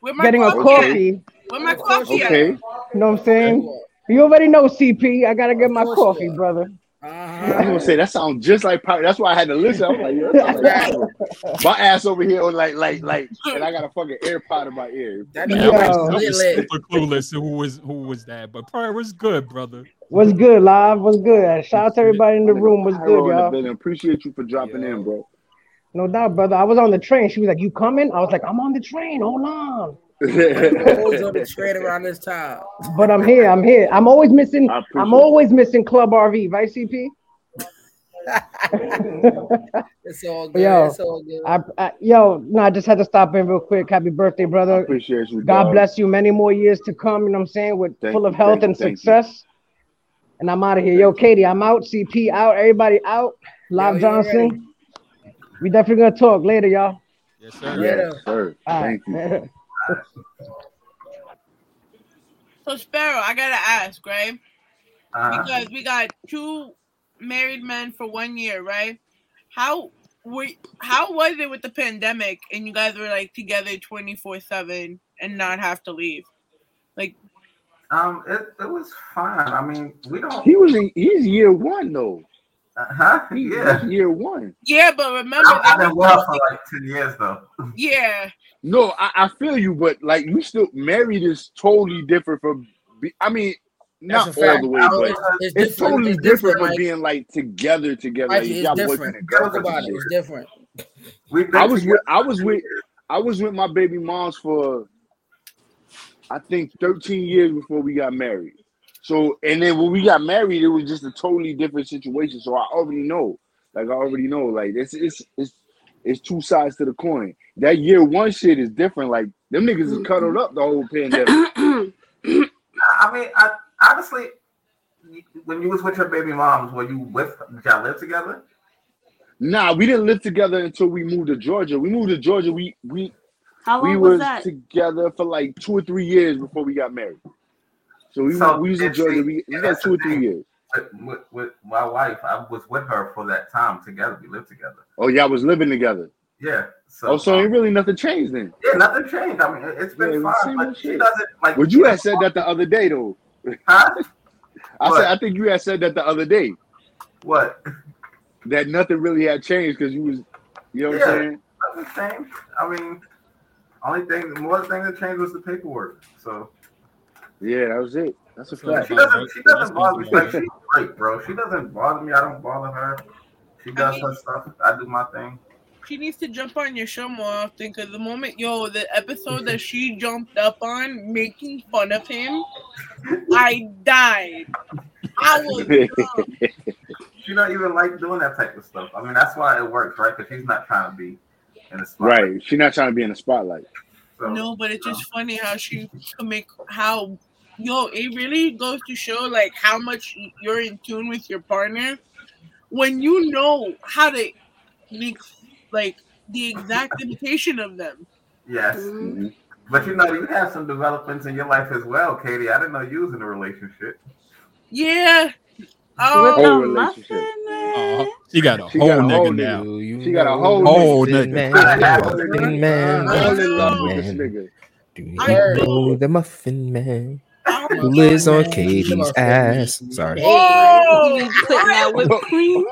Where my
getting a
coffee at?
coffee.
Where my coffee at?
Okay.
You know what I'm saying? You already know, CP. I gotta get my coffee, brother.
I was gonna say that sounds just like pyro. That's why I had to listen. I'm like, yo, that sound like pyro. My ass over here, on like, like, like, and I got a fucking AirPod in my ear.
Yeah, I was, I
Yo.
was super clueless to who was who was that, but Pryor was good, brother.
What's
Mm-hmm.
good, live? What's good? Shout out to everybody in
My
the
nigga,
room. What's good,
pyro in the
y'all?
building. Appreciate you for dropping in, bro.
No doubt, brother. I was on the train. She was like, "You coming?" I was like, "I'm on the train. Hold on."
Always on the trade around this time.
But I'm here. I'm here. I'm always missing.
I
I'm
appreciate.
always missing Club RV, right, CP?
It's all good.
Yo,
It's all good.
I, I yo, no, I just had to stop in real quick. Happy birthday,
I
brother.
appreciate you,
God
dog.
bless you. Many more years to come. You know what I'm saying? With
Thank
full of
you,
health
thank you,
and
thank you.
success. And I'm out of here. Yo, Katie, I'm out. CP out. Everybody out.
Yo,
Live
you already.
Johnson. We definitely gonna talk later, y'all.
Yes, sir.
Yes,
Later.
sir.
All
Thank you.
right.
So Sparrow, I gotta ask, right?
Uh-huh.
Because we got two married men for one year, right? How were how was it with the pandemic and you guys were like together twenty four seven and not have to leave? Like
Um, it, it was fun. I mean, we don't.
He was in, he's year one though.
Uh, huh?
He,
Yeah.
He's year one.
yeah, but remember
I've, I've
they
been
were
well for like 10 years, though.
yeah.
No, I, I feel you, but like you still married is totally different from. be- I mean,
That's
not
a
all
fact.
the
I
way,
was
but
It's, it's
it's
different.
totally
It's
different
different,
from
Mike.
being like together, together. Like
Mikey,
you
it's
got boyfriend
different.
and
together
girlfriend
for
and
Think about it.
shit.
It's different.
We've
I
been
was
together
with I was
for 10
with
years.
I was with my baby moms for I think 13 years before we got married. So and then when we got married, it was just a totally different situation. So I already know, like I already know, like it's it's it's it's two sides to the coin. That year one shit is different. Like them niggas is cuddled up the whole pandemic.
I I mean, I, honestly, when you was with your baby moms, were you with, did y'all live together?
Nah, we didn't live together until we moved to Georgia. We moved to Georgia. We we
How
we
long was
was
that?
together for like two or three years before we got married. So we
So,
we was in
and
Georgia.
see,
We it was
and
like
that's
two
the
or three
thing.
years.
With, with, with my wife, I was with her for that time together. We lived together.
Oh yeah, I was living together.
Yeah.
Oh,
So,
so
um,
ain't really nothing changed then.
yeah, nothing changed. I mean, it, it's
Yeah,
been fun,
it was the same
but
old
she
shit.
doesn't like,
But
she
you
doesn't
had said
want
that the other day though.
huh?
I said
What?
I think you had said that the other day
What?
that nothing really had changed because you was, you know what I'm
Yeah,
saying?
nothing changed. I mean, only thing, more thing that changed was the paperwork. So,
Yeah, that was it. That's a
That's all
but
fact.
she
about
doesn't,
work.
she
That's
doesn't
all
bother me.
about
Like
work.
she's great, bro. She doesn't bother me. I don't bother her. She does her stuff. I do my thing.
She needs to jump on your show more often because the moment, yo, the episode that she jumped up on making fun of him, I died. I was
she don't even like doing that type of stuff. I mean, that's why it works, right? Because she's not trying to be in the spotlight.
Right. She's not trying to be in the spotlight.
No, but it's just funny how she can make how yo, it really goes to show like how much you're in tune with your partner when you know how to make like the exact imitation of them.
Yes. But you know, you have some developments in your life as well, Katie. I didn't know you was in a relationship.
Yeah.
With a
Oh,
muffin?
She got a
She
whole
got a whole
nigga now.
She got a whole
Whole
nigga.
nigga.
Muffin
man,
I fell in love
muffin
with this
man.
nigga.
You know the muffin man
Oh
who lives on Katie's ass. Sorry.
Hey, you be putting that whipped cream.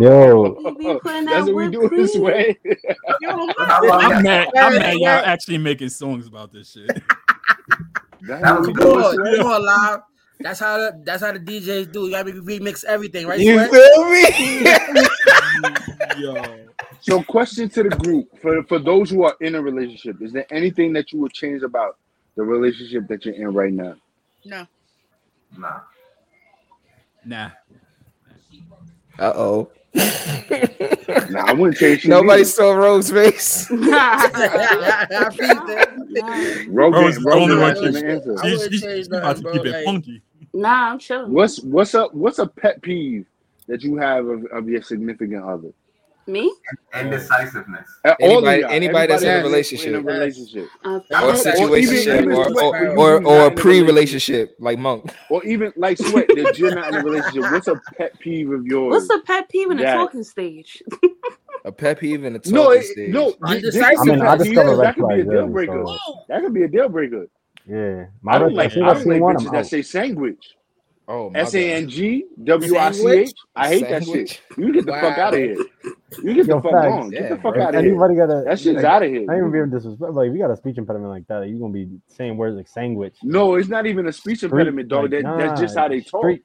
Yo,
That's what we do in this way.
I'm mad. I'm mad. Y'all actually making songs about this shit.
That was good.
Yeah.
You know, live. That's how the, that's how the DJs do. You gotta remix everything, right?
You
Sweat?
feel me?
Yo.
So, question to the group for for those who are in a relationship: Is there anything that you would change about the relationship that you're in right now?
No.
Nah.
Nah.
Uh oh.
Nah, I wouldn't change shit
Nobody
either.
saw Rose face.
I feel that.
Rogan,
Rose is the only
Rogan
one.
asking
she-
the answer.
I
she-
wouldn't
she-
change
she about
nothing,
to
bro,
keep it
like-
funky.
Nah, I'm chilling.
What's what's up? What's a pet peeve that you have of, of your significant other?
Me?
Indecisiveness.
Uh, All of
Anybody-
y'all,
anybody that's in a
everybody in a
relationship.
relationship.
Uh,
Or
Or even-
situationship
even
or
sweat,
or,
even
or, or a
you not in a relationship,
pre-relationship like Monk.
or even like sweat that you're not in a relationship. What's a pet peeve of yours?
What's the pet peeve in the
That-
talking stage?
A pep even in the talking
No, it,
stage.
no, th- this is
Undecisive.
a
I mean, I
pet peeve,
discover
'cause
red
that could be a
flags
deal
early.
breaker.
So
That could be a deal breaker.
yeah, my
I
red flag.
don't
As
like
soon
I
as I
don't
see
like
one, I'm
bitches that
out.
say sandwich.
Oh my
S A N
god.
G W I C
Sandwich?
H. I hate that shit.
Sandwich?
You get the fuck
Wow.
out of here. You get
Yo,
the fuck
facts.
on. Get
Yeah,
the fuck
bro.
If
out of here.
anybody got a
That shit's
like,
out of here.
I ain't even being disrespectful. Like, if you got a speech impediment like that, you gonna be saying words like sandwich, like
No, it's not even a speech
street,
impediment, dog.
like
That that's
nah,
just how they talk.
street.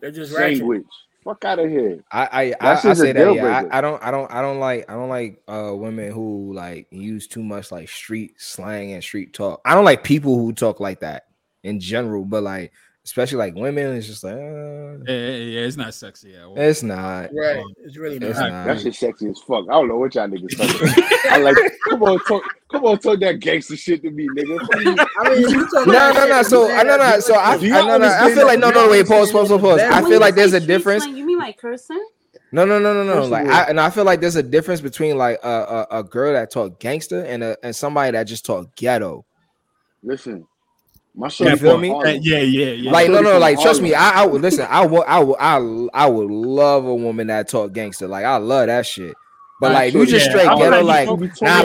They're just ratchet.
Sandwich. Fuck out of here.
I I,
That's
I, I
just a
say that
deal
yeah.
breaker.
I, I don't I don't I don't like I don't like uh women who like use too much like street slang and street talk. I don't like people who talk like that in general, but like especially like women, it's just like uh,
Yeah, yeah, yeah, it's not sexy at all.
it's not.
Right. It's really
It's
not.
not.
That shit sexy as fuck. I don't know what y'all niggas talking. about. I like come on talk come on talk that gangster shit to me, nigga. Fuck you.
I mean, you talk
No,
about
no,
shit,
no.
but
So I
saying that
no, no.
bitch
So I,
is-
I no, no. I feel like no, no, no. Wait, pause, pause, pause, pause. I
And
feel
when you
like there's
say
a
street
difference.
slang, you mean like cursing?
No, no, no, no, no.
First of
Like
all,
I and I feel like there's a difference between like a a, a girl that talk gangster and a and somebody that just talk ghetto.
listen, my shorty
You
That
feel
part.
from
me?
That-
Harlem.
Uh, yeah, yeah, yeah.
My
Like no,
shorty
no.
from
Like trust me.
Harlem.
I I would listen. I would I would I I would love a woman that talk gangster. Like I love that shit. But
My
like you
shorty
just
Yeah,
from
I
straight
would
ghetto.
like
Harlem.
you
Like
She
talk.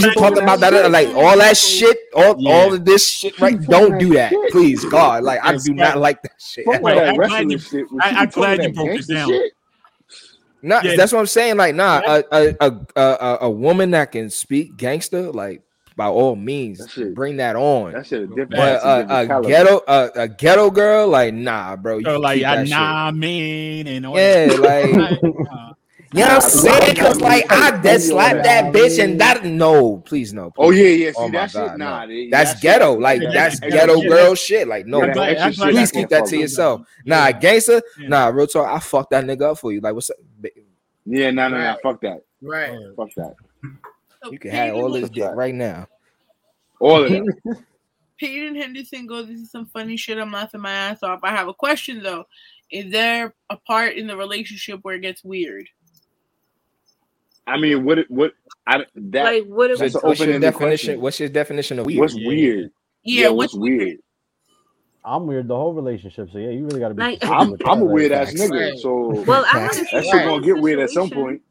nah.
I
Like what the fuck
talking that
need
is
she
nice
you talking
be talking that
about? That
shit.
cursing.
like all that shit. All all
Yeah,
of this shit.
She
Right?
be talking
Don't
that
do that,
shit.
please, God. Like I
Hey,
do
sweat.
not like that shit
Fuck
at
all
Wait,
all.
that
I'm glad you.
wrestling shit. When
I,
she be
I'm
talking
glad you
that
broke it
gangster
down.
shit,
No,
Yeah,
that's what I'm saying. Like, nah,
that,
a a, a a a- a woman that can speak gangster, like by all means,
that shit,
bring that on.
that shit a different.
But
That's
facts.
a
uh,
different
a
caliber.
ghetto a, a ghetto girl, like nah, bro, you
So
can
like,
keep
I
that shit.
nah, I mean, and all that.
Yeah, like you know what
I, uh,
I'm
Nah, cause I
saying?
not
Cause
mean.
like
I
I
owe
dead
you all
slapped that
that.
bitch and that no, please no,
Oh
please
yeah,
no.
yeah.
Oh
See
my
that shit?
god, no.
Nah, they-
That's
that shit. I
ghetto.
can't.
Like
yeah,
That
that's
that's
extra
ghetto.
ghetto
Yeah,
shit.
that's
girl shit. Like
Yeah,
no,
I'm
bro.
that
glad.
extra
I'm glad
shit. I
Please
that's
keep
can't
that
fuck
to
with.
yourself.
done.
Nah,
Yeah,
gangster.
yeah.
Nah, real talk. I fucked that nigga up for you. Like what's up? ba-
Yeah, no, no, no.
Right.
Fuck that.
Right.
Word.
Fuck that.
So
You can have
Peyton,
all
That's
this
a
dick
fact.
right now.
All of that.
Peyton Henderson goes, This is some funny shit. I'm laughing my ass off. I have a question though. Is there a part in the relationship where it gets weird?
I mean, what? It, what? I that.
Like what?
So
That's
It,
an
what's your
open-ended
definition?
question.
What's your definition of weird?
What's
Yeah.
weird?
Yeah,
Yeah,
what's
what's
weird?
weird?
I'm weird the whole relationship. So yeah, you really got to be
like,
specific
I'm
with
I'm
that.
a
Like,
weird ass
Facts.
nigga,
Right.
so
well, I had
Facts.
a,
that
si-
shit
I
Right.
had
gonna
a
get weird at some
situation.
point.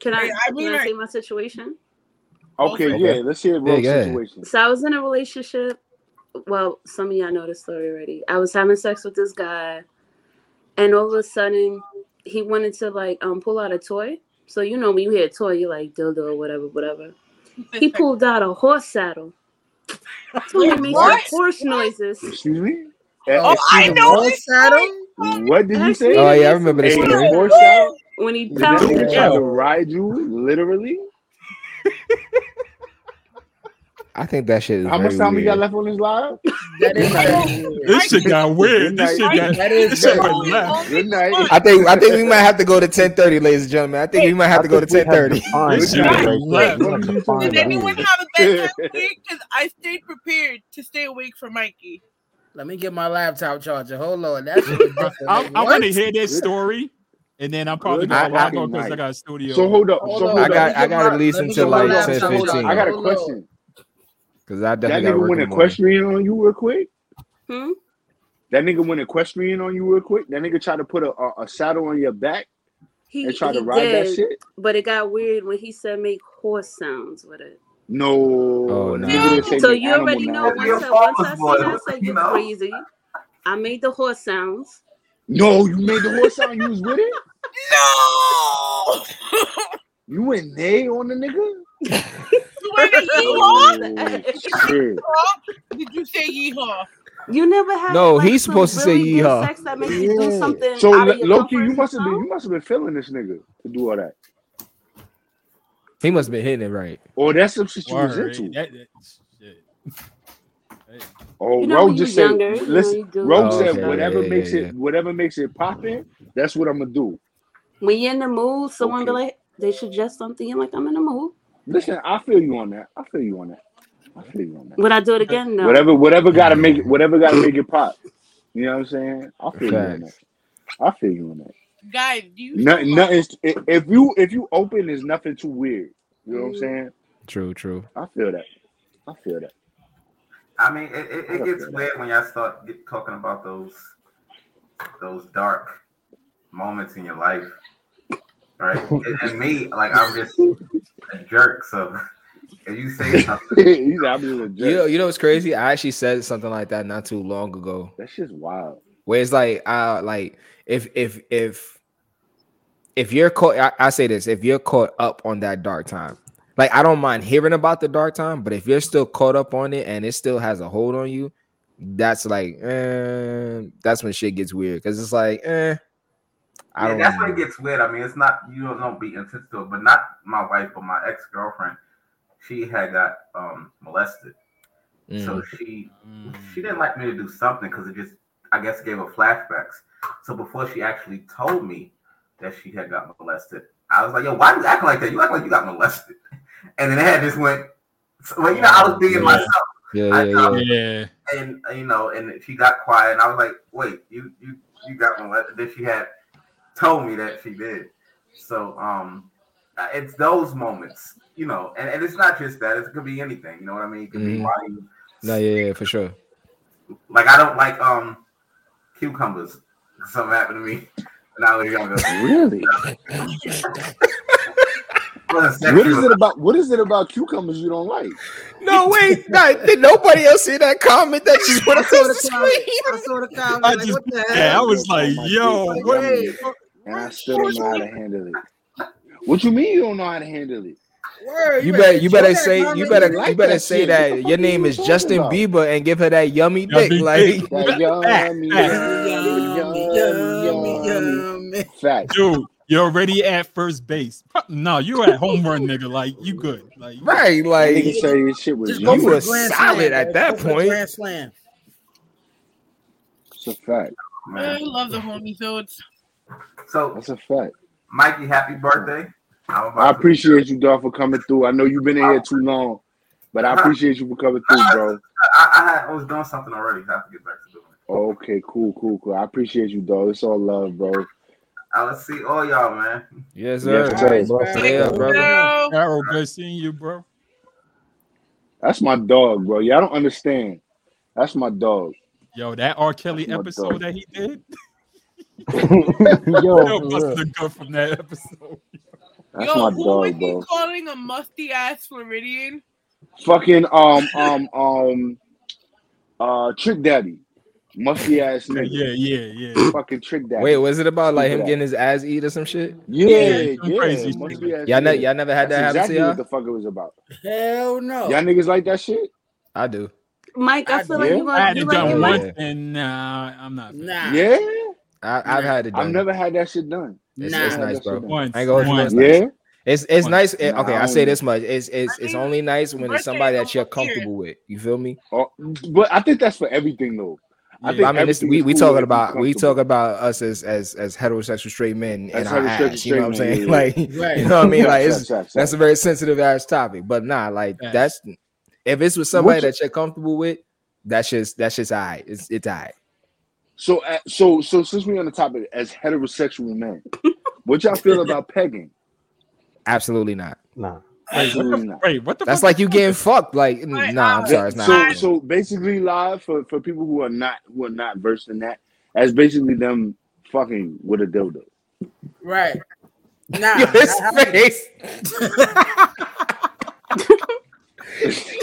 Can
Wait,
I
I
can
mean,
I
like,
say my situation?
go for
Okay,
it.
Okay.
yeah, let's hear
Yeah,
Rose's
go ahead.
situation.
So I was in a relationship. Well, some of y'all know this story already. I was having sex with this guy, and all of a sudden, he wanted to like um pull out a toy. So you know when you hear a toy, you're like dildo or whatever, whatever. He pulled out a horse saddle. Told me to make some
What?
horse noises.
Excuse me.
Oh,
Eh,
Oh,
excuse
I
me.
know
Horse
this story.
saddle?
What did you
Asked
say?
me
Oh
to
yeah, I
make some
remember this
A
horse
story.
horse
saddle.
out?
when he
Did that
pounced.
nigga try to
it-
ride you, literally?
I think that shit is
How much
very
time we got
weird.
left on this live?
That
is
This shit got weird. This shit got.
That is
This shit
very
went
weird.
left.
Good night.
I think I think we might have to go to ten thirty, ladies and gentlemen. I think we might have to go to
think we
ten
have
thirty.
defined
This shit
weird
got
right there.
left.
We have defined
Did anyone
weird.
have a bedtime week? Because I stayed prepared to stay awake for Mikey.
Let me get my laptop charger. Hold on. That shit was different.
I,
Like,
I
what?
want to hear this story, and then I'm probably
Good
gonna log
fucking
on because I
night.
got a studio.
So hold up.
Hold
so
on,
hold
I
let
up.
me
got I
get
got
my-
at
let
least
me
until
get my
like ten
laptop charger.
fifteen
I got a
Hold on.
question.
because I
That
definitely got
nigga
work
went
in the morning.
equestrian on you real quick.
Hmm?
That nigga went equestrian on you real quick. That nigga tried to put a, a, a saddle on your back
He
and try to
he
ride that
did,
shit.
but it got weird when he said make horse sounds with it.
No,
Oh,
the
nah.
nigga didn't say
So
no
you
animal
already know
now.
once I once I seen that, I said you crazy. I made the horse sounds.
No, you made the horse sound. You was with it.
No!
You went nay on the nigga.
Swear to yeehaw?
Oh shit!
Did you say yeehaw?
You never had
No,
like
he's
some
supposed to say
really good
yeehaw.
sex that makes you do
Yeah.
something
So
out of your
Loki,
comfort
you must have been
zone.
you must have been feeling this nigga to do all that.
He must have been hitting it right.
Or Oh, that's some shit you was
Word.
into.
That, that, shit. Hey,
Oh,
You know
Rogue
when you're
just said,
younger, you know
"Listen,
you do
Rogue
Oh,
little
said
okay,
stuff.
yeah,
whatever
yeah,
makes
yeah,
it whatever makes it poppin, that's what I'm gonna do."
When you're in the mood, someone be
Okay,
like, they suggest something. You're like, I'm in the mood.
listen, I feel you on that. I feel you on that. I feel you on that.
Would I do it again? No.
Whatever, whatever
yeah.
gotta make
yeah.
it, whatever gotta make it pop. You know what I'm saying? I feel you on that.
Facts.
I feel you on that.
Guys, do you know
Nothing,
about
nothing. If you if you open, is nothing too weird. You know what I'm
Mm.
saying?
True, true.
I feel that. I feel that.
I mean, it, it,
I
it
don't
gets
feel that.
weird when y'all start get, talking about those those dark moments in your life, right? And, and me, like I'm just a jerk. So if you say something,
He's like, I'm just
You
a jerk.
know, you know what's crazy? I actually said something like that not too long ago.
That shit's wild.
Where it's like, uh, like if if if if you're caught, I, I say this: if you're caught up on that dark time, like I don't mind hearing about the dark time, but if you're still caught up on it and it still has a hold on you, that's like, eh, that's when shit gets weird. Cause it's like, eh, I
yeah, that's when it
don't.
gets weird. I mean, it's not you don't don't be intense to it, but not my wife, but my ex girlfriend. She had got um molested, so
Mm,
she she
mm,
didn't like me to do something because it just I guess gave her flashbacks. So before she actually told me that she had got molested, I was like, "Yo, why you acting like that? You act like you got molested." And then it had just went. So, well, you know, I was being
Oh, yeah,
myself.
yeah,
I
yeah, yeah.
yeah.
and you know, and she got quiet, and I was like, "Wait, you you you got molested?" Then she had told me that she did. So um, uh, it's those moments, you know, and, and it's not just that; it could be anything. You know what I mean? It could be
hmm
why you
No, yeah, yeah, for sure.
like I don't like um cucumbers. Something happened to me when I was younger.
Really?
It wasn't
What is
sexual.
it about? What is it about cucumbers you don't like?
No, wait, no, did nobody else see that comment that just went
I saw the
across the
comment.
screen?
I saw the
I
comment. Like,
just
what the
yeah. I
hell?
Cucumbers
was like,
on Oh my dick
yo,
and
what?
Like,
yummy,
wait, what,
and I
what,
still
what
don't know
you
how to handle it. What you mean you don't know how to handle it?
Word, you
You
better
better, you
control
better
that
say, you
comment. You
better,
You
you
like
better
that
say
shit? What
that
the
your
fuck are
name
you
is
talking
Justin
about?
Bieber and give her that yummy dick,
Yummy dick.
like
That
Fact,
yummy,
fact.
yummy,
yummy,
yummy,
yummy,
yummy.
yummy.
Facts.
dude, you're already at first base. Pro- No, you at home run, nigga. Like you good. Like you good.
right,
That nigga
like
Yeah, just,
say his shit was
just go
you
for
yummy.
the
were
grand
solid
slam,
at
bro.
that
Go for the
point.
grand slam.
It's a fact.
I
Man.
love the homie thoughts.
So,
That's a fact.
Mikey, happy birthday! I'm
I
about to.
appreciate you, dog, for coming through. I know you've been in here too long, but I
I,
appreciate you for coming through, bro.
I, I was doing something already. I have to get back to doing it.
Okay, cool, cool, cool. I appreciate you, dog. It's all love, bro.
I'll see all y'all, man.
Yes,
Yes,
sir.
All right,
sir.
bro.
Stay
Thank
up,
you,
Cool,
brother.
man.
bro.
Arrow, good seeing you, bro.
That's my dog, bro. Y'all don't understand. That's my dog.
Yo, that R.
That's
Kelly
my
episode
dog.
that he did,
Yo,
yo,
for
busting
real.
the gut from that episode.
That's
Yo,
my
who was
dog,
he
bro.
calling a musty ass Floridian?
Fucking um um um uh trick daddy, musty ass
Yeah,
nigga.
yeah, yeah, yeah.
Fucking trick
Wait,
daddy.
was it about
Think
like
of
him
that.
getting his ass eat or some shit?
Yeah,
Yeah,
some
yeah,
crazy shit
musty
like
ass
Y'all, ne-
nigga.
y'all never had
That's
that happen to
exactly what
y'all?
the fuck it was about.
Hell
Y'all
no.
niggas like that shit?
I do.
Mike, I
I
feel
do.
like
Yeah,
you
I
like
had
you
it
like
done
Hell
you like
once,
yeah.
and nah, I'm not feeling
Nah.
yeah.
I, I've had it done.
I've never had that shit done.
It's,
Nah.
it's nice, bro.
Once.
I ain't gonna hold you. It's
Yeah?
nice. It's it's
Once.
nice. eh, okay,
Nah,
I say
I
this
don't-
much. It's it's it's only nice when it's somebody that you're comfortable with. You feel me?
Oh, but I think that's for everything though. I
I,
think
mean, this,
everything
we
is
we
cool
talking
if you
about we
comfortable.
talking about us as as as heterosexual straight men and
As
our
heterosexual
ass. You know what I'm
straight
saying?
men, yeah,
Like,
yeah. Right.
you know what I mean? Like,
Facts,
it's,
facts, facts,
that's a very sensitive ass topic. But nah, like
Facts.
that's if it's with somebody
Which-
that you're comfortable with, that's just that's just alright. It's it's alright.
So, uh, so, so since we're on the topic as heterosexual men, what y'all feel about pegging?
Absolutely not.
Nah.
Absolutely not.
Wait, what
the
That's
fuck
like you getting fucked. Like, n- nah, I'm sorry, it's not.
So,
happening.
so basically, live for for people who are not who are not versed in that, that's basically them fucking with a dildo.
Right. Nah.
Yo, his
not happening.
face.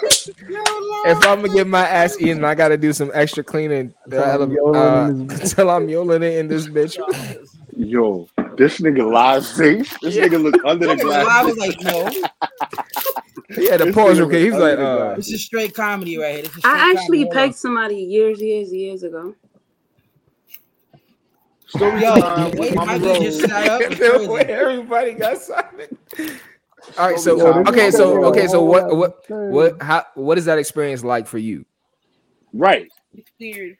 if I'm gonna get my ass eaten, I gotta do some extra cleaning
Until I'm yodeling
uh,
in
until I'm yodeling it in this bitch.
Yo, this nigga live face. This nigga look under the
Nigga, I
glass.
was like, no.
He had to
This
pause
nigga
real quick. He's
look
like,
under the
uh,
This is straight comedy right here. This is straight
I actually
comedy.
pegged somebody years, years, years ago.
Story
Yo,
time
the way
with Mama
Michael
Rose.
just sat up was crazy.
Everybody got something. all right.
Story
So
time with
okay,
Mama
so
Rose.
okay, so what what what how what is that experience like for you?
Right.
It's weird.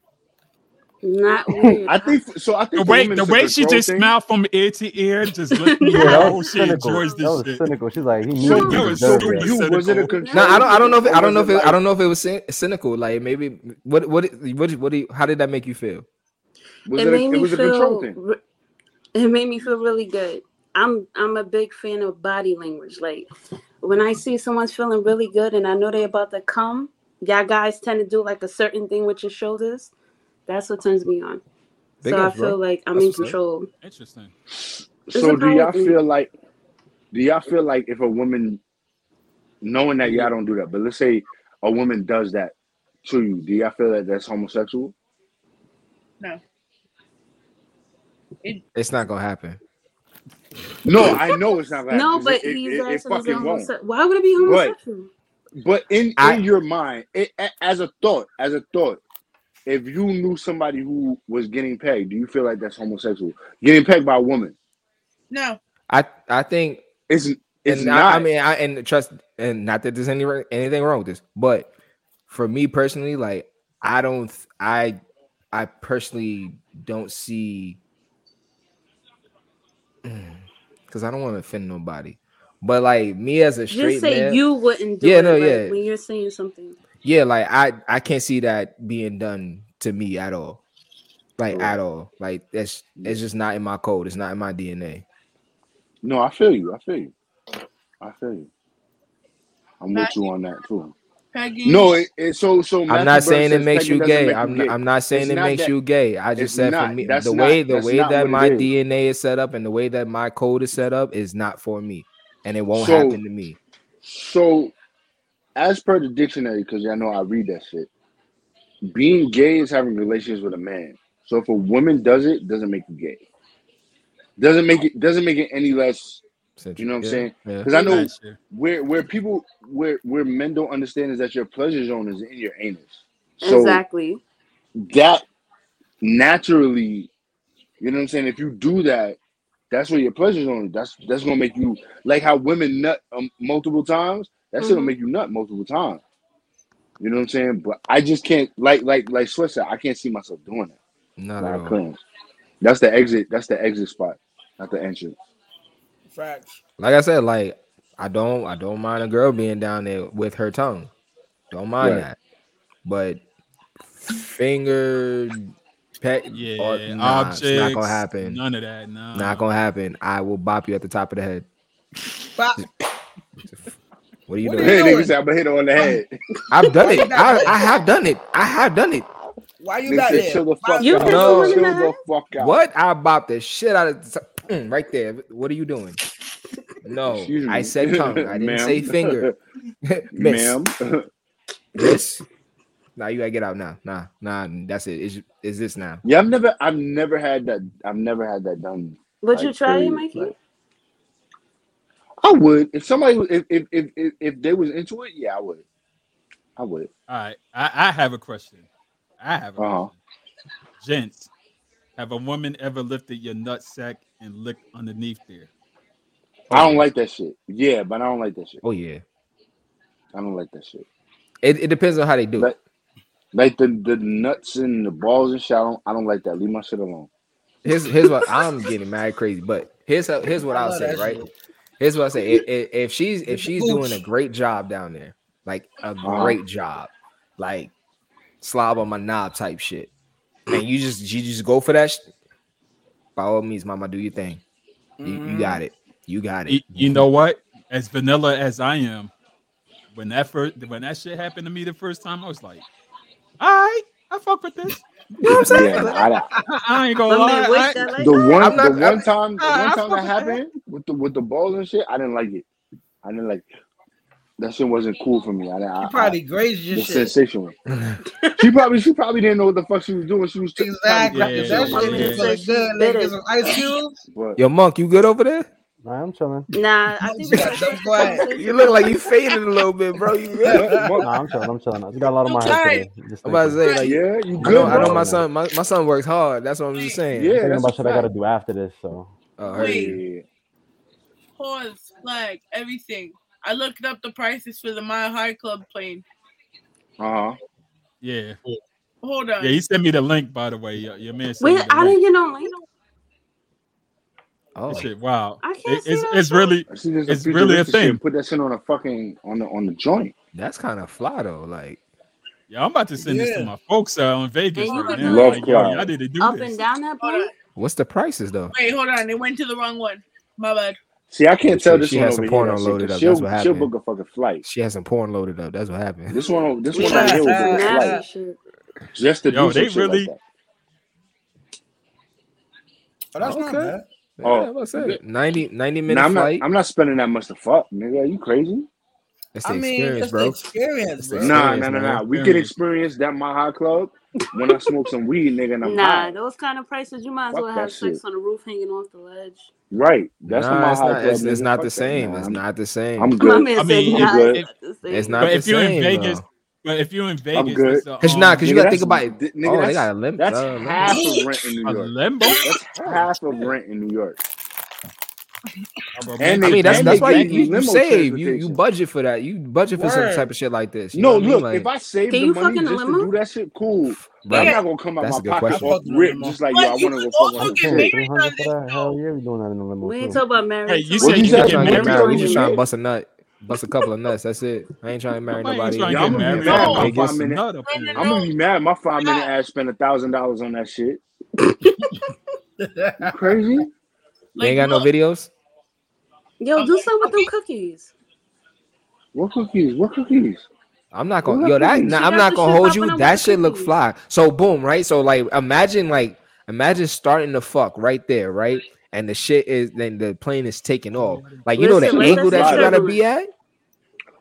Not
I think so. I
The
think for
way
women,
the
it's a
way she
control
just
thing.
smiled from ear to ear, just oh, listening
Yeah,
to
that
how
was
she
cynical.
enjoys
That was
this shit.
cynical. She's like, he knew
So
he
you,
deserved
so
that.
you was it a
No,
control
I don't. I don't know if it,
thing,
I don't
or was
know if
it
it, I
like
don't know if it was cyn- cynical. Like maybe what what what what do you, how did that make you feel?
was
It
it?
made
A, it
me
was a
feel.
control thing.
re- It made me feel really good. I'm I'm a big fan of body language. Like when I see someone's feeling really good and I know they're about to come, y'all guys tend to do like a certain thing with your shoulders. That's what turns me on.
Big
so
ups,
I
bro.
feel like I'm
That's
in
what's up.
control.
Interesting.
It's a
So do
power
y'all
thing.
feel like? Do y'all feel like if a woman, knowing that y'all don't do that, but let's say a woman does that to you, do y'all feel that that's homosexual?
No.
It's not gonna happen.
No, I know it's not gonna happen
No,
'cause
but
it,
he's
it, it, it
asking is it
fucking won't.
homosexual? Why would it be
But
homosexual?
but in
I
in your mind, it, a- as a thought, as a thought, if you knew somebody who was getting pegged, do you feel like that's homosexual? Getting pegged by a woman,
No.
I I think
it's it's
and I, I
not.
mean I and trust and not that there's any anything wrong with this, but for me personally, like I don't th- I I personally don't see because I don't want to offend nobody, but like me as a
Just
straight
say
man,
you wouldn't do
yeah,
it.
no,
like
yeah,
when you're saying something.
yeah, like I I can't see that being done to me at all, like
Right.
at all, like that's it's just not in my code, it's not in my DNA.
No, I feel you. I feel you. I feel you. I'm
My
with you on that too.
pegging.
No, it, it so so
I'm
Matthew
not
Burns
saying it
says
makes
pegging
you
doesn't
gay.
make you
I'm not,
gay.
I'm not saying
It's
it
not
makes
that.
you gay. I just
It's
said for
not.
me
That's
the
not.
way the
That's
way
not
that
what it
my
is.
DNA is set up and the way that my code is set up is not for me, and it won't
So
happen to me.
so as per the dictionary, because y'all know I read that shit. Being gay is having relations with a man. So if a woman does it, doesn't make you gay. Doesn't make it. Doesn't make it any less.
Since
You
you-
know what I'm
yeah,
saying?
yeah.
Because I know
Facts, yeah.
where where people where where men don't understand is that your pleasure zone is in your anus. So
Exactly.
that naturally, you know what I'm saying. If you do that, that's where your pleasure zone. is. That's that's gonna make you like how women nut um, multiple times. That shit'll
hmm
make you nut multiple times. You know what I'm saying? But I just can't like like like Swiss said, I can't see myself doing that.
Not at
Nah, I
all.
couldn't. That's the exit. That's the exit spot, not the entrance.
Facts.
Like I said, like I don't I don't mind a girl being down there with her tongue. Don't mind
Right.
that. But finger pet or
Yeah,
nah, it's not gonna
objects,
happen.
none of that.
Not
Nah.
gonna happen. I will bop you at the top of the head.
Bop.
What are you
What are you
doing?
Hey, nigga
doing?
said I'm gonna hit her on the head.
I've done
Why you
it.
got
I,
there?
I have done it. I have done it.
Why you
Nigga
got
said
there?
chill the
Why
fuck
You
out.
hit someone in
No,
the
Chill
head?
the fuck out.
what? I bopped the shit out of mm, right there. What are you doing? No,
Excuse
I
me,
said tongue. I didn't say
ma'am,
finger. miss,
ma'am.
miss. Now you gotta get out now. Nah, nah. That's it. Is is this now?
yeah, I've never, I've never had that. I've never had that done.
Would you
Like
try it,
period.
Mikey?
Like I would if somebody was- if if if if, if they was into it, yeah, I would. I would.
All right. I, I have a question. I have a
Uh huh.
question. Gents, Have a woman ever lifted your nut sack and licked underneath there?
I don't like that shit. Yeah, but I don't like that shit.
Oh yeah,
I don't like that shit.
It, it depends on how they do it.
Like the, the nuts and the balls and shit. I don't, I don't like that. Leave my shit alone.
Here's here's what I'm getting mad crazy, but here's how, here's what
I
I'll
love
say,
that
right?
shit.
Here's what I say. If, if- if she's if
It's
she's
the
doing a
boots.
great job down there, like a
Uh-huh.
great job, like slob on my knob type shit, and you just you just go for that. Sh- by all means, mama, do your thing. You,
Mm-hmm.
you got it. You got
You,
it.
you know what? As vanilla as I am, when that first when that shit happened to me the first time, I was like, all right, I fuck with this.
You know what I'm saying?
Yeah,
Like,
I,
I ain't gonna
My
lie.
man
I-
wasted The one,
I'm not-
the one
I'm-
time, the
I- I fuck
one time
with
that
that.
happened with the with the balls and shit, I didn't like it. I didn't like it. that shit. Wasn't cool for me. I, I,
You probably grazed
I,
your
the
shit.
sensation. was- she probably, she probably didn't know what the fuck she was doing. She was t- trying to
Exactly.
grab the
If
shit
that
with my
shit
hand.
didn't feel good, let me get some ice cubes.
But
Yo, monk, you good over there?
I'm chilling.
Nah, I think we gotta
I'm
switch the
glad.
conversation.
You look like you faded a little bit, bro. You good?
No, I'm chilling. I'm chilling. I just got a lot on my head today. Just
I'm about to
thinking.
say, like,
yeah, you
I know,
good,
I know
bro?
my son, my, my son works hard. That's what I'm just saying.
I'm
Yeah,
thinking
that's a
about shit I gotta
fact.
do after this. So
Oh,
Yeah,
hurt
Wait.
you.
yeah,
Pause, flag, everything. I looked up the prices for the Mile High Club plane.
yeah. Uh huh.
Yeah,
Hold on.
yeah. He sent me the link, by the way. Your, your man sent
Wait,
me the
I
link.
didn't get no link.
Oh,
This shit, wow.
I
It-
can't see
it's
that.
it's really
She just
it's really a
futuristic shit.
thing.
Put that shit on a fucking on the on the joint.
that's kind of fly though. Like,
Yeah, I'm about to send this to
Yeah.
my folks uh, in Vegas
And you
right
could
now.
do it
Love
Like, yo, y'all
Cloud.
need to do
up
this.
and down that
Hold
plane.
on.
what's the prices though?
Wait, hold on. It went to the wrong one. My bad.
See, I can't tell
She,
this
she
one
has
over
some
here
porn
that shit
loaded up.
because
That's what
she'll she'll
happened.
book a fucking flight.
She has some porn loaded up. That's what happened.
This one, this
We
one over
gotta
here was
do
a flight
nasty shit.
just to do
Yo,
some
they
shit like
really
that.
Oh, that's not
Okay.
bad.
Yeah,
Oh,
I'm about to
you
say
good?
90, 90 minute
Now I'm not
flight.
I'm not spending that much to fuck, nigga. Are you crazy?
That's the
I mean,
experience,
that's the
bro.
experience,
That's the
bro.
Nah, nah,
experience,
nah,
man.
nah. We can
experience.
experience that my high club when I smoke some weed, nigga, and I'm
Nah,
high.
those kind of prices, you might as
Fuck
well
that
have
shit.
sex on the roof, hanging off the ledge.
Right. That's the
Nah,
my
it's
high
not.
club,
It's, it's
nigga.
not the
Fuck that.
same.
Nah,
It's
I'm
not the same.
I'm
My
good.
man
I
said,
mean,
I'm
"Nah, it's
good.
not the
It's
same."
not
But
the
if you're in
same
Vegas,
though.
but if you're in
I'm
Vegas,
good.
that's a
Cause nah,
um
cause you
Nigga,
gotta think
that's
about it.
th- nigga,
Oh, they got a
that's
limb.
that's
Uh, limbo.
half of rent in New
a
York.
limbo.
That's
Oh
half of
shit,
rent in New York.
a
And
I
they
mean,
romantic
that's that's
and they
angle.
why you
grant
you,
you
you
limo
save. You you
transportation.
budget for that. You budget for some type
Word.
of shit like this. You know
No,
what I mean?
look, if
Like,
I save
Can
the
you fuck
money
in a
just to
limo?
do that shit, cool. But I'm
bro,
Yeah.
not gonna come out
that's
my
a good
pocket
I
question.
off
fucked in a
rip
limo.
just like yo, I
But you
wanna
could
go fuck on
Oh
also
some
get
shit.
shit,
married
three
on
hundred for
this
that?
though.
Hell yeah, we doing that in the limo
We ain't
too.
talking about
Hey,
married.
you
What
said
you
you
You just
could get
say?
trying to get
What you
married?
married
thought
We
on
you
just
this?
trying to
did?
bust a nut, bust a couple of nuts. That's it. I ain't trying to marry
Somebody
nobody
ain't trying
Yeah,
to get
I'm
in
gonna be
married
in
up
mad.
fucking
My
on
five
bust a
Vegas.
minute,
nut up
No, no,
in here.
I'm gonna
no.
be mad. My five minute
Stop.
ass spent a thousand dollars on that shit. You crazy?
They
Like,
ain't got no
look.
videos.
Yo,
I'm
do
like,
something with them
okay.
cookies.
What cookies? What cookies?
I'm not
Who
gonna
got
yo that.
cookies?
Nah,
She
I'm
got
not
the
gonna
shit
hold you.
popping up with
That
the
shit look
cookies.
fly. So boom, right? So like, imagine like imagine starting to fuck right there, right? And the shit is then the plane is taking off. Like you know
Listen,
the
let
That's
that
angle
shit
that you
fly though.
gotta be
turbulent.
at.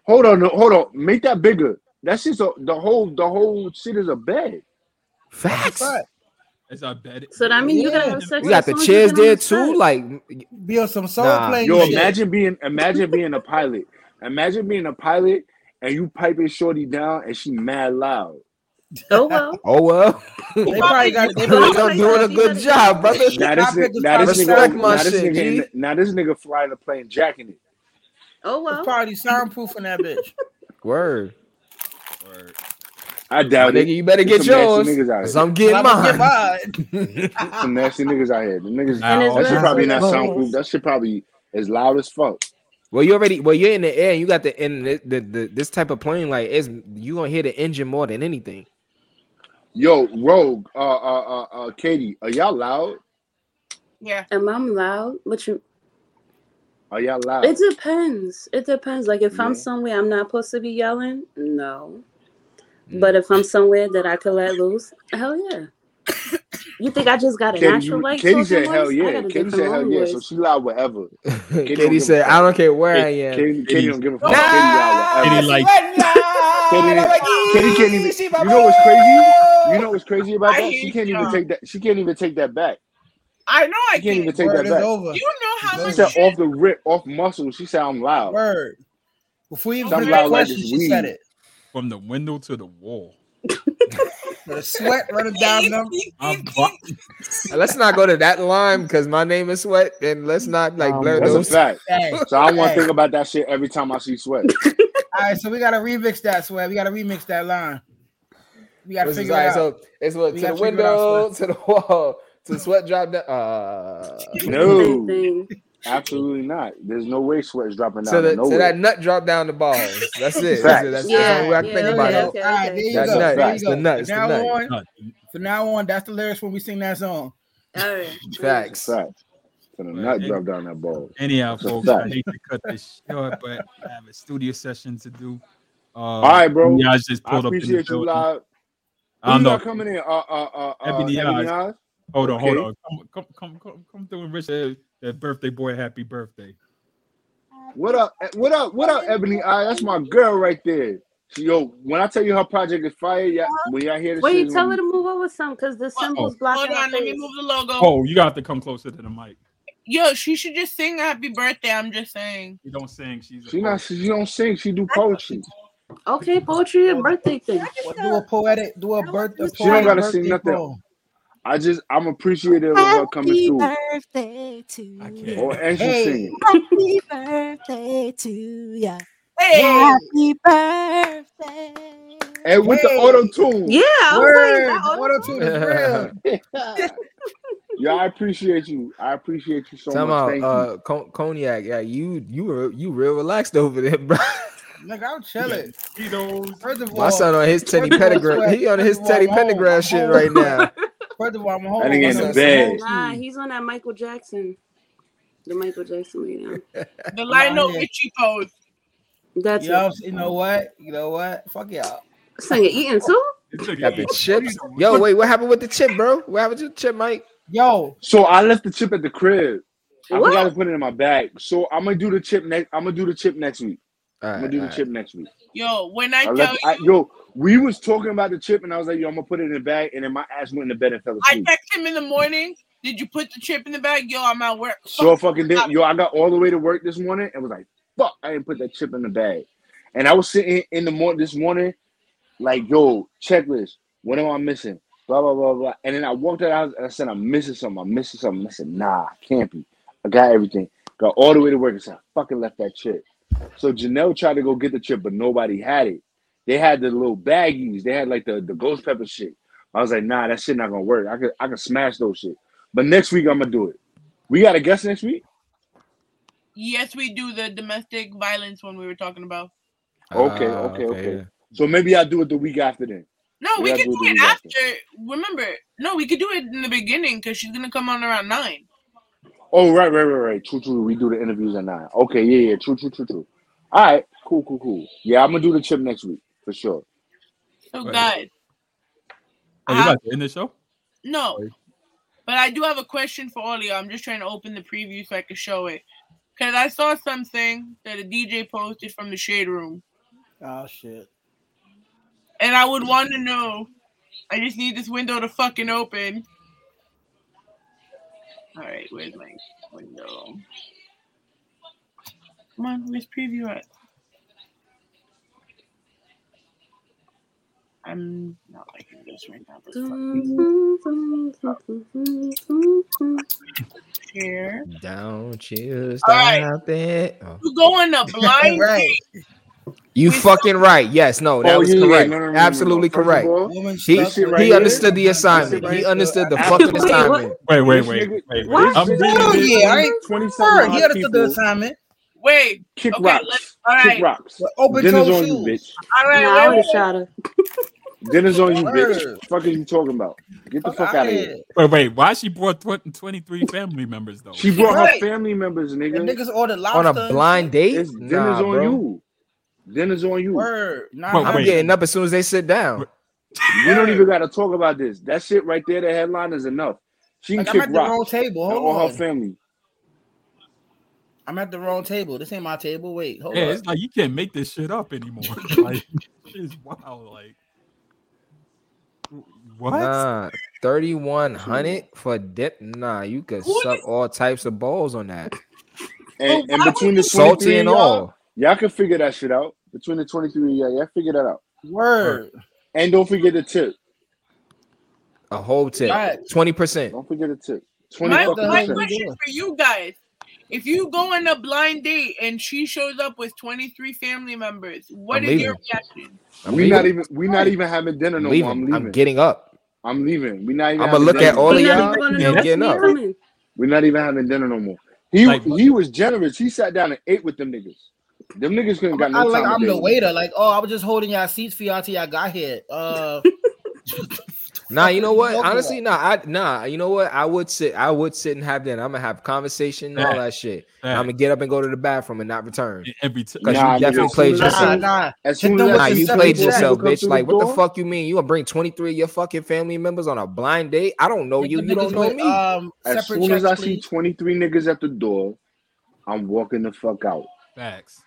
Hold on, no, hold on. Make that bigger. That's just a, the whole the whole shit is a bed.
That's a
Facts.
fact.
It's a bed.
So that means you can
Yeah.
have
In
sex
You
as
got
person.
the
soon as you
chairs
get on
there
the
too.
set.
Like,
Be on some soul
nah,
plane
Yo,
shit.
imagine being imagine being a pilot. Imagine being a pilot and you piping shorty down and she mad loud.
Oh well.
oh well.
You probably
They probably
you
got they
probably
probably
Bitch,
got
I'm
Somebody
doing
said she better
a good
get
job,
on
brother.
Now
I
this ni-
picked the probably
now this nigga
Respect my
now this
soundproof.
shit,
nigga in
G.
the, now this nigga flying a plane jacking it.
Oh
It's
well.
probably soundproof in that bitch.
Word.
Word.
I
My
doubt it.
nigga, you better
There's
get
some nasty
yours.
niggas out
Cause
here.
I'm
But
getting
I'm gonna get
mine.
mine.
Some nasty niggas out here. The niggas
And it's
Now
that shit
real
that's
probably
too.
not
It's
soundproof.
real.
That shit probably as loud as fuck.
well, you already well, you're in the air and you got the in the, the, the this type of plane, like it's you gonna hear the engine more than anything.
Yo, Rogue, uh, uh, uh, uh Katie, are y'all loud?
Yeah.
Am I loud? What you?
Are y'all
It
loud?
depends. It depends. Like if I'm
Yeah.
somewhere I'm not supposed to be yelling, no.
Mm.
But if I'm somewhere that I could let loose, hell yeah. You think I just got a
Katie,
natural
you
like
Katie
talking
said hell
voice? I got
yeah.
a
Katie
different
said hell
woman
yeah. So
voice.
she loud wherever. Katie don't
Katie
give a
said, I
fuck.
don't Ah, care where I
Katie,
am.
Katie, Katie
Katie,
don't give a fuck. Katie loud
Nah,
Katie,
wherever.
she
like
went
Katie
loud. I'm
didn't.
like,
Katie can't
"Ee,
even.
she
You know what's crazy? You
bubble.
know what's crazy about
I
that? She
hate
can't even
y'all.
take that. She can't even take that back.
I know I
She can't
can't.
even take
Word
that
is
back.
over.
You know
It's
how
She
much
said
over.
shit
off the rip, off muscle. She said I'm loud.
Word. Before you even
She, I'm
finish the
okay.
loud like it's
question, she said
weed.
it.
from the window to the wall.
The sweat running down them.
let's not go to that line because my name is Sweat, and let's not like blur
Um, That's a
those.
fact.
Hey,
So I want
hey.
to think about that shit every time I see sweat.
All right, so we gotta remix that sweat. We gotta remix that line. We gotta
This is
figure it
like,
out.
so it's what
We
to the
gotta figure it out,
window, to the wall, to sweat drop down. Uh,
No, absolutely not. There's no way sweat's dropping down.
to, the, to
nowhere.
that nut drop down the balls. That's it. That's,
Facts.
it. that's,
Yeah,
that's all we have to
yeah,
think
okay,
about.
okay,
All right, there you
That
go.
nut,
There you
the
go.
nut, the
From now
nut.
on, from now on, that's the lyrics when we sing that song.
All right.
Facts.
Facts. And I'm not drop down that ball.
Anyhow,
That's a
uh, folks, I
fact.
hate to cut this short, but I have a studio session to do. Uh,
All right, bro.
Niaz just
I
pulled up in the
appreciate you
building.
live. Who
I don't
you
know.
got coming in? Uh, uh, uh, uh,
Ebony
Ebony
Eyes.
Eyes?
Hold on, hold
Okay.
on. Come, come, come, come, come through and wish that, that birthday boy a happy birthday.
What up? eh, What up? What up, Ebony Eye? That's my girl right there. She, yo, when I tell you her project is fire, yeah, when y'all hear this
Well,
shit, um,
you
it's
tell
gonna
her
be-
to move over some because the symbols blocking. Hold on, let me move
the logo.
Oh, you got to come closer to the mic.
Yo, she should just sing happy birthday. I'm just saying.
You don't sing. She's
she not she don't sing, she do poetry.
Okay, poetry and birthday thing.
Do a poetic, do a birth, a
She
poetic
don't gotta sing
birthday
nothing.
poem.
I just I'm appreciative of her coming through
birthday to you.
or and she singing.
Happy birthday to ya.
Hey.
Happy birthday.
And with the auto tune.
Yeah, I was like, is that
auto tune is real.
yeah, I appreciate you. I appreciate you so
Time
much.
out,
Thank you.
uh, Con- cognac. Yeah, you you were you real relaxed over there, bro.
Nigga, I'm chilling. First of all,
My son on his Teddy
first of all,
Pettigrew.
Sweat,
He on
first
his
of all,
Teddy
I'm home.
Pendergrass
I'm
shit
home.
right now.
First of all, I'm home.
That nigga in the
I'm
bed.
Nah, he's on that Michael Jackson. The Michael Jackson right now.
The
I'm out
Lionel
here.
Richie pose.
That's
Yo,
it.
you know what? You know what? Fuck y'all.
Singing, eating too.
Got the chips. Yo, wait, what happened with the chip, bro? What happened with the chip, Mike?
Yo,
So I left the chip at the crib. I
What?
forgot to put it in my bag. So I'm gonna do the chip next. I'm gonna do the chip next week. I'm
right,
gonna do
all
the
right.
chip next week.
Yo, when I
I
tell
left.
you,
I, yo, we was talking about the chip, and I was like, "Yo, I'm gonna put it in the bag," and then my ass went to bed and fell
I
asleep.
text him in the morning. Did you put the chip in the bag? Yo, I'm at work.
So I fucking did. Yo, I got all the way to work this morning and was like, "Fuck, I didn't put that chip in the bag." And I was sitting in the morning this morning, like, "Yo, checklist. What am I missing?" Blah blah blah blah. And then I walked out the house and I said, "I'm missing something. I'm missing something." I said, "Nah, can't be. I got everything. Got all the way to work and said, I fucking left that chip." So Janelle tried to go get the chip, but nobody had it. They had the little baggies. They had like the, the ghost pepper shit. I was like, nah, that shit not gonna work. I could I could smash those shit. But next week I'm gonna do it. We got a guest next week.
Yes, we do the domestic violence one we were talking about.
Okay,
Ah, okay,
okay, okay.
yeah.
So maybe I'll do it the week after then.
No, we
Maybe
can
I'll
do
it the
it
week after.
after. Remember, no, we could do it in the beginning because she's gonna come on around nine.
Oh, right, right, right, right. True, true. We do the interviews at nine. Okay, yeah, yeah. True, true, true, true. All right, cool, cool, cool. Yeah, I'm gonna do the chip next week for sure.
So,
Right.
guys,
Are Oh, you about to end the show?
no, but I do have a question for all of you. I'm just trying to open the preview so I can show it because I saw something that a DJ posted from the shade room,
oh shit.
and I would want to know. I just need this window to fucking open. All right, where's my window? Come on, where's preview at? I'm not liking this right now. But fuck
Mm.
here.
Don't you
All right.
stop it. Oh.
You go on a blind
right.
You fucking right. Yes, no, that
Oh,
was
yeah, yeah.
correct.
No, no, no, no, no.
Absolutely
First of
correct.
all,
Woman
He
stuck
shit
with
right
he
here-
understood the
this shit
assignment.
right
He
here.
understood the
Absolutely.
fucking assignment.
Wait, wait,
This
wait,
nigga,
wait, wait.
this
I'm
nigga
reading
Oh
made
this.
yeah, I ain't
20 something
word. He
odd
understood the
people
assignment.
Wait.
kick
Okay. Let's,
rocks.
all
Kick
right.
rocks.
With open
Dinner's
toe
on you,
shoes.
bitch.
All right.
Nah, I
Wait,
would
wait,
have shot her.
Dinner's on you, bitch.
Word.
Fuck are you talking about? Get the
Fuck
fuck
out
out
of
of here.
here.
Wait, wait. Why she brought tw- 23 family members, though?
She brought her
Right.
family members,
The
nigga.
niggas ordered
On
lobster.
a
and shit.
blind date?
It's dinner's
Nah,
on
bro.
you. Dinner's on you.
Word. Not
But
I'm
wait,
hungry.
getting up as soon as they sit down.
We don't even
Word.
gotta talk about this. That shit right there, the headline is enough. She can
Like I'm
kick
at the wrong
rocks
table.
and all
Hold
her
on.
family.
I'm at the wrong table. This ain't my table. Wait, hold
yeah,
up.
it's like you can't make this shit up anymore. like, it's wild. Like, what?
Nah, 3100 for dip. Nah, you could
Who
suck all types of balls on that.
And,
But
and
why
between the
would you-
23
Salty
and
and
y'all,
all.
y'all can figure that shit out. Between the 23 and y'all, y'all figure that out.
Word.
And don't forget the tip.
A whole tip.
Right.
Twenty percent.
Don't forget a tip.
My, my question for you guys: If you go on a blind date and she shows up with twenty-three family members, what
I'm
is your
leaving.
reaction?
I'm
we
leaving.
not even we not even having dinner no more. I'm
leaving.
leaving.
I'm getting up.
I'm leaving. We not even.
I'ma
having
look at
dinner.
all of We're not y'all even gonna and know getting what's up. coming.
We're not even having dinner no more. He he was generous. He sat down and ate with them niggas. Them niggas couldn't got no
I
time.
like I'm
to
the
date.
waiter. Like, oh, I was just holding y'all seats for y'all till y'all got here. Uh,
Nah, you know
Fuck
what?
you talking
Honestly, nah, I nah, you know what? I would sit, I would sit and have dinner. I'm gonna have conversation, and all
Fact.
that shit.
Fact.
I'm gonna get up and go to the bathroom and not return.
Every
because
E,
you
Nah, nigga,
definitely
as
played
soon as-
yourself.
Nah, nah. As soon as that
nah,
bitch
you
seven
played
people
yourself,
come
bitch.
through
Like,
the
what the
door?
fuck you mean? You gonna bring 23 of your fucking family members on a blind date? I don't know you.
them
You
niggas
don't know
with,
me.
um,
as soon as I see 23 niggas at the door, I'm walking the fuck out.
Facts.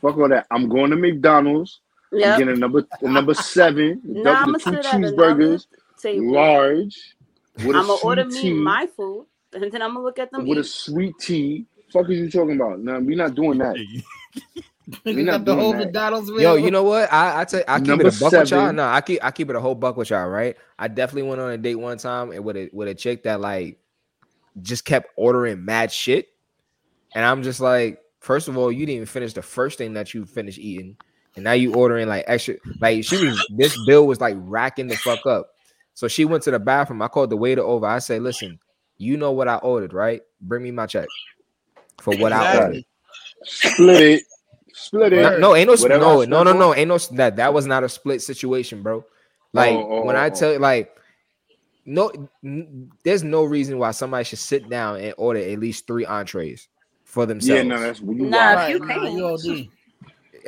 Fuck all that. I'm going to McDonald's.
Yep.
I'm getting a number a number seven,
Now
the double,
I'm
the
gonna
two
sit at another
cheeseburgers,
table.
large, with a
I'm gonna order
sweet
me
tea,
my food, and then I'm gonna look at them
with a
eat.
sweet tea. Fuck is you talking about? Nah, we not doing that. we not
the
doing
whole
that.
McDonald's
Yo, you know what? I I, tell, I keep
Number
it a buck with y'all.
seven.
No, I keep I keep it a whole buck with y'all. Right? I definitely went on a date one time and with a with a chick that like just kept ordering mad shit, and I'm just like, first of all, you didn't even finish the first thing that you finished eating, and now you ordering like extra. Like she was this bill was like racking the fuck up. So she went to the bathroom. I called the waiter over. I say, listen, you know what I ordered, right? Bring me my check for what I ordered.
Exactly. Split it. Split it.
No, no, ain't no, sp-
Whatever I
no, no,
spent
no,
on-
no, ain't no. s- That that was not a split situation, bro. Like
Oh, oh,
when I
oh.
tell you, like no, n- there's no reason why somebody should sit down and order at least three entrees for
Yeah,
themselves.
no, that's what you
Nah,
wild.
if you paying, you OD.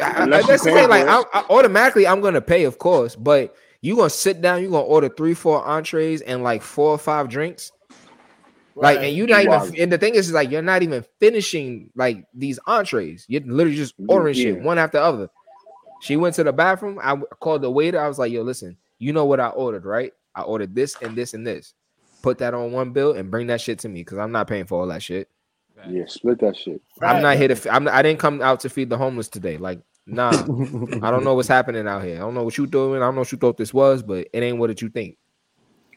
I, I,
Unless you
that's the
paying
thing. Like
for
I,
it.
I- automatically, I'm gonna pay, of course, but you gonna sit down, you gonna order three, four entrees and like four or five drinks. Like, and you're not even,
Wild.
and the thing is, is like you're not even finishing like these entrees. You're literally just ordering shit
Yeah.
one after other. She went to the bathroom. I w- called the waiter. I was like, "Yo, listen, you know what I ordered, right? I ordered this and this and this. Put that on one bill and bring that shit to me because I'm not paying for all that shit.
Yeah, split that shit.
I'm not here to. F- I'm. Not, I didn't come out to feed the homeless today. Like, nah. I don't know what's happening out here. I don't know what you doing. I don't know what you thought this was, but it ain't what it you think.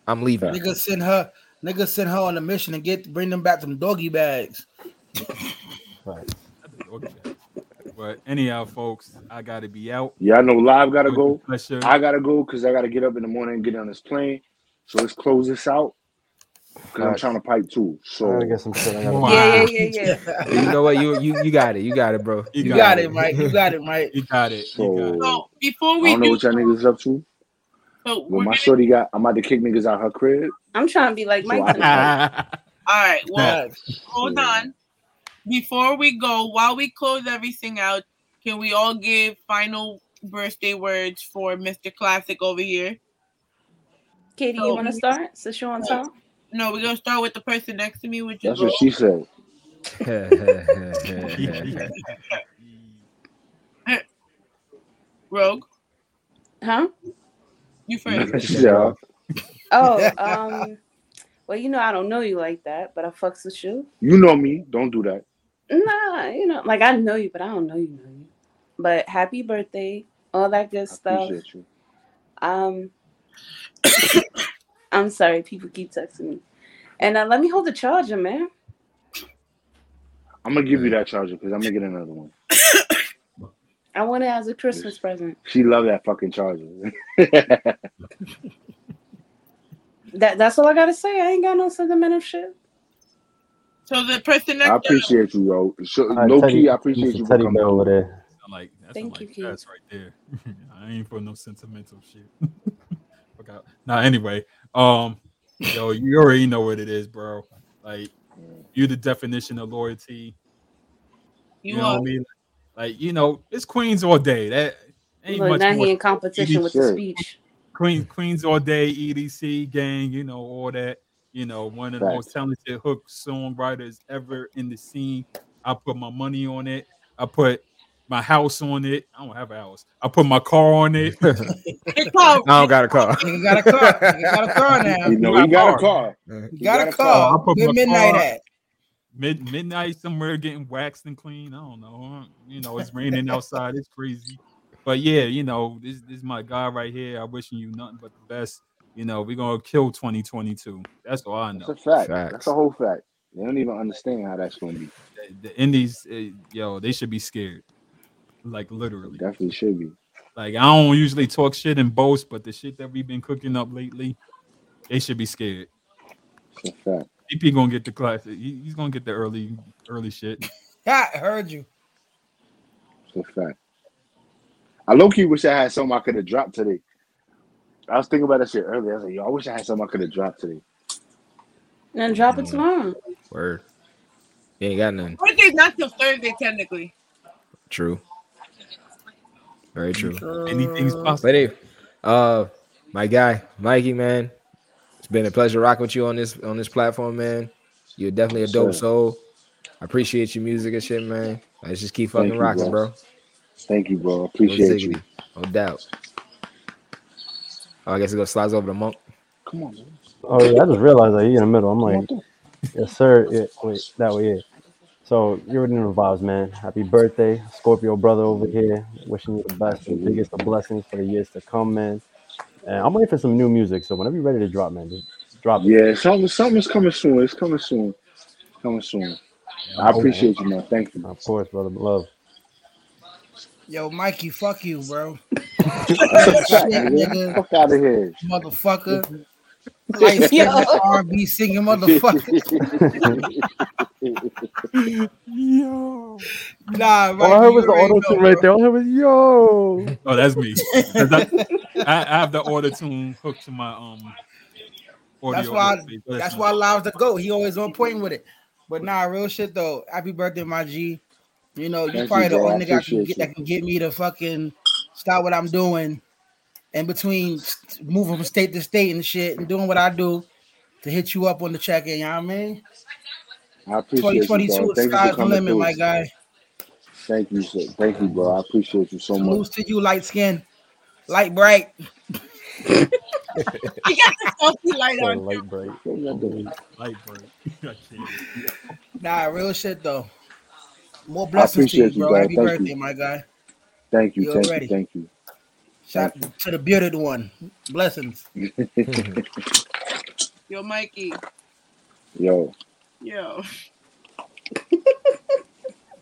I'm leaving.
Nigga send her, nigga send her on a mission and get bring them back some doggy bags.
But anyhow, folks, I gotta be out.
Yeah, I know live gotta go.
Pleasure.
I gotta go because I gotta get up in the morning and get on this plane. So let's close this out because I'm
Facts.
trying to pipe too. So
I gotta get some shit I gotta-
Wow.
yeah,
you know what? You you you got it. You got it, bro.
You got it, Mike. You got it, Mike.
You got it.
So
Before
I
we
don't know
do,
what y'all niggas is up to.
so
But my shorty got, I'm about to kick niggas out her crib.
I'm trying to be like
So
Mike.
I can
tonight.
pipe.
All right. Well,
Facts.
hold on. Before we go, while we close everything out, can we all give final birthday words for Mr. Classic over here?
Katie, you want to start? Since you're on top.
No, we're gonna start with the person next to me, which
That's
is
what she said.
Rogue.
Huh?
You first.
She said, uh,
Oh, um. Well, you know I don't know you like that, but I fucks with you.
you know me. Don't do that.
Nah, you know, like I know you, but I don't know you know you. But happy birthday, all that good stuff.
Appreciate you.
Um, I'm sorry, people keep texting me, and uh, let me hold the charger, man.
I'm gonna give you that charger because I'm gonna get another one.
I want it as a Christmas present.
She love that fucking charger.
That that's all I gotta say. I ain't got no sentimental shit.
So the person next
I
to
appreciate you, yo. So,
All right,
low key,
Teddy-
I appreciate
Mr.
you for
Teddy
coming.
Bear over there.
Like that's
Thank you, Keith.
right there. I ain't for no sentimental shit. Fuck out. Nah, anyway, um, yo, you already know what it is, bro. Like, you the definition of loyalty. You,
You
know
are.
what I mean? Like, you know, it's Queens all day. That ain't
Look,
much
now
more.
he in competition with the
EDC.
speech.
Queens, Queens all day, EDC gang, you know, all that. You know, one of the most talented hook songwriters ever in the scene. I put my money on it. I put my house on it. I don't have a house. I put my car on it. I
Oh.
don't got a car.
Nigga got a car. Nigga got a car now.
You know, he got a car.
He got a car.
I put
Where
my
midnight
car-
at?
Mid midnight somewhere getting waxed and clean. I don't know. You know, it's raining outside. It's crazy. But yeah, you know, this, this is my guy right here. I wishing you nothing but the best. You know, we're gonna kill 2022. That's all I know.
That's a fact. That's a whole fact. They don't even understand how that's going to be.
The Indies, eh, yo, they should be scared. Like literally.
Definitely should be.
Like I don't usually talk shit and boast, but the shit that we've been cooking up lately, they should be scared.
That's a fact.
DP gonna get the class. he- he's gonna get the early, early shit.
I heard you.
That's a fact. I low key wish I had something I could have dropped today. I was thinking about that shit earlier. I was like, yo, I wish I had something I could have dropped today.
Then drop
Mm-hmm.
it tomorrow.
Word. You ain't got nothing.
Birthday's not till Thursday technically.
True. Very true.
Anything's possible.
But hey, uh, my guy, Mikey, man, it's been a pleasure rocking with you on this on this platform, man. You're definitely a dope
Sure.
soul. I appreciate your music and shit, man. Let's just keep fucking
Thank you,
rocking,
bro.
bro.
Thank you, bro. Appreciate you.
diggity. No doubt. Oh, I guess it goes slides over the monk.
Come on, man.
Oh yeah, I just realized that you in the middle. I'm like, yes, sir. Yeah, wait, that way. Yeah. So you're already in the vibes, man. Happy birthday, Scorpio brother over here. Wishing you the best and biggest of blessings for the years to come, man. And I'm waiting for some new music. So whenever you're ready to drop, man, just drop it.
Yeah, something, something's coming soon. It's coming soon. Coming soon. I appreciate you, man. Thank you.
Of course, brother. Love.
Yo, Mikey, fuck you, bro.
That's a fact,
Shit,
nigga.
nigga.
Fuck out of here.
Motherfucker. Life singing R&B singing motherfucker.
Yo.
Nah, Mikey,
All I heard
you
was the
already
auto
know,
tune right there. All I heard was yo.
Oh, that's me. 'Cause I, I I have the auto tune hooked to my um audio.
That's why.
interface. That's
That's
my-
why Live's the go. He always on point with it. But nah, real shit though. Happy birthday, my G. You know, you
Thank
probably
you,
the
bro. I
only nigga I can
appreciate
get
you.
that can get me to fucking stop what I'm doing in between st- moving from state to state and shit and doing what I do to hit you up on the check in. You know what I mean?
I appreciate you,
2022
bro.
is
Thank you for
sky's the
coming
limit,
through.
my guy.
Thank you, sir. Thank you, bro. I appreciate you so much.
Salutes to you, light skin, light bright.
He got the saucy light
Said
on.
light bright.
Light bright. I can't.
Nah, real shit though. More
I
blessings to you,
appreciate you,
bro.
bro.
Happy
Thank
birthday,
you.
my guy.
Thank you.
You
Thank you.
already.
Thank you.
Shout to the bearded one. Blessings.
Yo, Mikey.
Yo.
Yo.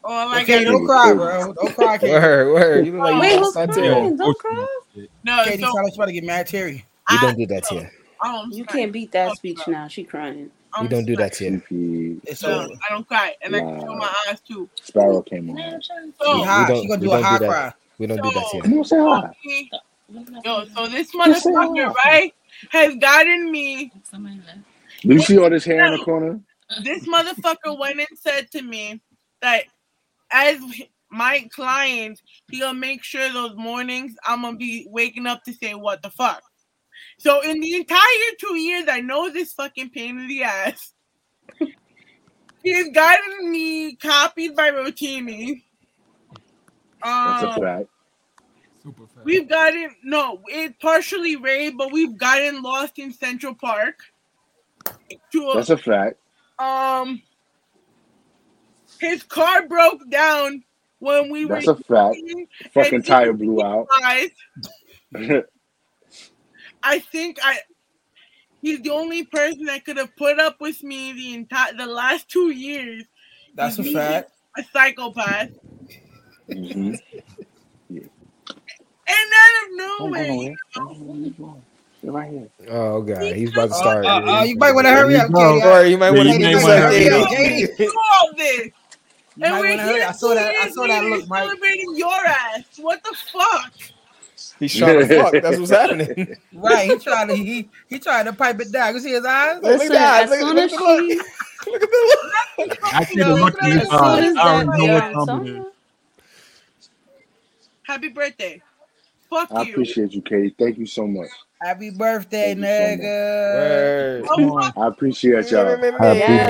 Oh my
Okay,
god.
don't cry, bro. Don't cry, Katie.
Word, word. You look like you
Wait,
lost
who's
Santiago.
crying?
Don't cry.
No,
Katie
so
sounds like she about to get mad, Terry.
We don't do that here.
Oh,
you can't beat that speech now. She crying.
We don't do that here.
It's
no, I don't cry, and I can feel my eyes too.
Sparrow came on.
So,
She high. She gonna do a high cry.
We don't do that here.
Come on, say hi.
me- yo, so this
Just say
motherfucker,
hi.
right, has gotten me.
Do you see all this hair in the corner?
This motherfucker went and said to me that as my client, he gonna make sure those mornings I'm gonna be waking up to say what the fuck. So in the entire two years, I know this fucking pain in the ass. He's gotten me copied by Rotini.
That's a
Um,
fact.
Super fast.
we've gotten no, it partially raid, but we've gotten lost in Central Park. To a-
That's a fact.
um his car broke down when we
That's
were
a fact.
eating
Fucking
and
tire blew out.
fries. I think I he's the only person that could have put up with me the entire the last two years.
That's a
He's
fact.
A psychopath.
Mhm.
And out of
Don't go
nowhere,
nowhere. Don't go nowhere. You're right here.
Oh god, he's about to
Uh,
start.
uh, uh, you might want to hurry up,
Don't
Katie.
worry, you might
Yeah,
want
you
to
may
do
wanna hurry
something.
up.
Katie,
do all this.
you
And
might
we're
want to hurry.
here
I saw
two
that. I
years
saw that
later
look, Mike.
celebrating your ass. What the fuck?
He's trying to fuck. That's what's happening.
Right? He tried to he he tried to pipe it down. You see his eyes?
Look at
Listen,
that.
as
Look
soon
at- look
as
at the look.
she,
Look at the look.
I see the
Yo,
look in his
as soon
eyes.
as
I
that,
already know what
yo,
time it is.
Sonya,
Happy birthday. Fuck
I
you.
appreciate you, Katie. Thank you so much.
Happy birthday,
Thank you so much.
nigga.
Word.
Come on.
I appreciate y'all.
Happy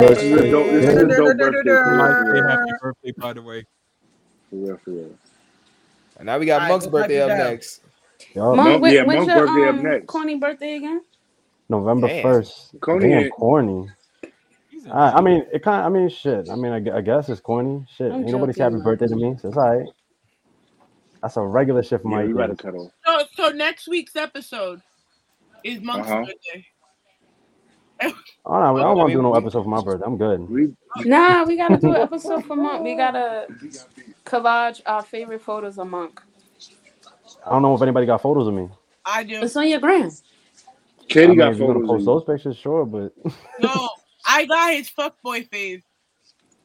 This is a dope. This
birthday.
is a dope birthday for real,
I'll
for
say
real,
happy birthday, by the way.
for real, for real.
And now we got
All right,
Monk's
go pipe
birthday
it
up
down.
next.
Yup.
Mom,
Uh, Monk, yeah,
when, when's
Monk
your
birthday up
um
next.
corny birthday again?
November
Damn.
first.
Coney,
Damn,
ain't-
corny.
He's a
I, I mean, it kind. I mean, shit. I mean, I, gu- I guess it's corny. Shit,
I'm
ain't nobody say
joking,
happy
Mom.
birthday to me, so it's all right. That's a regular shit for
yeah,
my
we about to
years.
cut off.
So, so next week's episode. It's monk's
Uh-huh.
birthday.
I don't, I don't want to do no episode for my birthday. I'm good.
Nah, we gotta do an episode for Monk. We gotta collage our favorite photos of Monk.
I don't know if anybody got photos of me.
I do.
It's on your gram.
I
Katie
mean,
got
if you're gonna
photos.
post
Of
those pictures, sure, but
No, I got his fuckboy face.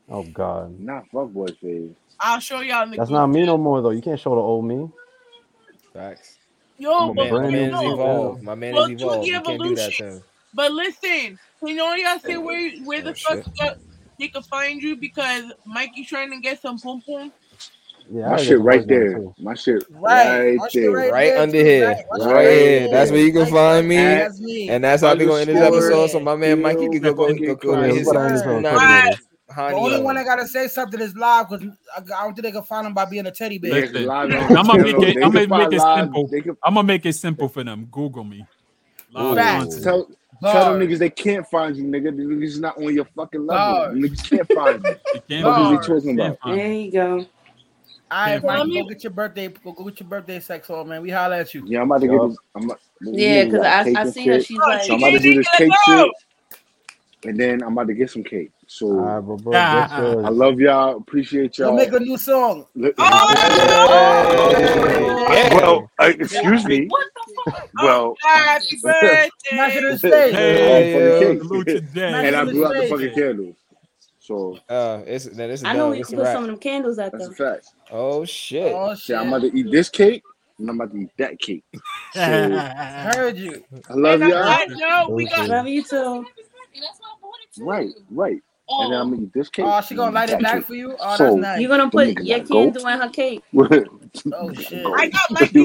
oh god,
not fuckboy face.
I'll show y'all in the
That's
group.
not me no more though. You can't show the old me.
Facts.
Yo,
I'm a
but
brand
man
new
is
man
evolved.
now.
My man
Well,
is
to
evolved.
the
You can't do that to him. Oh,
But listen, you know what I say? Where where the fuck
shit.
you- they can find you because Mikey trying to get some poom poom.
Yeah,
my
I
shit
got
right
some
there.
too.
My shit
Right.
right,
My shit
there.
right
Right
there,
under
too.
here.
Right. My shit
Right
right
here. That's
there.
where you can
Like,
find me.
that's me.
And that's how we're gonna end this
Underscore.
episode. So my man Mikey could go go, go, go
Yeah,
to
we
his
gotta end this on
Tsunami
Twitter.
The
Hani
only
up.
one I gotta say something is live because I, I don't think they can find him by being a teddy bear.
Listen, I'm gonna make it. I'm gonna make it simple. I'm gonna make it simple for them. Google me. Live
Facts.
content.
Tell, tell them niggas they can't find you, nigga. The niggas not on your fucking level.
Bars.
Niggas can't find you.
can't
what is
find
he
you.
talking about?
There you go.
All right,
Can't
Mike,
find
go
him.
get your birthday. Go, go get your birthday sex on, man. We holla at you.
Yeah, I'm about to get this. I'm about, these
Yeah,
niggas
'cause
got
I-
cake
I
and
seen her.
shit.
She's like-
so I'm about to do this
She
cake
can't even
shit, and then I'm about to get some cake. So
bro, bro, get yours.
I love y'all. Appreciate
Go
y'all.
make a new song.
Look-
Oh!
Oh,
Well, uh, excuse me.
Oh,
Well,
Happy birthday!
Smash it in the stage.
Hey,
for the
yo.
cake.
Salute
today.
and I
Smash it in
blew
the
out the
face.
fucking candle. So
uh, it's now this is
I know
done.
where you
This
can
a
put
wrap.
some of them candles out
That's
though.
a fact.
Oh shit.
Oh
Yeah, I'm about to eat this cake and I'm about to eat that cake. So I
Heard you.
love
And
y'all.
on that note, we got-
Love you too.
Right, right. And then I'm gonna eat this cake.
Oh, she gonna
and
light it
that
back
cake.
for you? Oh, that's
so
nice.
You're gonna
them
put
niggas
your
gotta go.
candle in her cake.
Oh shit.
I
got
my video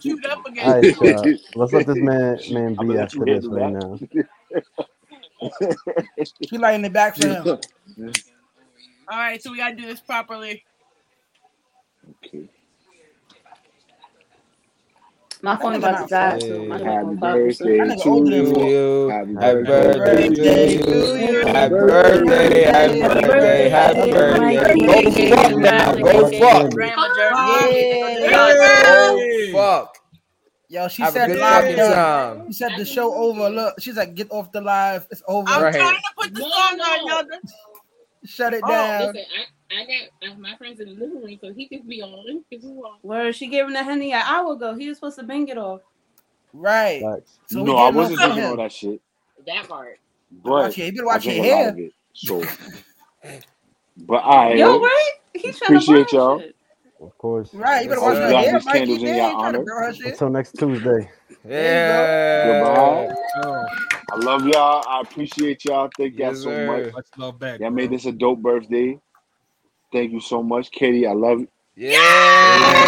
queued up
All
again.
right, so let's let this man man be
I'm gonna let
after
you
this
handle
right now.
that.
She lighting it back for him.
All right, so we gotta do this properly.
My
That
phone
nigga
about
not
to die
fucked.
too. My shit
Happy
went five percent.
birthday to you. Happy
Happy birthday
birthday
to
to
you.
you.
Happy birthday. Happy birthday. Happy birthday. Go fuck now. Go fuck. Go fuck.
Yo, she
Have a
said
good
live
fucking
done.
time.
She said the show over. Look, she's like, get off the live. It's over.
I'm Right. trying
to put the song on, y'all.
Shut it
Oh.
down.
Listen, I got my friends in the living room, so he could be on. Where she gave him the henny an hour ago. He was supposed to bang it off.
Right. So we
No, I
getting
wasn't
off
drinking
him.
all that shit.
That part.
But
Watch it. You better
I
watch
drank
your
a lot
hair.
of it. So, but I
Yo, right? He trying
appreciate
to burn
y'all.
shit.
Of course.
Right, you better
I
watch
was
her
lighting
hair,
these
Mikey,
candles in
man.
your
You trying to
honor.
burn her shit.
Until next Tuesday.
Goodbye.
Yeah.
I love y'all. I appreciate y'all. Thank y'all
Yes,
so much.
sir.
Much love back.
Y'all made this a dope birthday. Thank you so much, Katie. I love you.
Yeah.